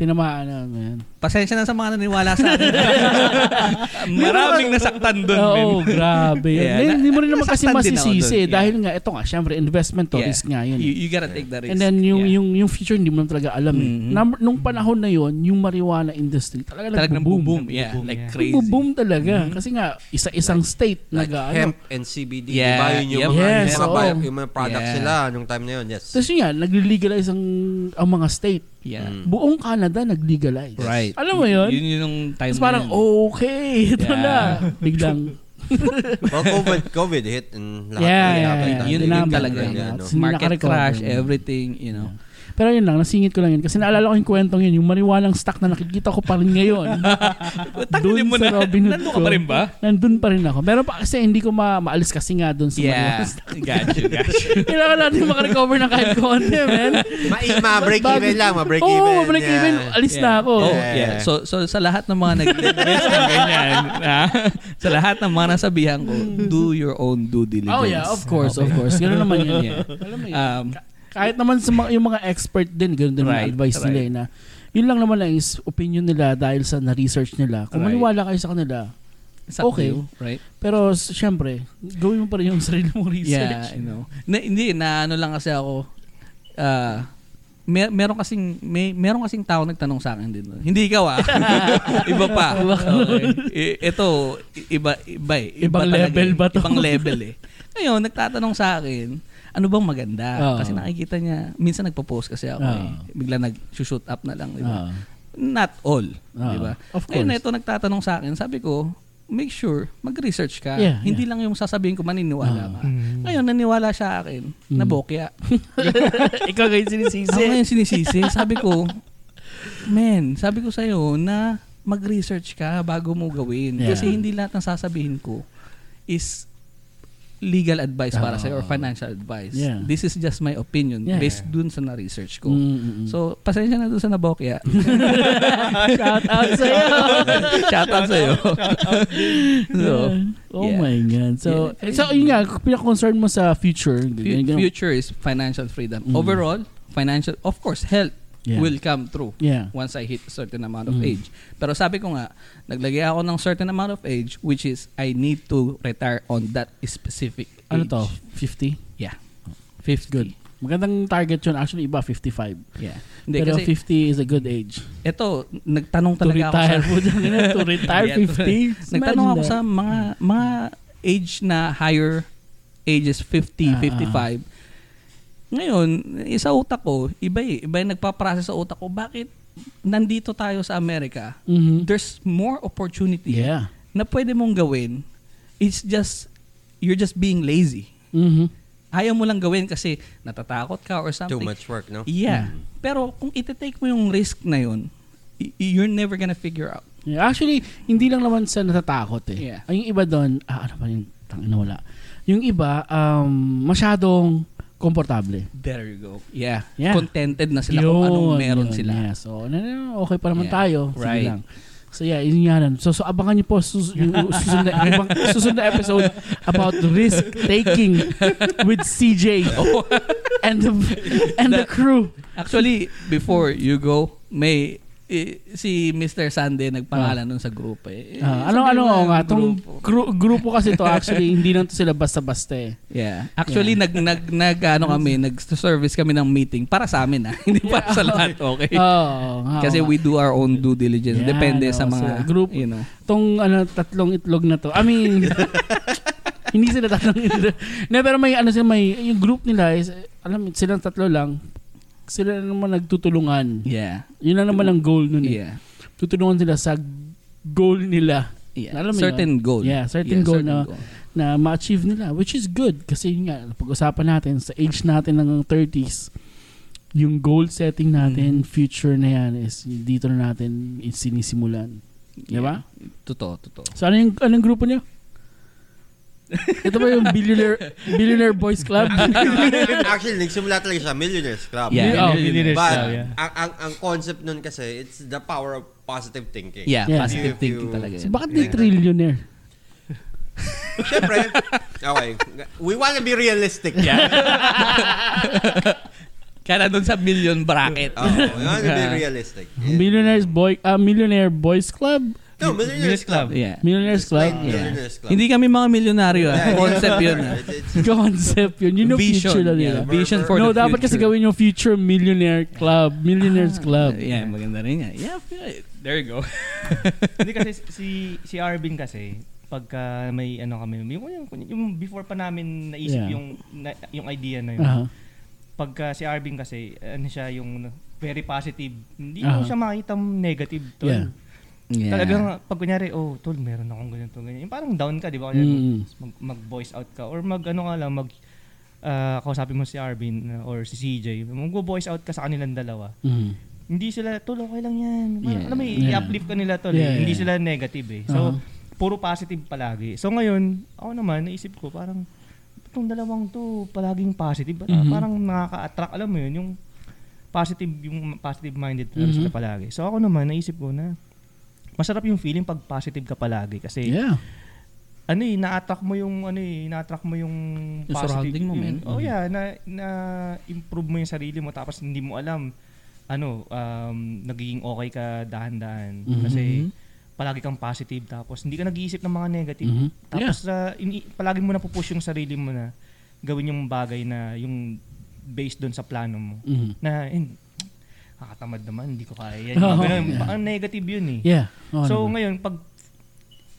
Speaker 3: Tinamaan na man.
Speaker 5: pasensya na sa mga naniwala sa akin. maraming nasaktan dun, men.
Speaker 3: Oo, grabe. yun.
Speaker 5: Yeah,
Speaker 3: Hindi- Hindi mo rin naman kasi
Speaker 5: nasaktan din ako
Speaker 3: masisisi.
Speaker 5: dun, yeah.
Speaker 3: Dahil nga, ito nga, syempre, investment to,
Speaker 5: Yeah.
Speaker 3: risk nga yun. eh.
Speaker 5: You, you gotta take the risk.
Speaker 3: And then yung
Speaker 5: Yeah.
Speaker 3: yung yung future hindi mo naman talaga alam. eh.
Speaker 5: Mhm.
Speaker 3: Nam- nung panahon na yon, yung marijuana industry talaga
Speaker 5: Talagang
Speaker 3: nagbo-boom.
Speaker 5: boom. Yeah,
Speaker 6: Nagbo-boom,
Speaker 5: like
Speaker 6: yeah.
Speaker 5: crazy. Mm-hmm.
Speaker 3: Nagbo-boom talaga kasi nga isa-isang state
Speaker 4: Like
Speaker 3: nag-ano.
Speaker 4: hemp and CBD.
Speaker 5: Yeah.
Speaker 4: Diba yun yung
Speaker 5: Yep.
Speaker 4: mga,
Speaker 3: ano? Yes,
Speaker 4: yung mga,
Speaker 3: oo.
Speaker 4: bio- yung mga products
Speaker 5: Yeah.
Speaker 4: nila nung time na yun. Yes.
Speaker 3: Tapos yun nga, nag-legalize ang, ang mga state.
Speaker 5: Yeah.
Speaker 4: Mm.
Speaker 3: Buong Canada nag-legalize.
Speaker 5: Right.
Speaker 3: Alam mo yun?
Speaker 5: Yun yun yung time
Speaker 3: Tapos parang, oh,
Speaker 5: na yun.
Speaker 3: okay, ito
Speaker 5: Yeah.
Speaker 3: na. Biglang,
Speaker 4: well, COVID, COVID hit and lahat
Speaker 3: Yeah,
Speaker 4: ng
Speaker 3: yeah,
Speaker 4: lahat
Speaker 3: yeah.
Speaker 4: ng-
Speaker 5: yun,
Speaker 3: Yun
Speaker 5: yun
Speaker 3: ang
Speaker 5: talaga.
Speaker 3: ganun,
Speaker 4: Yeah,
Speaker 3: yeah.
Speaker 4: no?
Speaker 3: It's-
Speaker 5: Market
Speaker 3: Nakarecover.
Speaker 5: crash, everything, you know.
Speaker 3: pero yun lang, nasingit ko lang yun. Kasi naalala ko yung kwentong yun, yung mariwanang stock na nakikita ko pa rin ngayon.
Speaker 5: Tanggalin mo na. Nandun ka pa rin ba?
Speaker 3: Nandun pa rin ako. Meron pa kasi hindi ko ma- maalis kasi nga doon sa
Speaker 5: Yeah.
Speaker 3: marijuana stock.
Speaker 5: Got you, got you.
Speaker 3: Kailangan natin makarecover ng kahit konti, man.
Speaker 4: Ma, ma-break
Speaker 3: Bago-
Speaker 4: even lang, ma-break
Speaker 3: Oo,
Speaker 4: even.
Speaker 3: ma-break
Speaker 4: yeah.
Speaker 3: even. Alis na ako.
Speaker 5: Oh,
Speaker 4: Yeah.
Speaker 5: yeah. So, so sa lahat ng mga nag-invest na ganyan, ha? sa lahat ng mga nasabihan ko, do your own due diligence.
Speaker 3: Oh, yeah, of course, of course. Ganun naman yun. Yeah. Alam mo yun.
Speaker 5: Um,
Speaker 3: kahit naman sa mga, yung mga expert din, ganun din
Speaker 5: Right,
Speaker 3: ang advice nila eh, na yun lang naman lang is opinion nila dahil sa na-research nila. Kung
Speaker 5: Right.
Speaker 3: maniwala kayo sa kanila,
Speaker 5: it's up to
Speaker 3: Okay.
Speaker 5: you, right?
Speaker 3: pero s- syempre, gawin mo pa rin yung sarili mong
Speaker 5: Yeah,
Speaker 3: research.
Speaker 5: you know. Na, hindi, na ano lang kasi ako, ah, mer- meron kasing may meron kasing tao nagtanong sa akin din. nun. Hindi ikaw ah. iba pa. Okay. I- ito i- iba iba eh.
Speaker 3: Ibang
Speaker 5: iba talaga
Speaker 3: level
Speaker 5: eh.
Speaker 3: ba to?
Speaker 5: Ibang level eh. Ngayon nagtatanong sa akin, ano bang maganda?
Speaker 3: Oo.
Speaker 5: Kasi nakikita niya minsan nagpo-post kasi ako eh.
Speaker 3: Oo.
Speaker 5: Bigla nag-shoot up na lang, di
Speaker 3: Ah.
Speaker 5: ba? Not all,
Speaker 3: Oo.
Speaker 5: di ba?
Speaker 3: Of
Speaker 5: Ngayon
Speaker 3: course.
Speaker 5: ito nagtatanong sa akin, sabi ko, make sure mag-research ka.
Speaker 3: Yeah,
Speaker 5: Hindi
Speaker 3: yeah.
Speaker 5: lang yung sasabihin ko maniniwala
Speaker 3: Oo.
Speaker 5: ka. Ngayon, naniwala siya akin na
Speaker 3: Mm.
Speaker 5: bokya.
Speaker 3: Ikaw ngayon
Speaker 5: Ako
Speaker 3: sinisisi.
Speaker 5: ngayon sinisisi. Sabi ko, men, sabi ko sa'yo na mag-research ka bago mo gawin.
Speaker 3: Yeah.
Speaker 5: Kasi hindi lahat ng sasabihin ko is legal advice para sa'yo or financial advice.
Speaker 3: Ah. Yeah.
Speaker 5: This is just my opinion
Speaker 3: Yeah. Mm.
Speaker 5: based dun sa na-research ko.
Speaker 3: Mm-mm.
Speaker 5: So, pasensya na dun sa nabokya.
Speaker 3: Shout out sa'yo.
Speaker 5: Shout out sa'yo. so,
Speaker 3: oh
Speaker 5: yeah.
Speaker 3: my God. So, eh,
Speaker 5: Yeah.
Speaker 3: so yun nga, pinaka-concern mo sa future.
Speaker 5: fu-
Speaker 3: ganyan, ganyan.
Speaker 5: future is financial freedom.
Speaker 3: Mm.
Speaker 5: Overall, financial, of course, health
Speaker 3: Yeah.
Speaker 5: will come through.
Speaker 3: Yeah.
Speaker 5: once I hit a certain amount of
Speaker 3: Mm.
Speaker 5: age. Pero sabi ko nga, naglagay ako ng certain amount of age which is I need to retire on that specific age.
Speaker 3: Ano to? 50?
Speaker 5: Yeah. 50.
Speaker 3: Good. Magandang target yun. Actually, iba 55.
Speaker 5: Yeah. Hindi,
Speaker 3: Pero
Speaker 5: kasi
Speaker 3: 50 is a good age.
Speaker 5: ito, nagtanong
Speaker 3: to
Speaker 5: talaga
Speaker 3: retire
Speaker 5: ako
Speaker 3: po dyan. ganun, to retire
Speaker 5: Yeah, to-
Speaker 3: 50.
Speaker 5: sa, nagtanong ako
Speaker 3: Imagine
Speaker 5: sa
Speaker 3: that.
Speaker 5: mga mga age na higher ages 50,
Speaker 3: Ah,
Speaker 5: 55. Ngayon, eh, sa utak ko, iba eh. Iba yung nagpa-process sa utak ko. Bakit nandito tayo sa Amerika?
Speaker 3: Mhm.
Speaker 5: There's more opportunity
Speaker 3: Yeah.
Speaker 5: na pwede mong gawin, it's just, you're just being lazy.
Speaker 3: Mhm.
Speaker 5: Ayaw mo lang gawin kasi natatakot ka or something.
Speaker 4: Too much work, no?
Speaker 5: Yeah.
Speaker 3: Hmm.
Speaker 5: Pero kung itetake mo yung risk na yun, y- you're never gonna figure out.
Speaker 3: Yeah, Actually, hindi lang naman sa natatakot eh.
Speaker 5: Yeah.
Speaker 3: Ang yung iba doon, ah, ano ba yung tangin na wala. Yung iba, um, masyadong komportable.
Speaker 5: There you go. Yeah.
Speaker 3: Yeah.
Speaker 5: Contented na sila kung anong
Speaker 3: Yun,
Speaker 5: meron
Speaker 3: yun,
Speaker 5: sila.
Speaker 3: Yeah. So, ano, ano, okay pa naman
Speaker 5: Yeah.
Speaker 3: tayo. Sige
Speaker 5: Right.
Speaker 3: lang. So yeah, yun nga lang. So, so abangan niyo po sus- yung susunod, na, abang- susunod na episode about risk taking with CJ
Speaker 5: Oh.
Speaker 3: and the and the crew.
Speaker 5: Actually, before you go, may eh, si Mr. Sunday nagpangalan nun sa group eh.
Speaker 3: Ah, ano ano
Speaker 5: Sabi mo,
Speaker 3: oo nga tong
Speaker 5: group.
Speaker 3: gru- grupo kasi to actually hindi lang to sila basta-basta eh.
Speaker 5: Yeah. Actually nag nag nag ano kami, nag-service kami ng meeting para sa amin ah, hindi para sa lahat, okay?
Speaker 3: Oo, Oo. nga,
Speaker 5: Kasi
Speaker 3: oo
Speaker 5: we do our own due diligence
Speaker 3: Yan,
Speaker 5: depende
Speaker 3: oh,
Speaker 5: sa
Speaker 3: so
Speaker 5: mga
Speaker 3: group-
Speaker 5: you know.
Speaker 3: tong ano tatlong itlog na to. I mean hindi sila tatlong itlog. No, pero may ano sila may yung group nila is alam mo silang tatlo lang sila na naman nagtutulungan.
Speaker 5: Yeah.
Speaker 3: Yun na naman ang goal nun eh.
Speaker 5: Yeah.
Speaker 3: Tutulungan sila sa goal nila
Speaker 5: Yeah.
Speaker 3: Alam mo
Speaker 5: Certain goal.
Speaker 3: Yeah, certain goal na-
Speaker 5: goal.
Speaker 3: na ma-achieve nila which is good kasi yun nga pag-usapan natin sa age natin ng 30s yung goal setting natin future na yan is dito na natin sinisimulan. Di ba?
Speaker 5: Totoo, totoo.
Speaker 3: So ano yung anong grupo niyo? Ito ba yung billionaire billionaire boys club?
Speaker 4: Actually, nagsimula talaga siya Millionaires Club.
Speaker 5: Yeah.
Speaker 3: Oh,
Speaker 6: millionaires
Speaker 4: But
Speaker 6: daw, yeah.
Speaker 4: ang, ang ang concept nun kasi it's the power of positive thinking.
Speaker 5: Yeah,
Speaker 3: Yeah.
Speaker 4: If
Speaker 5: positive
Speaker 4: you-
Speaker 5: thinking talaga.
Speaker 3: so
Speaker 5: yun.
Speaker 3: bakit di trillionaire?
Speaker 4: Siyempre, okay, we wanna be realistic.
Speaker 5: Kaya doon sa million bracket.
Speaker 4: Oh, we wanna be realistic.
Speaker 3: Millionaires boy ah millionaire boys club?
Speaker 4: No, Millionaires Club.
Speaker 5: Yeah.
Speaker 3: Millionaires
Speaker 4: It's like
Speaker 3: club?
Speaker 4: Millionaires Club.
Speaker 5: Hindi kami mga milyonaryo ah.
Speaker 4: Yeah, yeah.
Speaker 5: Concept yun ah.
Speaker 4: It's- it's-
Speaker 3: Concept yun. Yun yung
Speaker 5: vision.
Speaker 3: future na
Speaker 5: yeah,
Speaker 3: nila.
Speaker 5: vision for
Speaker 3: no,
Speaker 5: the
Speaker 3: dapat kasi
Speaker 5: future. Ah,
Speaker 3: gawin yung future millionaire club. Millionaires club.
Speaker 5: Yeah, maganda rin yan. Yeah, yeah, there you go.
Speaker 6: Hindi kasi si si Arvin kasi pagka may ano kami yung, yung, yung before pa namin naisip
Speaker 3: Yeah. Uh-huh.
Speaker 6: yung na- yung idea na yun.
Speaker 3: Aha.
Speaker 6: Pagka si Arvin kasi ano siya yung very positive. Hindi
Speaker 3: Aha.
Speaker 6: mo siya makita negative tol.
Speaker 3: Uh-huh. Yeah.
Speaker 5: Yeah.
Speaker 6: Talagang pag kunyari, oh, tol, meron akong ganito, ganyan. Yung parang down ka, di ba? Kunyari,
Speaker 3: Mm.
Speaker 6: Mag, mag-voice out ka. Or mag, ano nga lang, mag, ah, kausapin mo si Arvin uh, or si CJ. Mag-voice out ka sa kanilang dalawa.
Speaker 3: Mhm.
Speaker 6: Hindi sila, tol, okay lang yan. Parang,
Speaker 5: Yeah.
Speaker 6: Alam mo,
Speaker 3: Yeah.
Speaker 6: i-uplift ka nila, tol.
Speaker 3: Yeah,
Speaker 6: eh. Hindi
Speaker 3: yeah.
Speaker 6: sila negative eh. So,
Speaker 3: Uh-huh.
Speaker 6: puro positive palagi. So, ngayon, ako naman, naisip ko, parang, itong dalawang to, palaging positive. Parang,
Speaker 3: Mhm.
Speaker 6: parang nakaka-attract, alam mo yun, yung positive, yung positive-minded na
Speaker 3: Mhm.
Speaker 6: sila palagi. So, ako naman, naisip ko na, masarap yung feeling pag positive ka palagi kasi
Speaker 3: Yeah.
Speaker 6: ano eh na-attract mo yung ano eh na-attract mo yung
Speaker 5: Yung surrounding mo, Mm.
Speaker 6: yung-
Speaker 5: man.
Speaker 6: oh yeah na na improve mo yung sarili mo tapos hindi mo alam ano um, nagiging okay ka dahan-dahan
Speaker 5: Mm-hmm.
Speaker 6: kasi palagi kang positive tapos hindi ka nag-iisip ng mga negative
Speaker 3: Mhm.
Speaker 5: Mm-hmm.
Speaker 6: tapos uh, ini- palagi mo na pupush yung sarili mo na gawin yung bagay na yung based doon sa plano mo
Speaker 5: Mm-hmm.
Speaker 3: Mhm.
Speaker 6: na in, kakatamad naman hindi ko kaya yan
Speaker 3: Oo,
Speaker 6: Ganun,
Speaker 3: yeah.
Speaker 6: ang negative yun eh
Speaker 3: Yeah. Oo
Speaker 6: so
Speaker 3: naman.
Speaker 6: ngayon, pag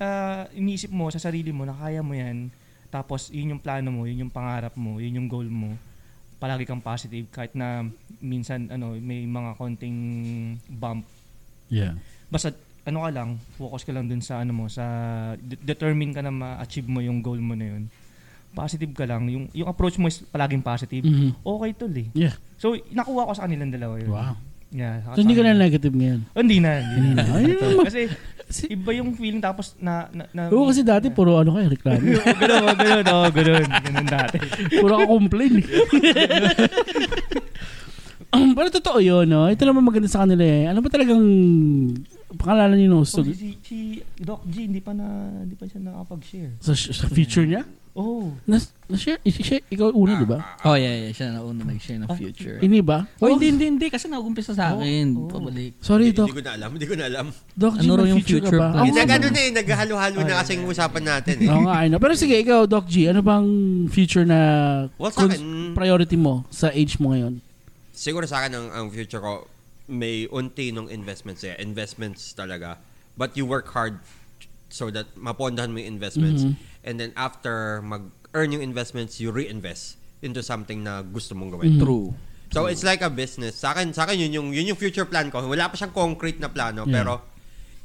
Speaker 6: ah, iniisip mo sa sarili mo na kaya mo yan, tapos yun yung plano mo, yun yung pangarap mo, yun yung goal mo, palagi kang positive kahit na minsan ano may mga konting bump.
Speaker 3: yeah.
Speaker 6: Basta ano ka lang, focus ka lang dun sa ano mo, sa de- determine ka na ma-achieve mo yung goal mo na yun. Positive ka lang, yung yung approach mo is palaging positive.
Speaker 3: Mhm.
Speaker 6: Okay tol eh.
Speaker 3: Yeah.
Speaker 6: So nakuha ko sa kanilang dalawa yun.
Speaker 3: Wow.
Speaker 6: Yeah.
Speaker 3: So hindi ka na negative ngayon.
Speaker 6: Oh, hindi na, hindi na.
Speaker 3: Ay,
Speaker 6: Ito, kasi iba yung feeling tapos na... na, na
Speaker 3: Oo kasi dati puro ano kayo, reklamo.
Speaker 6: Ganun, oh, ganun, oh, ganun, ganun dati.
Speaker 3: Puro ka complain. eh. um, pero totoo yun, no? Ito naman maganda sa kanila eh. Ano ba talagang pangalanan ni
Speaker 6: So,
Speaker 3: Nostal
Speaker 6: si, si Doc G, hindi pa na, hindi pa siya nakapag-share.
Speaker 3: sa, sa future niya?
Speaker 6: Oh,
Speaker 3: Nas, na-share, i-share, ikaw una, di ba?
Speaker 5: Oh yeah, yeah. Siya na una nag-share ng future.
Speaker 3: Hindi ba?
Speaker 5: Oh, hindi, hindi, hindi. Kasi nagumpisa sa akin.
Speaker 3: Oh.
Speaker 5: Pabalik.
Speaker 3: Sorry,
Speaker 4: Hindi
Speaker 3: Doc.
Speaker 4: ko na alam, hindi ko na alam.
Speaker 3: Doc, G,
Speaker 5: Ano raw
Speaker 3: may
Speaker 5: yung
Speaker 3: future,
Speaker 5: future
Speaker 3: ka ba?
Speaker 5: plan?
Speaker 3: Oo
Speaker 4: It's
Speaker 3: nga,
Speaker 4: like
Speaker 5: naman.
Speaker 4: ano na eh, naghalo-halo na kasing usapan natin eh.
Speaker 3: Oo nga, I know. Pero sige, ikaw, Doc G, ano bang future na
Speaker 4: Well, sa
Speaker 3: cons-
Speaker 4: akin,
Speaker 3: priority mo sa age mo ngayon?
Speaker 4: siguro sa akin ang, ang future ko, may unti nung investments eh. Investments talaga. But you work hard so that mapondahan mo yung investments.
Speaker 5: Mm-hmm.
Speaker 4: And then after mag-earn yung investments, you reinvest into something na gusto mong gawin.
Speaker 3: Hmm.
Speaker 5: True.
Speaker 4: So it's like a business. Sa akin, sa akin yun yung yun yung future plan ko. Wala pa siyang concrete na plano
Speaker 3: Yeah.
Speaker 4: pero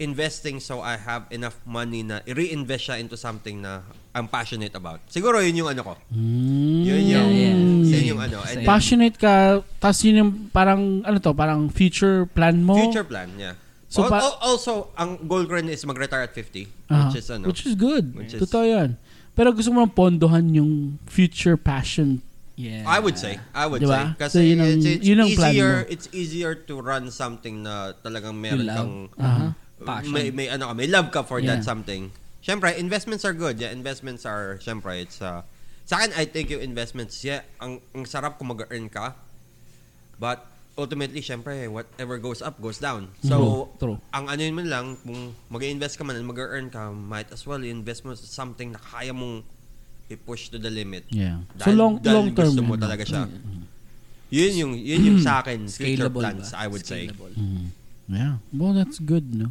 Speaker 4: investing so I have enough money na i-reinvest siya into something na I'm passionate about. Siguro yun yung ano ko. Yun
Speaker 3: Mm.
Speaker 4: yung
Speaker 5: Yeah, yeah.
Speaker 4: yun yung ano. And
Speaker 5: Same.
Speaker 4: then,
Speaker 3: Passionate ka, tapos yun yung parang, ano to, parang future plan mo.
Speaker 4: future plan, yeah.
Speaker 3: So
Speaker 4: So
Speaker 3: pa-
Speaker 4: also, ang goal ko rin is mag-retire at 50,
Speaker 3: Aha.
Speaker 4: which is ano.
Speaker 3: Which is good.
Speaker 4: Which is-
Speaker 3: Totoo yan. Pero gusto mo lang pondohan yung future passion.
Speaker 5: Yeah.
Speaker 4: I would say, I would
Speaker 3: Diba?
Speaker 4: say kasi
Speaker 3: So, yun ang-
Speaker 4: it's, it's
Speaker 3: yun ang plan
Speaker 4: easier
Speaker 3: mo.
Speaker 4: it's easier to run something na talagang meron
Speaker 5: love.
Speaker 4: kang
Speaker 3: Aha.
Speaker 5: Passion.
Speaker 4: may may ano ka, may love ka for that
Speaker 3: Uh-huh. Yeah.
Speaker 4: something. Syempre, investments are good. Yeah, investments are syempre it's uh, sa akin I think yung investments, yeah, ang, ang sarap kung mag-earn ka. But ultimately, syempre, whatever goes up goes down.
Speaker 3: Mm-hmm.
Speaker 4: So,
Speaker 5: True, true.
Speaker 4: ang ano yun man lang, kung mag-invest ka man and mag-earn ka, might as well invest mo sa something na kaya mong i-push to the limit.
Speaker 3: Yeah. So
Speaker 4: Dahil-
Speaker 3: long
Speaker 4: dahil
Speaker 3: long term.
Speaker 4: gusto mo
Speaker 3: ano.
Speaker 4: talaga siya. Yun yung yun yung sa akin future
Speaker 5: Scalable
Speaker 4: plans, I
Speaker 5: ba?
Speaker 4: would say.
Speaker 5: Scalable.
Speaker 3: Mm. Yeah. Well, that's good, no?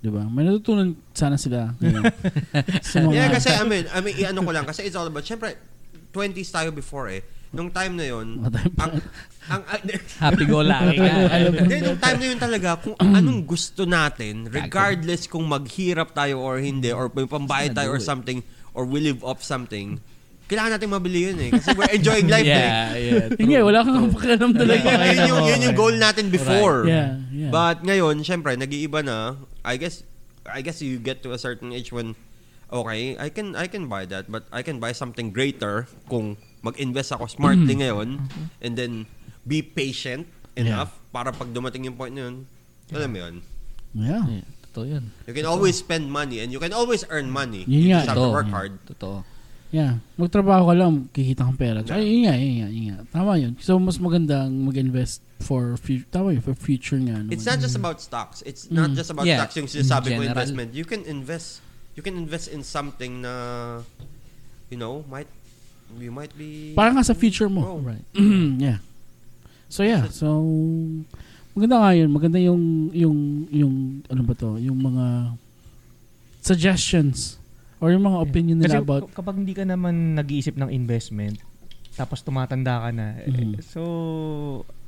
Speaker 3: 'Di ba? May natutunan sana sila. ngayon. sa mga,
Speaker 4: Yeah, kasi I mean, I mean, i-ano ko lang kasi it's all about syempre 20s tayo before eh. Nung time na yon,
Speaker 3: Mga time pa.
Speaker 4: ang ang
Speaker 5: Happy go lucky ka.
Speaker 4: Hindi, nung time na yun talaga, kung anong gusto natin, regardless kung maghirap tayo or hindi, or may pambayad tayo or something, or we live off something, kailangan natin mabili yun eh. Kasi we're enjoying life eh.
Speaker 5: yeah, yeah.
Speaker 3: Yun nga, wala kang pakialam talaga.
Speaker 4: Yun, yun yung, yun yung goal natin before.
Speaker 3: Yeah, yeah.
Speaker 4: But ngayon, syempre, nag-iiba na. I guess I guess you get to a certain age when okay, I can I can buy that, but I can buy something greater kung mag-invest ako smartly
Speaker 3: Mm-hmm.
Speaker 4: ngayon and then be patient enough para pag dumating yung point na yun, alam mo yun.
Speaker 3: yeah.
Speaker 5: Yeah, Totoo yun.
Speaker 4: You can always spend money and you can always earn money.
Speaker 3: Yun
Speaker 4: you
Speaker 3: nga,
Speaker 4: just have to
Speaker 5: Totoo.
Speaker 4: work hard.
Speaker 5: Totoo.
Speaker 3: Yeah. Magtrabaho ka lang, kikita kang pera. Tsaka, yun nga, yun nga, yun nga. Tama yun. So, mas maganda ang mag-invest for future. Tama yun, for future nga. naman.
Speaker 4: It's not just about stocks. It's not just about
Speaker 5: Mm. Yeah,
Speaker 4: stocks yung sinasabi
Speaker 5: in
Speaker 4: ko
Speaker 5: general.
Speaker 4: investment. You can invest. You can invest in something na you know, might you might be
Speaker 3: Parang nga sa future mo. Mm-hmm.
Speaker 4: Oh,
Speaker 5: Right.
Speaker 3: yeah. So yeah, so maganda nga yun. Maganda yung yung yung ano ba to? Yung mga suggestions or yung mga opinion
Speaker 6: Kasi
Speaker 3: nila about
Speaker 6: k- kapag hindi ka naman nag-iisip ng investment, tapos tumatanda ka na, eh,
Speaker 3: Mhm.
Speaker 6: so, uh,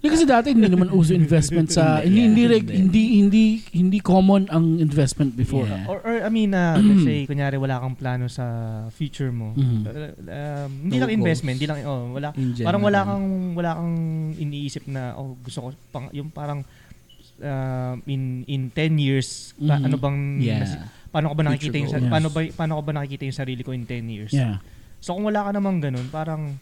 Speaker 3: Hindi kasi dati hindi naman uso investment sa hindi hindi reg- hindi hindi hindi common ang investment before.
Speaker 5: Yeah.
Speaker 6: or, or I mean, ah,
Speaker 3: Mm-hmm.
Speaker 6: let's say, kunyari wala kang plano sa future mo, Uh,
Speaker 3: Mhm.
Speaker 6: um, hindi
Speaker 5: No
Speaker 6: lang investment, hindi lang, oh, wala,
Speaker 5: In general.
Speaker 6: parang wala kang, wala kang iniisip na, oh, gusto ko, pang, yung parang, um, in in 10 years pa-
Speaker 3: Mhm.
Speaker 6: ano bang nasi-
Speaker 5: Yeah.
Speaker 6: paano ko ba nakikita
Speaker 5: Future
Speaker 6: yung
Speaker 5: goals.
Speaker 6: sar- paano ba paano ko ba nakikita yung sarili ko in 10 years
Speaker 3: Yeah.
Speaker 6: So kung wala ka namang ganun, parang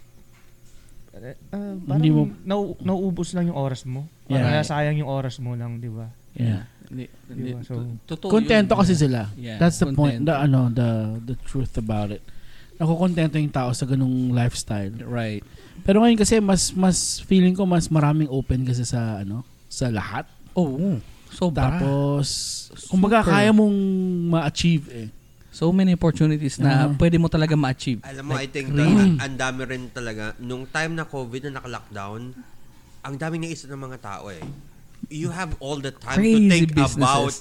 Speaker 6: eh, ah, parang
Speaker 3: Hindi mo-
Speaker 6: nau, nauubos lang yung oras mo.
Speaker 3: Yeah.
Speaker 6: Parang nasayang yung oras mo lang, di ba?
Speaker 3: Yeah.
Speaker 5: Hindi,
Speaker 6: hindi. So,
Speaker 5: totoo
Speaker 3: Kontento kasi sila.
Speaker 5: Yeah,
Speaker 3: That's the point,
Speaker 5: kontento.
Speaker 3: the ano, the the truth about it. Nakukontento yung tao sa ganung lifestyle.
Speaker 5: Right.
Speaker 3: Pero ngayon kasi mas mas feeling ko mas maraming open kasi sa ano, sa lahat.
Speaker 5: Oh, sobra.
Speaker 3: Tapos, kumbaga
Speaker 5: Super.
Speaker 3: kaya mong ma-achieve eh.
Speaker 5: so many opportunities na
Speaker 3: Yeah.
Speaker 5: pwede mo talaga ma-achieve.
Speaker 4: Alam mo, I think
Speaker 5: really.
Speaker 4: ang- ang dami rin talaga, nung time na COVID na naka-lockdown, ang daming naisip ng mga tao eh. You have all the time to
Speaker 5: Crazy
Speaker 4: think
Speaker 5: businesses,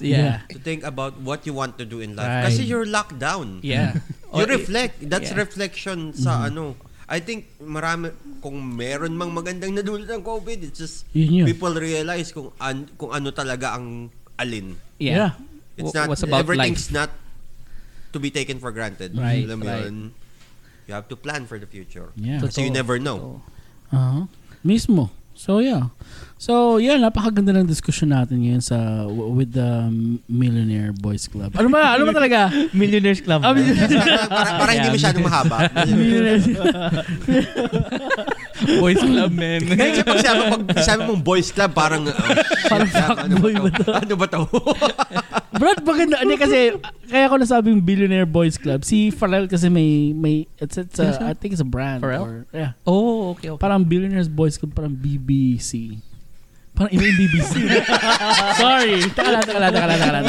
Speaker 4: about
Speaker 5: yeah.
Speaker 4: to think about what you want to do in life.
Speaker 5: Right.
Speaker 4: Kasi you're locked down.
Speaker 5: Yeah.
Speaker 4: You
Speaker 5: Or-
Speaker 4: reflect. That's
Speaker 5: Oh, yeah.
Speaker 4: reflection sa ano. I think marami, kung meron mang magandang nadulot ng COVID, it's just
Speaker 3: Yun yun.
Speaker 4: people realize kung, an, kung ano talaga ang alin.
Speaker 3: Yeah.
Speaker 5: Yeah.
Speaker 4: It's
Speaker 5: Wh-
Speaker 4: not,
Speaker 5: what's about
Speaker 4: everything's not
Speaker 5: life?
Speaker 4: to be taken for granted.
Speaker 5: Right,
Speaker 4: Alam mo
Speaker 5: right.
Speaker 4: yun? You have to plan for the future.
Speaker 3: Yeah.
Speaker 4: Kasi you
Speaker 5: Totoo.
Speaker 4: never know.
Speaker 5: So,
Speaker 3: Aha. Mismo. So yeah. So yeah, napakaganda ng discussion natin ngayon sa w- with the Millionaire Boys Club. Ano ba? Ano ba talaga?
Speaker 6: Millionaires Club.
Speaker 3: Ah, Millionaire-
Speaker 4: Yes, parang, parang, parang hindi masyadong mahaba.
Speaker 3: Millionaire.
Speaker 5: Boys club, men.
Speaker 4: Kaya siya pag sabi, pag sabi mong boys club, parang... oh, shit,
Speaker 3: Parang
Speaker 4: ano
Speaker 3: fuckboy
Speaker 4: ba to? Ano ba to?
Speaker 3: Brad, maganda. Hindi kasi kaya ko nasabing Billionaire Boys Club. Si Pharrell kasi may may it's, it's a, I think it's a brand or
Speaker 5: Pharrell?
Speaker 3: yeah.
Speaker 5: Oh, okay, okay.
Speaker 3: Parang Billionaires Boys Club, parang BBC. Parang iba yung BBC. Sorry. Taka lang, taka lang, taka lang, taka lang.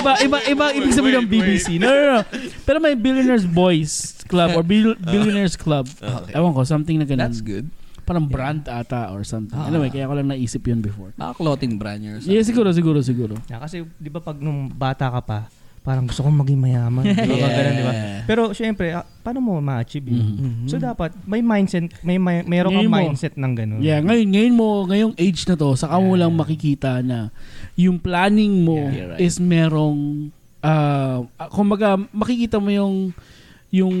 Speaker 3: iba, iba, iba, ibig sabihin ng BBC. No, no, no. Pero may Billionaires Boys Club or Bill- Billionaires Club. Ewan ko, something na ganun.
Speaker 5: Uh, That's good.
Speaker 3: Parang brand ata or something.
Speaker 5: Ah.
Speaker 3: Anyway, kaya ko lang naisip yun before.
Speaker 5: Baka clothing brand or something.
Speaker 3: Yeah, siguro, siguro, siguro.
Speaker 6: Yeah, kasi di ba pag nung bata ka pa, parang gusto kong maging mayaman. Di ba? Parang ganun, di ba?
Speaker 5: Yeah.
Speaker 6: Pero syempre, ah, paano mo ma-achieve yun?
Speaker 5: Mhm.
Speaker 6: So dapat, may mindset, may, may meron kang
Speaker 3: Mm-hmm. Ngayon mo.
Speaker 6: mindset ng ganun.
Speaker 3: Yeah, ngayon, ngayon mo, ngayong age na to, saka mo lang makikita na yung planning mo
Speaker 5: Yeah, you're right.
Speaker 3: is merong, uh, kumbaga, makikita mo yung, yung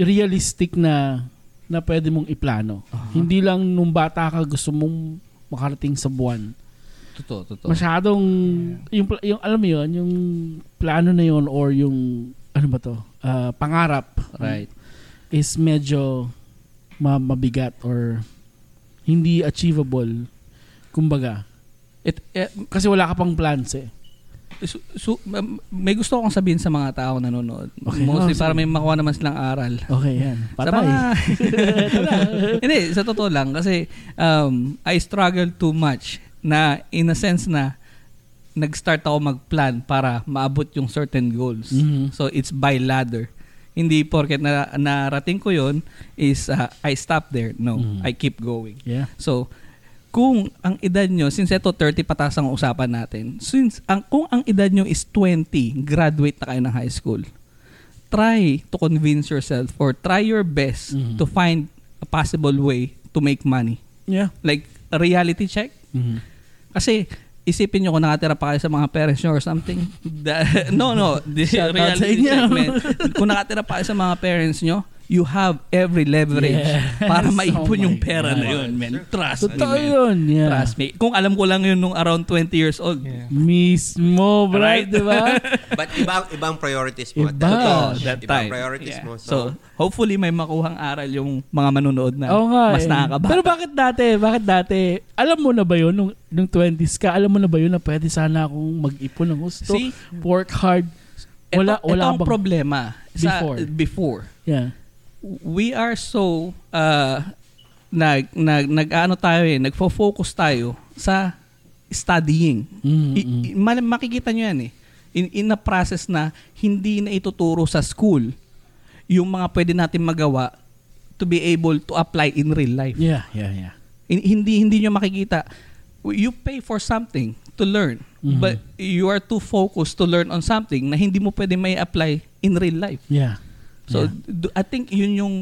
Speaker 3: realistic na, na pwede mong iplano. Hindi lang nung bata ka gusto mong makarating sa buwan.
Speaker 5: Totoo, totoo.
Speaker 3: Masyadong, yung, pla- yung, alam mo yun, yung plano na yun or yung, ano ba to, ah, pangarap
Speaker 5: right.
Speaker 3: is medyo ma- mabigat or hindi achievable kumbaga
Speaker 5: It, eh,
Speaker 3: Kasi wala ka pang plans eh.
Speaker 5: su- su- ma- may gusto akong sabihin sa mga tao nanonood.
Speaker 3: Okay.
Speaker 5: Mostly
Speaker 3: Oh,
Speaker 5: para
Speaker 3: sige.
Speaker 5: may makuha naman silang aral.
Speaker 3: Okay, yan.
Speaker 5: Sa mga...
Speaker 3: Patay.
Speaker 5: Ito na. Hindi, sa totoo lang. Kasi um, I struggle too much na in a sense na nag-start ako mag-plan para maabot yung certain goals.
Speaker 3: Mhm.
Speaker 5: So it's by ladder. Hindi porket na narating ko yon is uh, I stop there. No,
Speaker 3: Mhm.
Speaker 5: I keep going.
Speaker 3: Yeah.
Speaker 5: So, kung ang edad nyo, since ito 30 patas ang usapan natin, since ang, kung ang edad nyo is 20, graduate na kayo ng high school, try to convince yourself or try your best
Speaker 3: Mhm.
Speaker 5: to find a possible way to make money.
Speaker 3: Yeah.
Speaker 5: Like, a reality check.
Speaker 3: Mhm.
Speaker 5: Kasi, isipin nyo kung nakatira pa kayo sa mga parents nyo or something. The- no, no. The
Speaker 3: Shout out sa inyo.
Speaker 5: reality check, man. Kung nakatira pa kayo sa mga parents nyo, you have every leverage
Speaker 3: Yes. Oh
Speaker 5: para maipon
Speaker 3: my
Speaker 5: yung pera
Speaker 3: God.
Speaker 5: na yun, man. Trust me,
Speaker 3: Totoo
Speaker 5: man.
Speaker 3: yun. Yeah.
Speaker 5: Trust me. Kung alam ko lang yun nung around 20 years old.
Speaker 6: Yeah.
Speaker 3: Mismo, bro.
Speaker 5: Right?
Speaker 3: Di ba?
Speaker 4: But ibang, ibang priorities mo.
Speaker 3: Iba.
Speaker 4: at that
Speaker 5: Totoo,
Speaker 4: time.
Speaker 5: that
Speaker 4: Ibang
Speaker 5: time.
Speaker 4: priorities
Speaker 5: Yeah.
Speaker 4: mo.
Speaker 5: So, hopefully may makuhang aral yung mga manunood na
Speaker 3: Oo nga
Speaker 5: mas
Speaker 3: eh.
Speaker 5: nakakabata.
Speaker 3: Pero bakit dati? Bakit dati? Alam mo na ba yun? Nung, nung 20s ka, alam mo na ba yun na pwede sana akong mag-ipon ng gusto?
Speaker 5: See?
Speaker 3: Work hard. Wala,
Speaker 5: ito,
Speaker 3: wala
Speaker 5: ito ang
Speaker 3: bang-
Speaker 5: problema. Sa,
Speaker 3: Before.
Speaker 5: before.
Speaker 3: Yeah.
Speaker 5: we are so uh, nag nag nag-ano tayo eh, nagfo-focus tayo sa studying.
Speaker 3: Mm,
Speaker 5: I-
Speaker 3: mm.
Speaker 5: i- mal- makikita nyo yan eh. In, in a process na hindi na ituturo sa school yung mga pwede natin magawa to be able to apply in real life.
Speaker 3: Yeah, yeah, yeah.
Speaker 5: Hin- hindi hindi nyo makikita. You pay for something to learn.
Speaker 3: Mhm.
Speaker 5: But you are too focused to learn on something na hindi mo pwede may apply in real life.
Speaker 3: Yeah.
Speaker 5: So
Speaker 3: Yeah.
Speaker 5: do- I think yun yung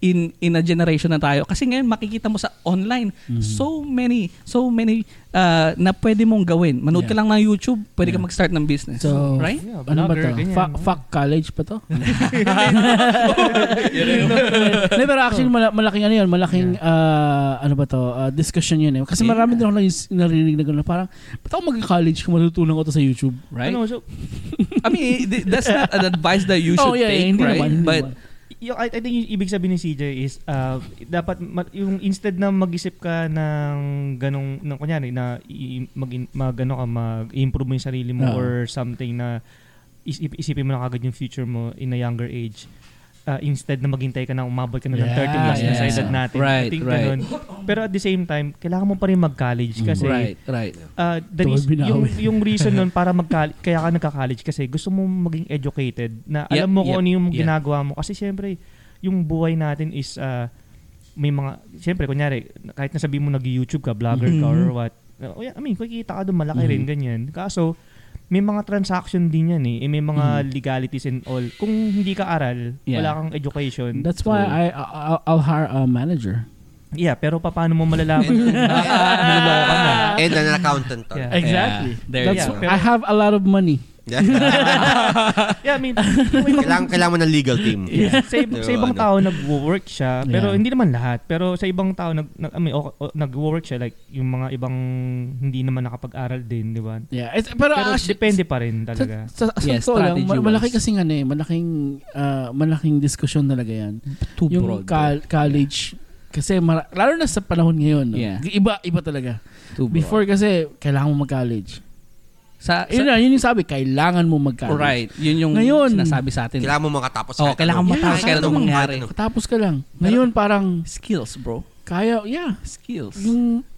Speaker 5: in in a generation na tayo kasi ngayon makikita mo sa online
Speaker 3: Mm-hmm.
Speaker 5: so many so many uh, na pwede mong gawin. Manood ka
Speaker 3: Yeah.
Speaker 5: lang ng YouTube, pwede
Speaker 3: Yeah.
Speaker 5: ka mag-start ng business,
Speaker 3: So,
Speaker 5: right?
Speaker 6: Yeah,
Speaker 3: ano ba
Speaker 6: vlogger,
Speaker 3: to?
Speaker 6: ganyan,
Speaker 3: Fa-
Speaker 6: no?
Speaker 3: fuck college pa to? no, pero actually, mala- malaking ano yun, malaking, ah, ano ba to, ah, discussion yun eh. Kasi marami din ako nais- narinig na gano'n. Parang, ba't ako mag-college kung matutunan ko to sa YouTube?
Speaker 5: Right?
Speaker 6: Ano, so,
Speaker 5: I mean, th- that's not an advice that you should
Speaker 3: oh, yeah, yeah,
Speaker 5: take,
Speaker 3: hindi
Speaker 5: right?
Speaker 3: naman, hindi
Speaker 5: But
Speaker 3: naman.
Speaker 6: yung, I, I think yung ibig sabihin ni CJ is uh, dapat ma- yung instead na mag-isip ka ng ganong ng kunyari na i- mag, mag ano ka mag-improve mo yung sarili mo
Speaker 3: Oo.
Speaker 6: or something na isip, isipin mo na kagad yung future mo in a younger age uh, instead na maghintay ka na umabot ka na ng
Speaker 3: Yeah,
Speaker 6: 30 plus na sa
Speaker 5: yeah.
Speaker 6: edad natin. I
Speaker 5: Right,
Speaker 6: think
Speaker 5: right. Mm,
Speaker 6: ganun. Pero at the same time, kailangan mo pa rin mag-college kasi
Speaker 5: right, right.
Speaker 6: uh, the
Speaker 3: Tuwag
Speaker 6: reas- yung,
Speaker 3: binawi.
Speaker 6: yung reason nun para mag kaya ka nagka-college kasi gusto mo maging educated na alam
Speaker 5: Yep,
Speaker 6: mo kung
Speaker 5: yep,
Speaker 6: ano yung
Speaker 5: yeah.
Speaker 6: ginagawa mo kasi syempre yung buhay natin is uh, may mga syempre kunyari kahit na sabihin mo nag-YouTube ka, vlogger ka or
Speaker 3: Mm-hmm.
Speaker 6: what. uh, I mean, kikita ka doon malaki rin ganyan. Kaso may mga transaction din yan eh. Eh, May mga
Speaker 3: Mm-hmm.
Speaker 6: legalities and all. Kung hindi ka aral,
Speaker 5: Yeah.
Speaker 6: wala kang education.
Speaker 3: That's
Speaker 6: So,
Speaker 3: why I, I- I'll, I'll hire a manager.
Speaker 6: Yeah, pero paano mo malalaman?
Speaker 5: Niloko na.
Speaker 4: And an accountant. tol.
Speaker 6: Yeah.
Speaker 3: Exactly.
Speaker 5: Yeah, there
Speaker 3: That's
Speaker 6: you go.
Speaker 3: why I have a lot of money.
Speaker 4: Yeah.
Speaker 6: yeah, I mean, wait,
Speaker 4: kailangan, kailangan mo ng legal team.
Speaker 6: sa, ib- sa
Speaker 4: Diba,
Speaker 6: ibang
Speaker 4: ano?
Speaker 6: tao nag-work siya, pero
Speaker 3: Yeah.
Speaker 6: hindi naman lahat. Pero sa ibang tao nag, nag I mean, o- o- nag-work siya like yung mga ibang hindi naman nakapag-aral din, di ba?
Speaker 3: Yeah. It's, pero
Speaker 6: Pero
Speaker 3: actually,
Speaker 6: depende pa rin talaga.
Speaker 3: Ah, Sa, sa, sa
Speaker 5: Yes,
Speaker 3: totoo lang, ma-
Speaker 5: strategy-wise.
Speaker 3: malaki kasing ano eh, malaking, ah, malaking diskusyon talaga yan.
Speaker 5: Too
Speaker 3: yung
Speaker 5: broad.
Speaker 3: col- college, kasi mara- lalo na sa panahon ngayon, no?
Speaker 5: Yeah.
Speaker 3: iba, iba talaga.
Speaker 5: Too broad.
Speaker 3: Before kasi, kailangan mo mag-college.
Speaker 5: sa,
Speaker 3: Yun
Speaker 5: sa
Speaker 3: na, yun yung sabi, kailangan mo mag-college.
Speaker 5: right, yun yung
Speaker 3: Ngayon-
Speaker 5: sinasabi sa atin.
Speaker 4: Kailangan mo makatapos.
Speaker 5: Oh, kailangan
Speaker 4: mo
Speaker 5: mo
Speaker 3: matapos
Speaker 5: matapos
Speaker 3: kahit
Speaker 5: kaya
Speaker 3: anong
Speaker 5: anong mangyari.
Speaker 4: ano,
Speaker 3: Tapos ka lang. Ngayon parang,
Speaker 5: Skills, bro.
Speaker 3: kaya, yeah,
Speaker 5: Skills.
Speaker 3: yung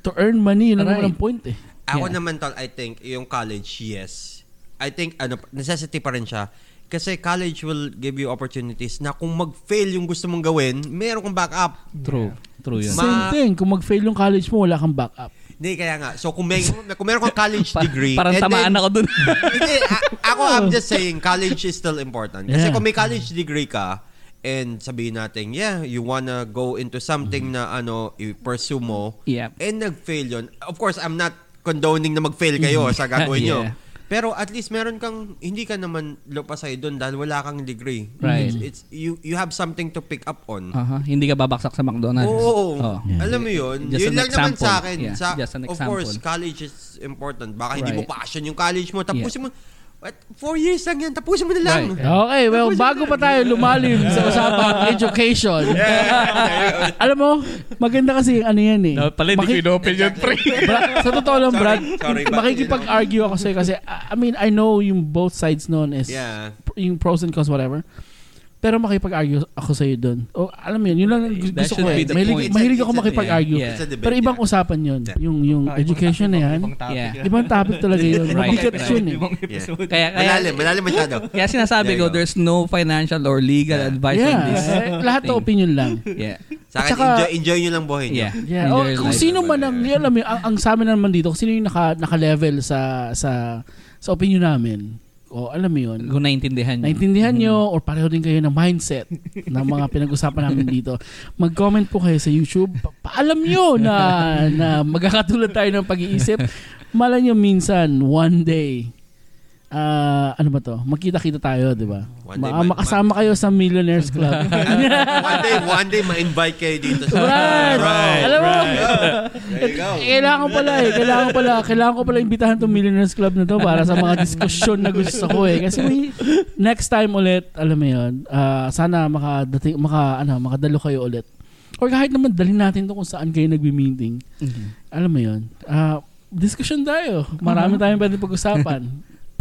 Speaker 3: to earn money, yun ang
Speaker 5: Right.
Speaker 3: walang point eh.
Speaker 4: Ako
Speaker 5: Yeah.
Speaker 4: naman tol, I think yung college, yes. I think ano necessity pa rin siya. Kasi college will give you opportunities na kung mag-fail yung gusto mong gawin, meron kang backup.
Speaker 5: True. True yun.
Speaker 4: Ma-
Speaker 3: Same thing, kung mag-fail yung college mo, wala kang backup.
Speaker 4: Hindi, kaya nga. So, kung, may, kung meron kang college
Speaker 5: Pa-
Speaker 4: degree,
Speaker 5: parang
Speaker 4: and
Speaker 5: tamaan
Speaker 4: then-
Speaker 5: ako dun.
Speaker 4: Hindi, a- ako I'm just saying, college is still important. Kasi
Speaker 3: Yeah.
Speaker 4: kung may college degree ka, and sabihin natin, yeah, you wanna go into something na ano, i-pursue mo,
Speaker 5: Yep.
Speaker 4: and nag-fail yun. Of course, I'm not condoning na mag-fail kayo sa gagawin nyo.
Speaker 5: Mm-hmm. Yeah.
Speaker 4: Pero at least meron kang, hindi ka naman lupa sa'yo doon dahil wala kang degree.
Speaker 5: Right.
Speaker 4: It's, it's- you, you have something to pick up on.
Speaker 5: Aha, Hindi ka babaksak sa McDonald's.
Speaker 4: Oo.
Speaker 5: Oh.
Speaker 4: Alam mo yun? yun
Speaker 5: Just an
Speaker 4: lang naman
Speaker 5: example.
Speaker 4: sa akin.
Speaker 5: Yeah,
Speaker 4: Sa,
Speaker 5: just an
Speaker 4: of
Speaker 5: example.
Speaker 4: course, college is important. Baka hindi mo
Speaker 5: Right.
Speaker 4: passion yung college mo. Tapusin mo. What? Four years lang yan. Tapusin mo na lang.
Speaker 3: Right. Okay, well, bago pa tayo lumalim sa usapang education. Alam mo, maganda kasi yung ano yan eh.
Speaker 5: No, pala hindi ko
Speaker 3: Maki-
Speaker 5: in-open yun, pre.
Speaker 3: Bra- sa totoo lang,
Speaker 4: Sorry,
Speaker 3: Brad,
Speaker 4: sorry, but,
Speaker 3: makikipag-argue ako sa'yo kasi, I mean, I know yung both sides noon is
Speaker 4: Yeah.
Speaker 3: yung pros and cons, whatever. Pero makipag-argue ako sa'yo doon. O, alam mo yun, yun lang ang gu-
Speaker 5: That
Speaker 3: gusto
Speaker 5: should
Speaker 3: ko eh.
Speaker 5: be the
Speaker 3: Mahilig,
Speaker 5: point.
Speaker 3: mahilig ako
Speaker 4: It's a-
Speaker 3: makipag-argue.
Speaker 5: yeah.
Speaker 4: It's a debate.
Speaker 3: Pero ibang
Speaker 4: yeah.
Speaker 3: usagen yun. Yung, yung
Speaker 6: Ah, ibang
Speaker 3: education
Speaker 6: topic,
Speaker 3: na yan.
Speaker 6: Ibang topic.
Speaker 5: Yeah.
Speaker 6: yan.
Speaker 3: Ibang topic talaga yun.
Speaker 5: Right.
Speaker 3: Mabigat
Speaker 5: Right.
Speaker 3: yun eh.
Speaker 6: Ibang episode.
Speaker 5: Kaya, kaya,
Speaker 4: Malalim, malalim masyado.
Speaker 5: kaya sinasabi
Speaker 4: There you
Speaker 5: ko,
Speaker 4: go.
Speaker 5: there's no financial or legal
Speaker 4: Yeah.
Speaker 5: advice on
Speaker 3: Yeah,
Speaker 5: this.
Speaker 3: eh, lahat
Speaker 5: thing.
Speaker 3: opinion lang.
Speaker 5: Yeah.
Speaker 4: Sa akin,
Speaker 3: Tsaka-
Speaker 4: enjoy, enjoy nyo lang buhay nyo.
Speaker 5: Yeah.
Speaker 3: Yeah.
Speaker 5: In
Speaker 3: Oh,
Speaker 5: their
Speaker 3: kung
Speaker 5: life.
Speaker 3: sino man ang, yun, alam mo, yun, ang, ang sa amin naman dito, kung sino yung naka, naka-level sa, sa, sa opinion namin, o alam mo yun,
Speaker 5: Kung naiintindihan niyo.
Speaker 3: naintindihan nyo
Speaker 5: Mm-hmm.
Speaker 3: or pareho din kayo ng mindset ng mga pinag-usapan namin dito, mag-comment po kayo sa YouTube. Pa- Paalam nyo na, na magkakatulad tayo ng pag-iisip. Malay nyo minsan, one day, ah, ano ba to? Magkita-kita tayo, di ba?
Speaker 4: One day,
Speaker 3: Ma-
Speaker 4: man-
Speaker 3: makasama kayo sa Millionaires Club.
Speaker 4: Ano, one day, one day, ma-invite kayo dito sa...
Speaker 3: Brad! Alam mo,
Speaker 4: There you go.
Speaker 3: Kailangan pala eh. Kailangan pala. Kailangan ko pala imbitahan tong Millionaires Club na to para sa mga diskusyon na gusto ko eh. Kasi we, next time ulit, alam mo yun, ah, sana makadating, maka, ano, makadalo kayo ulit. Or kahit naman, dalhin natin to kung saan kayo nagbi-meeting. Alam mo yun, ah, discussion tayo. Marami tayong pwede pag-usapan.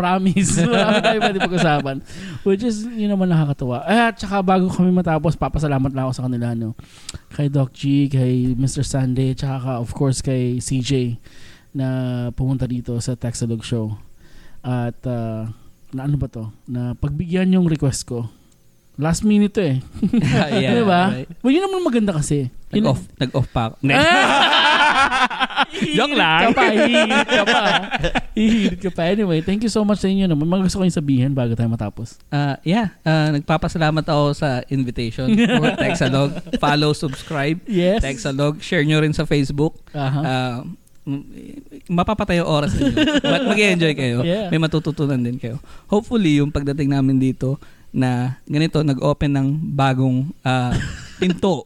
Speaker 3: Promise. Marami tayong pwede pag-usapan. Which is, yun naman nakakatuwa. Eh, at saka bago kami matapos, papasalamat lang ako sa kanila, no? Kay Doc G, kay Mr. Sunday, tsaka of course kay CJ na pumunta dito sa Taxalog Show. At ah, na ano ba to? Na pagbigyan yung request ko. Last minute to eh.
Speaker 5: yeah,
Speaker 3: Di ba?
Speaker 5: right.
Speaker 3: Well, yun naman maganda kasi. Diba? Yun-
Speaker 5: Nag-off, nag-off pa ako.
Speaker 3: Ah!
Speaker 5: Joke lang.
Speaker 3: Hihirit ka pa, hihirit ka pa. Hihirit ka pa. Anyway, thank you so much sa inyo. naman. Mga gusto ko yung sabihin bago tayo matapos.
Speaker 5: Ah, yeah, Ah, nagpapasalamat ako sa invitation for Texalog. Follow, subscribe.
Speaker 3: Yes.
Speaker 5: Texalog. Share nyo rin sa Facebook.
Speaker 3: Aha.
Speaker 5: Ah, m- mapapatay yung oras ninyo. But mag-enjoy kayo.
Speaker 3: Yeah.
Speaker 5: May matututunan din kayo. Hopefully, yung pagdating namin dito na ganito, nag-open ng bagong ah, pinto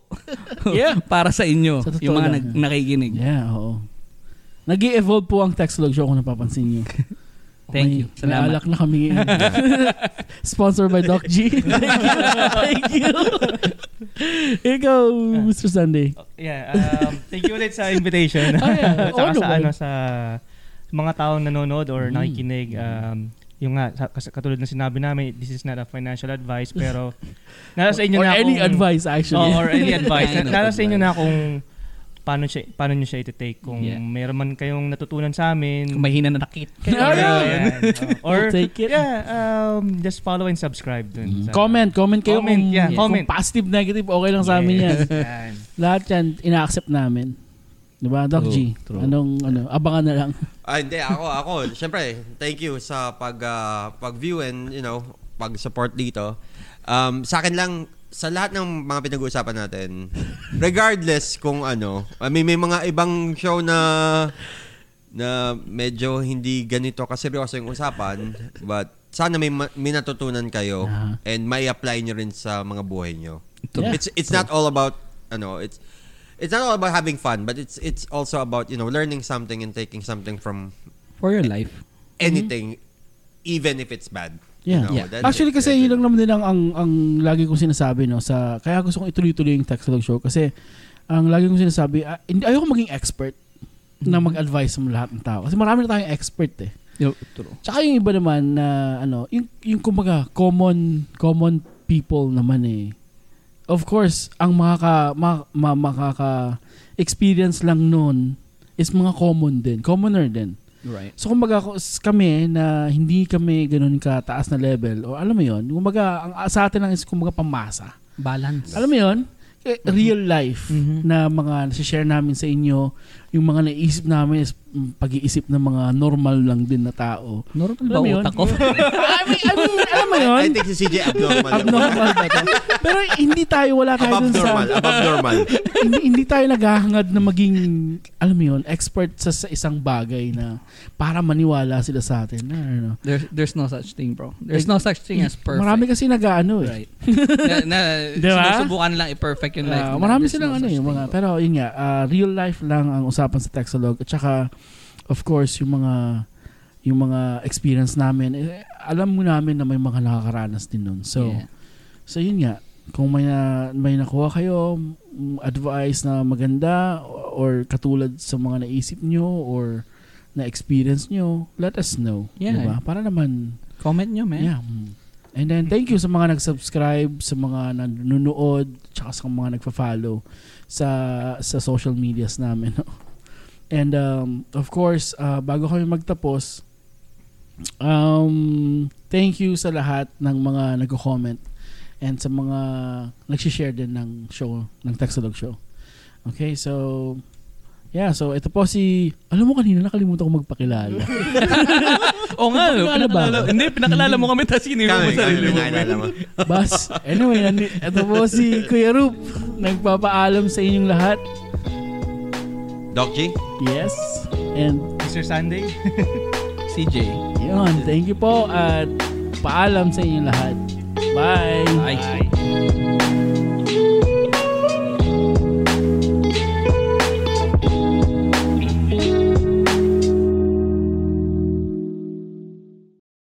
Speaker 3: Yeah.
Speaker 5: para sa inyo.
Speaker 3: Sa totoo
Speaker 5: yung mga
Speaker 3: lang.
Speaker 5: nag- nakikinig.
Speaker 3: yeah, oo. nag evolve po ang Textlog Show kung napapansin nyo.
Speaker 5: Thank
Speaker 3: May-
Speaker 5: you.
Speaker 3: may
Speaker 5: Salamat.
Speaker 3: alak na kami ngayon. Sponsored by Doc G. Thank you. Thank you. Ikaw, Mr. Sunday.
Speaker 6: Yeah, um, thank you ulit sa invitation.
Speaker 3: Oh, yeah.
Speaker 6: Tsaka
Speaker 3: Oo
Speaker 6: sa
Speaker 3: naman.
Speaker 6: ano sa mga taong nanonood or
Speaker 3: Mm.
Speaker 6: nakikinig um yung nga sa- kas- katulad ng sinabi namin, this is not a financial advice pero nasa sa inyo
Speaker 3: Or
Speaker 6: na
Speaker 3: any
Speaker 6: kung-
Speaker 3: advice, actually.
Speaker 6: Oh, or any advice.
Speaker 5: Kind of
Speaker 6: Nasa sa inyo
Speaker 5: advice.
Speaker 6: na kung paano siya paano niyo siya i-take kung
Speaker 5: Yeah.
Speaker 6: meron man kayong natutunan sa amin.
Speaker 5: Kung mahina na nakit.
Speaker 6: Kaya-
Speaker 3: Ayun!
Speaker 6: Ayan, oh. Or
Speaker 3: We'll take it.
Speaker 6: yeah, um, just follow and subscribe dun. sa-
Speaker 3: Comment, comment kayo
Speaker 6: Comment,
Speaker 3: kung,
Speaker 6: yeah,
Speaker 3: kung
Speaker 6: comment.
Speaker 3: positive, negative, okay lang sa amin yan.
Speaker 6: Yes, yan.
Speaker 3: Lahat yan, ina-accept namin. Diba, Doc G?
Speaker 5: True, true.
Speaker 3: Anong, ano, abangan na lang.
Speaker 4: Ah, hindi. Ako, ako. Siyempre, thank you sa pag, ah, pag-view and, you know, pag-support dito. Um, sa akin lang, sa lahat ng mga pinag-uusapan natin, regardless kung ano, I mean, may mga ibang show na na medyo hindi ganito kaseryoso yung usapan, but sana may, ma- may natutunan kayo
Speaker 3: Ah.
Speaker 4: and may apply nyo rin sa mga buhay nyo.
Speaker 3: Yeah.
Speaker 4: It's it's not all about ano, it's it's not all about having fun, but it's it's also about, you know, learning something and taking something from
Speaker 5: For your life.
Speaker 4: anything even if it's bad.
Speaker 3: Mm-hmm. Yeah.
Speaker 4: You know,
Speaker 5: Yeah.
Speaker 4: that's
Speaker 3: Actually
Speaker 4: it.
Speaker 3: kasi yun
Speaker 4: That's
Speaker 3: lang
Speaker 4: it.
Speaker 3: naman din ang, ang, ang lagi kong sinasabi no sa kaya gusto kong ituloy-tuloy yung Textlog show kasi ang lagi kong sinasabi ah, hindi ayoko maging expert na mag-advise sa lahat ng tao kasi marami na tayong expert eh.
Speaker 5: True.
Speaker 3: Tsaka yung iba naman na ano, yung, yung kumbaga common common people naman eh. Of course, ang makaka ma, ma- makaka experience lang noon is mga common din, commoner din.
Speaker 5: Right.
Speaker 3: So kumbaga ko- s- kami na hindi kami ganun kataas na level o alam mo 'yon, kumbaga ang ah, sa atin lang is kumbaga pamasa.
Speaker 5: Balance.
Speaker 3: Alam mo yun? Eh, Real life na mga share namin sa inyo, yung mga naisip namin is mm, pag-iisip ng mga normal lang din na tao.
Speaker 5: Normal
Speaker 3: Alam
Speaker 5: ba
Speaker 3: mo yun?
Speaker 5: utak ko?
Speaker 3: I mean, I mean, alam mo yun?
Speaker 4: I think si CJ abnormal.
Speaker 3: Abnormal ba to? Pero hindi tayo, wala tayo
Speaker 4: Above
Speaker 3: dun sa...
Speaker 4: normal. Above normal.
Speaker 3: hindi, hindi tayo naghahangad na maging, alam mo yun, expert sa, sa isang bagay na para maniwala sila sa atin. I don't know.
Speaker 5: There's, there's no such thing, bro. There's no such thing as perfect.
Speaker 3: Marami kasi nag-ano eh.
Speaker 5: Right. na, na,
Speaker 3: Diba?
Speaker 5: Sinusubukan lang i-perfect yung life.
Speaker 3: Ah,
Speaker 5: nila.
Speaker 3: marami
Speaker 5: There's
Speaker 3: silang
Speaker 5: no
Speaker 3: ano
Speaker 5: such
Speaker 3: yung
Speaker 5: thing,
Speaker 3: mga,
Speaker 5: bro.
Speaker 3: pero yun nga, ah, real life lang ang usapan sa Texalog. At saka, of course, yung mga, yung mga experience namin. Eh, alam mo namin na may mga nakakaranas din nun. So,
Speaker 5: Yeah.
Speaker 3: so yun nga, kung may na, may nakuha kayo mm, advice na maganda or katulad sa mga naisip nyo or na experience nyo, let us know,
Speaker 5: Yeah.
Speaker 3: diba? Para naman
Speaker 5: Comment nyo, man.
Speaker 3: Yeah. mm. And then thank you sa mga nag-subscribe, sa mga nanonood, tsaka sa mga nagfa-follow sa sa social medias namin. no? And um, of course, uh, bago kami magtapos, um, thank you sa lahat ng mga nagko-comment and sa mga nag-share din ng show, ng Taxalog Show. Okay, so Yeah, so ito po si... Alam mo kanina nakalimutan ko magpakilala.
Speaker 5: Oo nga, no,
Speaker 3: Pinakilala ba?
Speaker 5: pinakilala. Hindi, pinakilala mo kami tapos hinilo mo
Speaker 4: Kami, kami,
Speaker 5: sarili mo.
Speaker 4: naalala mo.
Speaker 3: Bas, anyway, nani- ito po si Kuya Rup. Nagpapaalam sa inyong lahat.
Speaker 4: Doc G?
Speaker 3: Yes. And
Speaker 6: Mr. Sunday?
Speaker 5: CJ.
Speaker 3: yun, thank you po at paalam sa inyong lahat. Bye.
Speaker 5: Bye.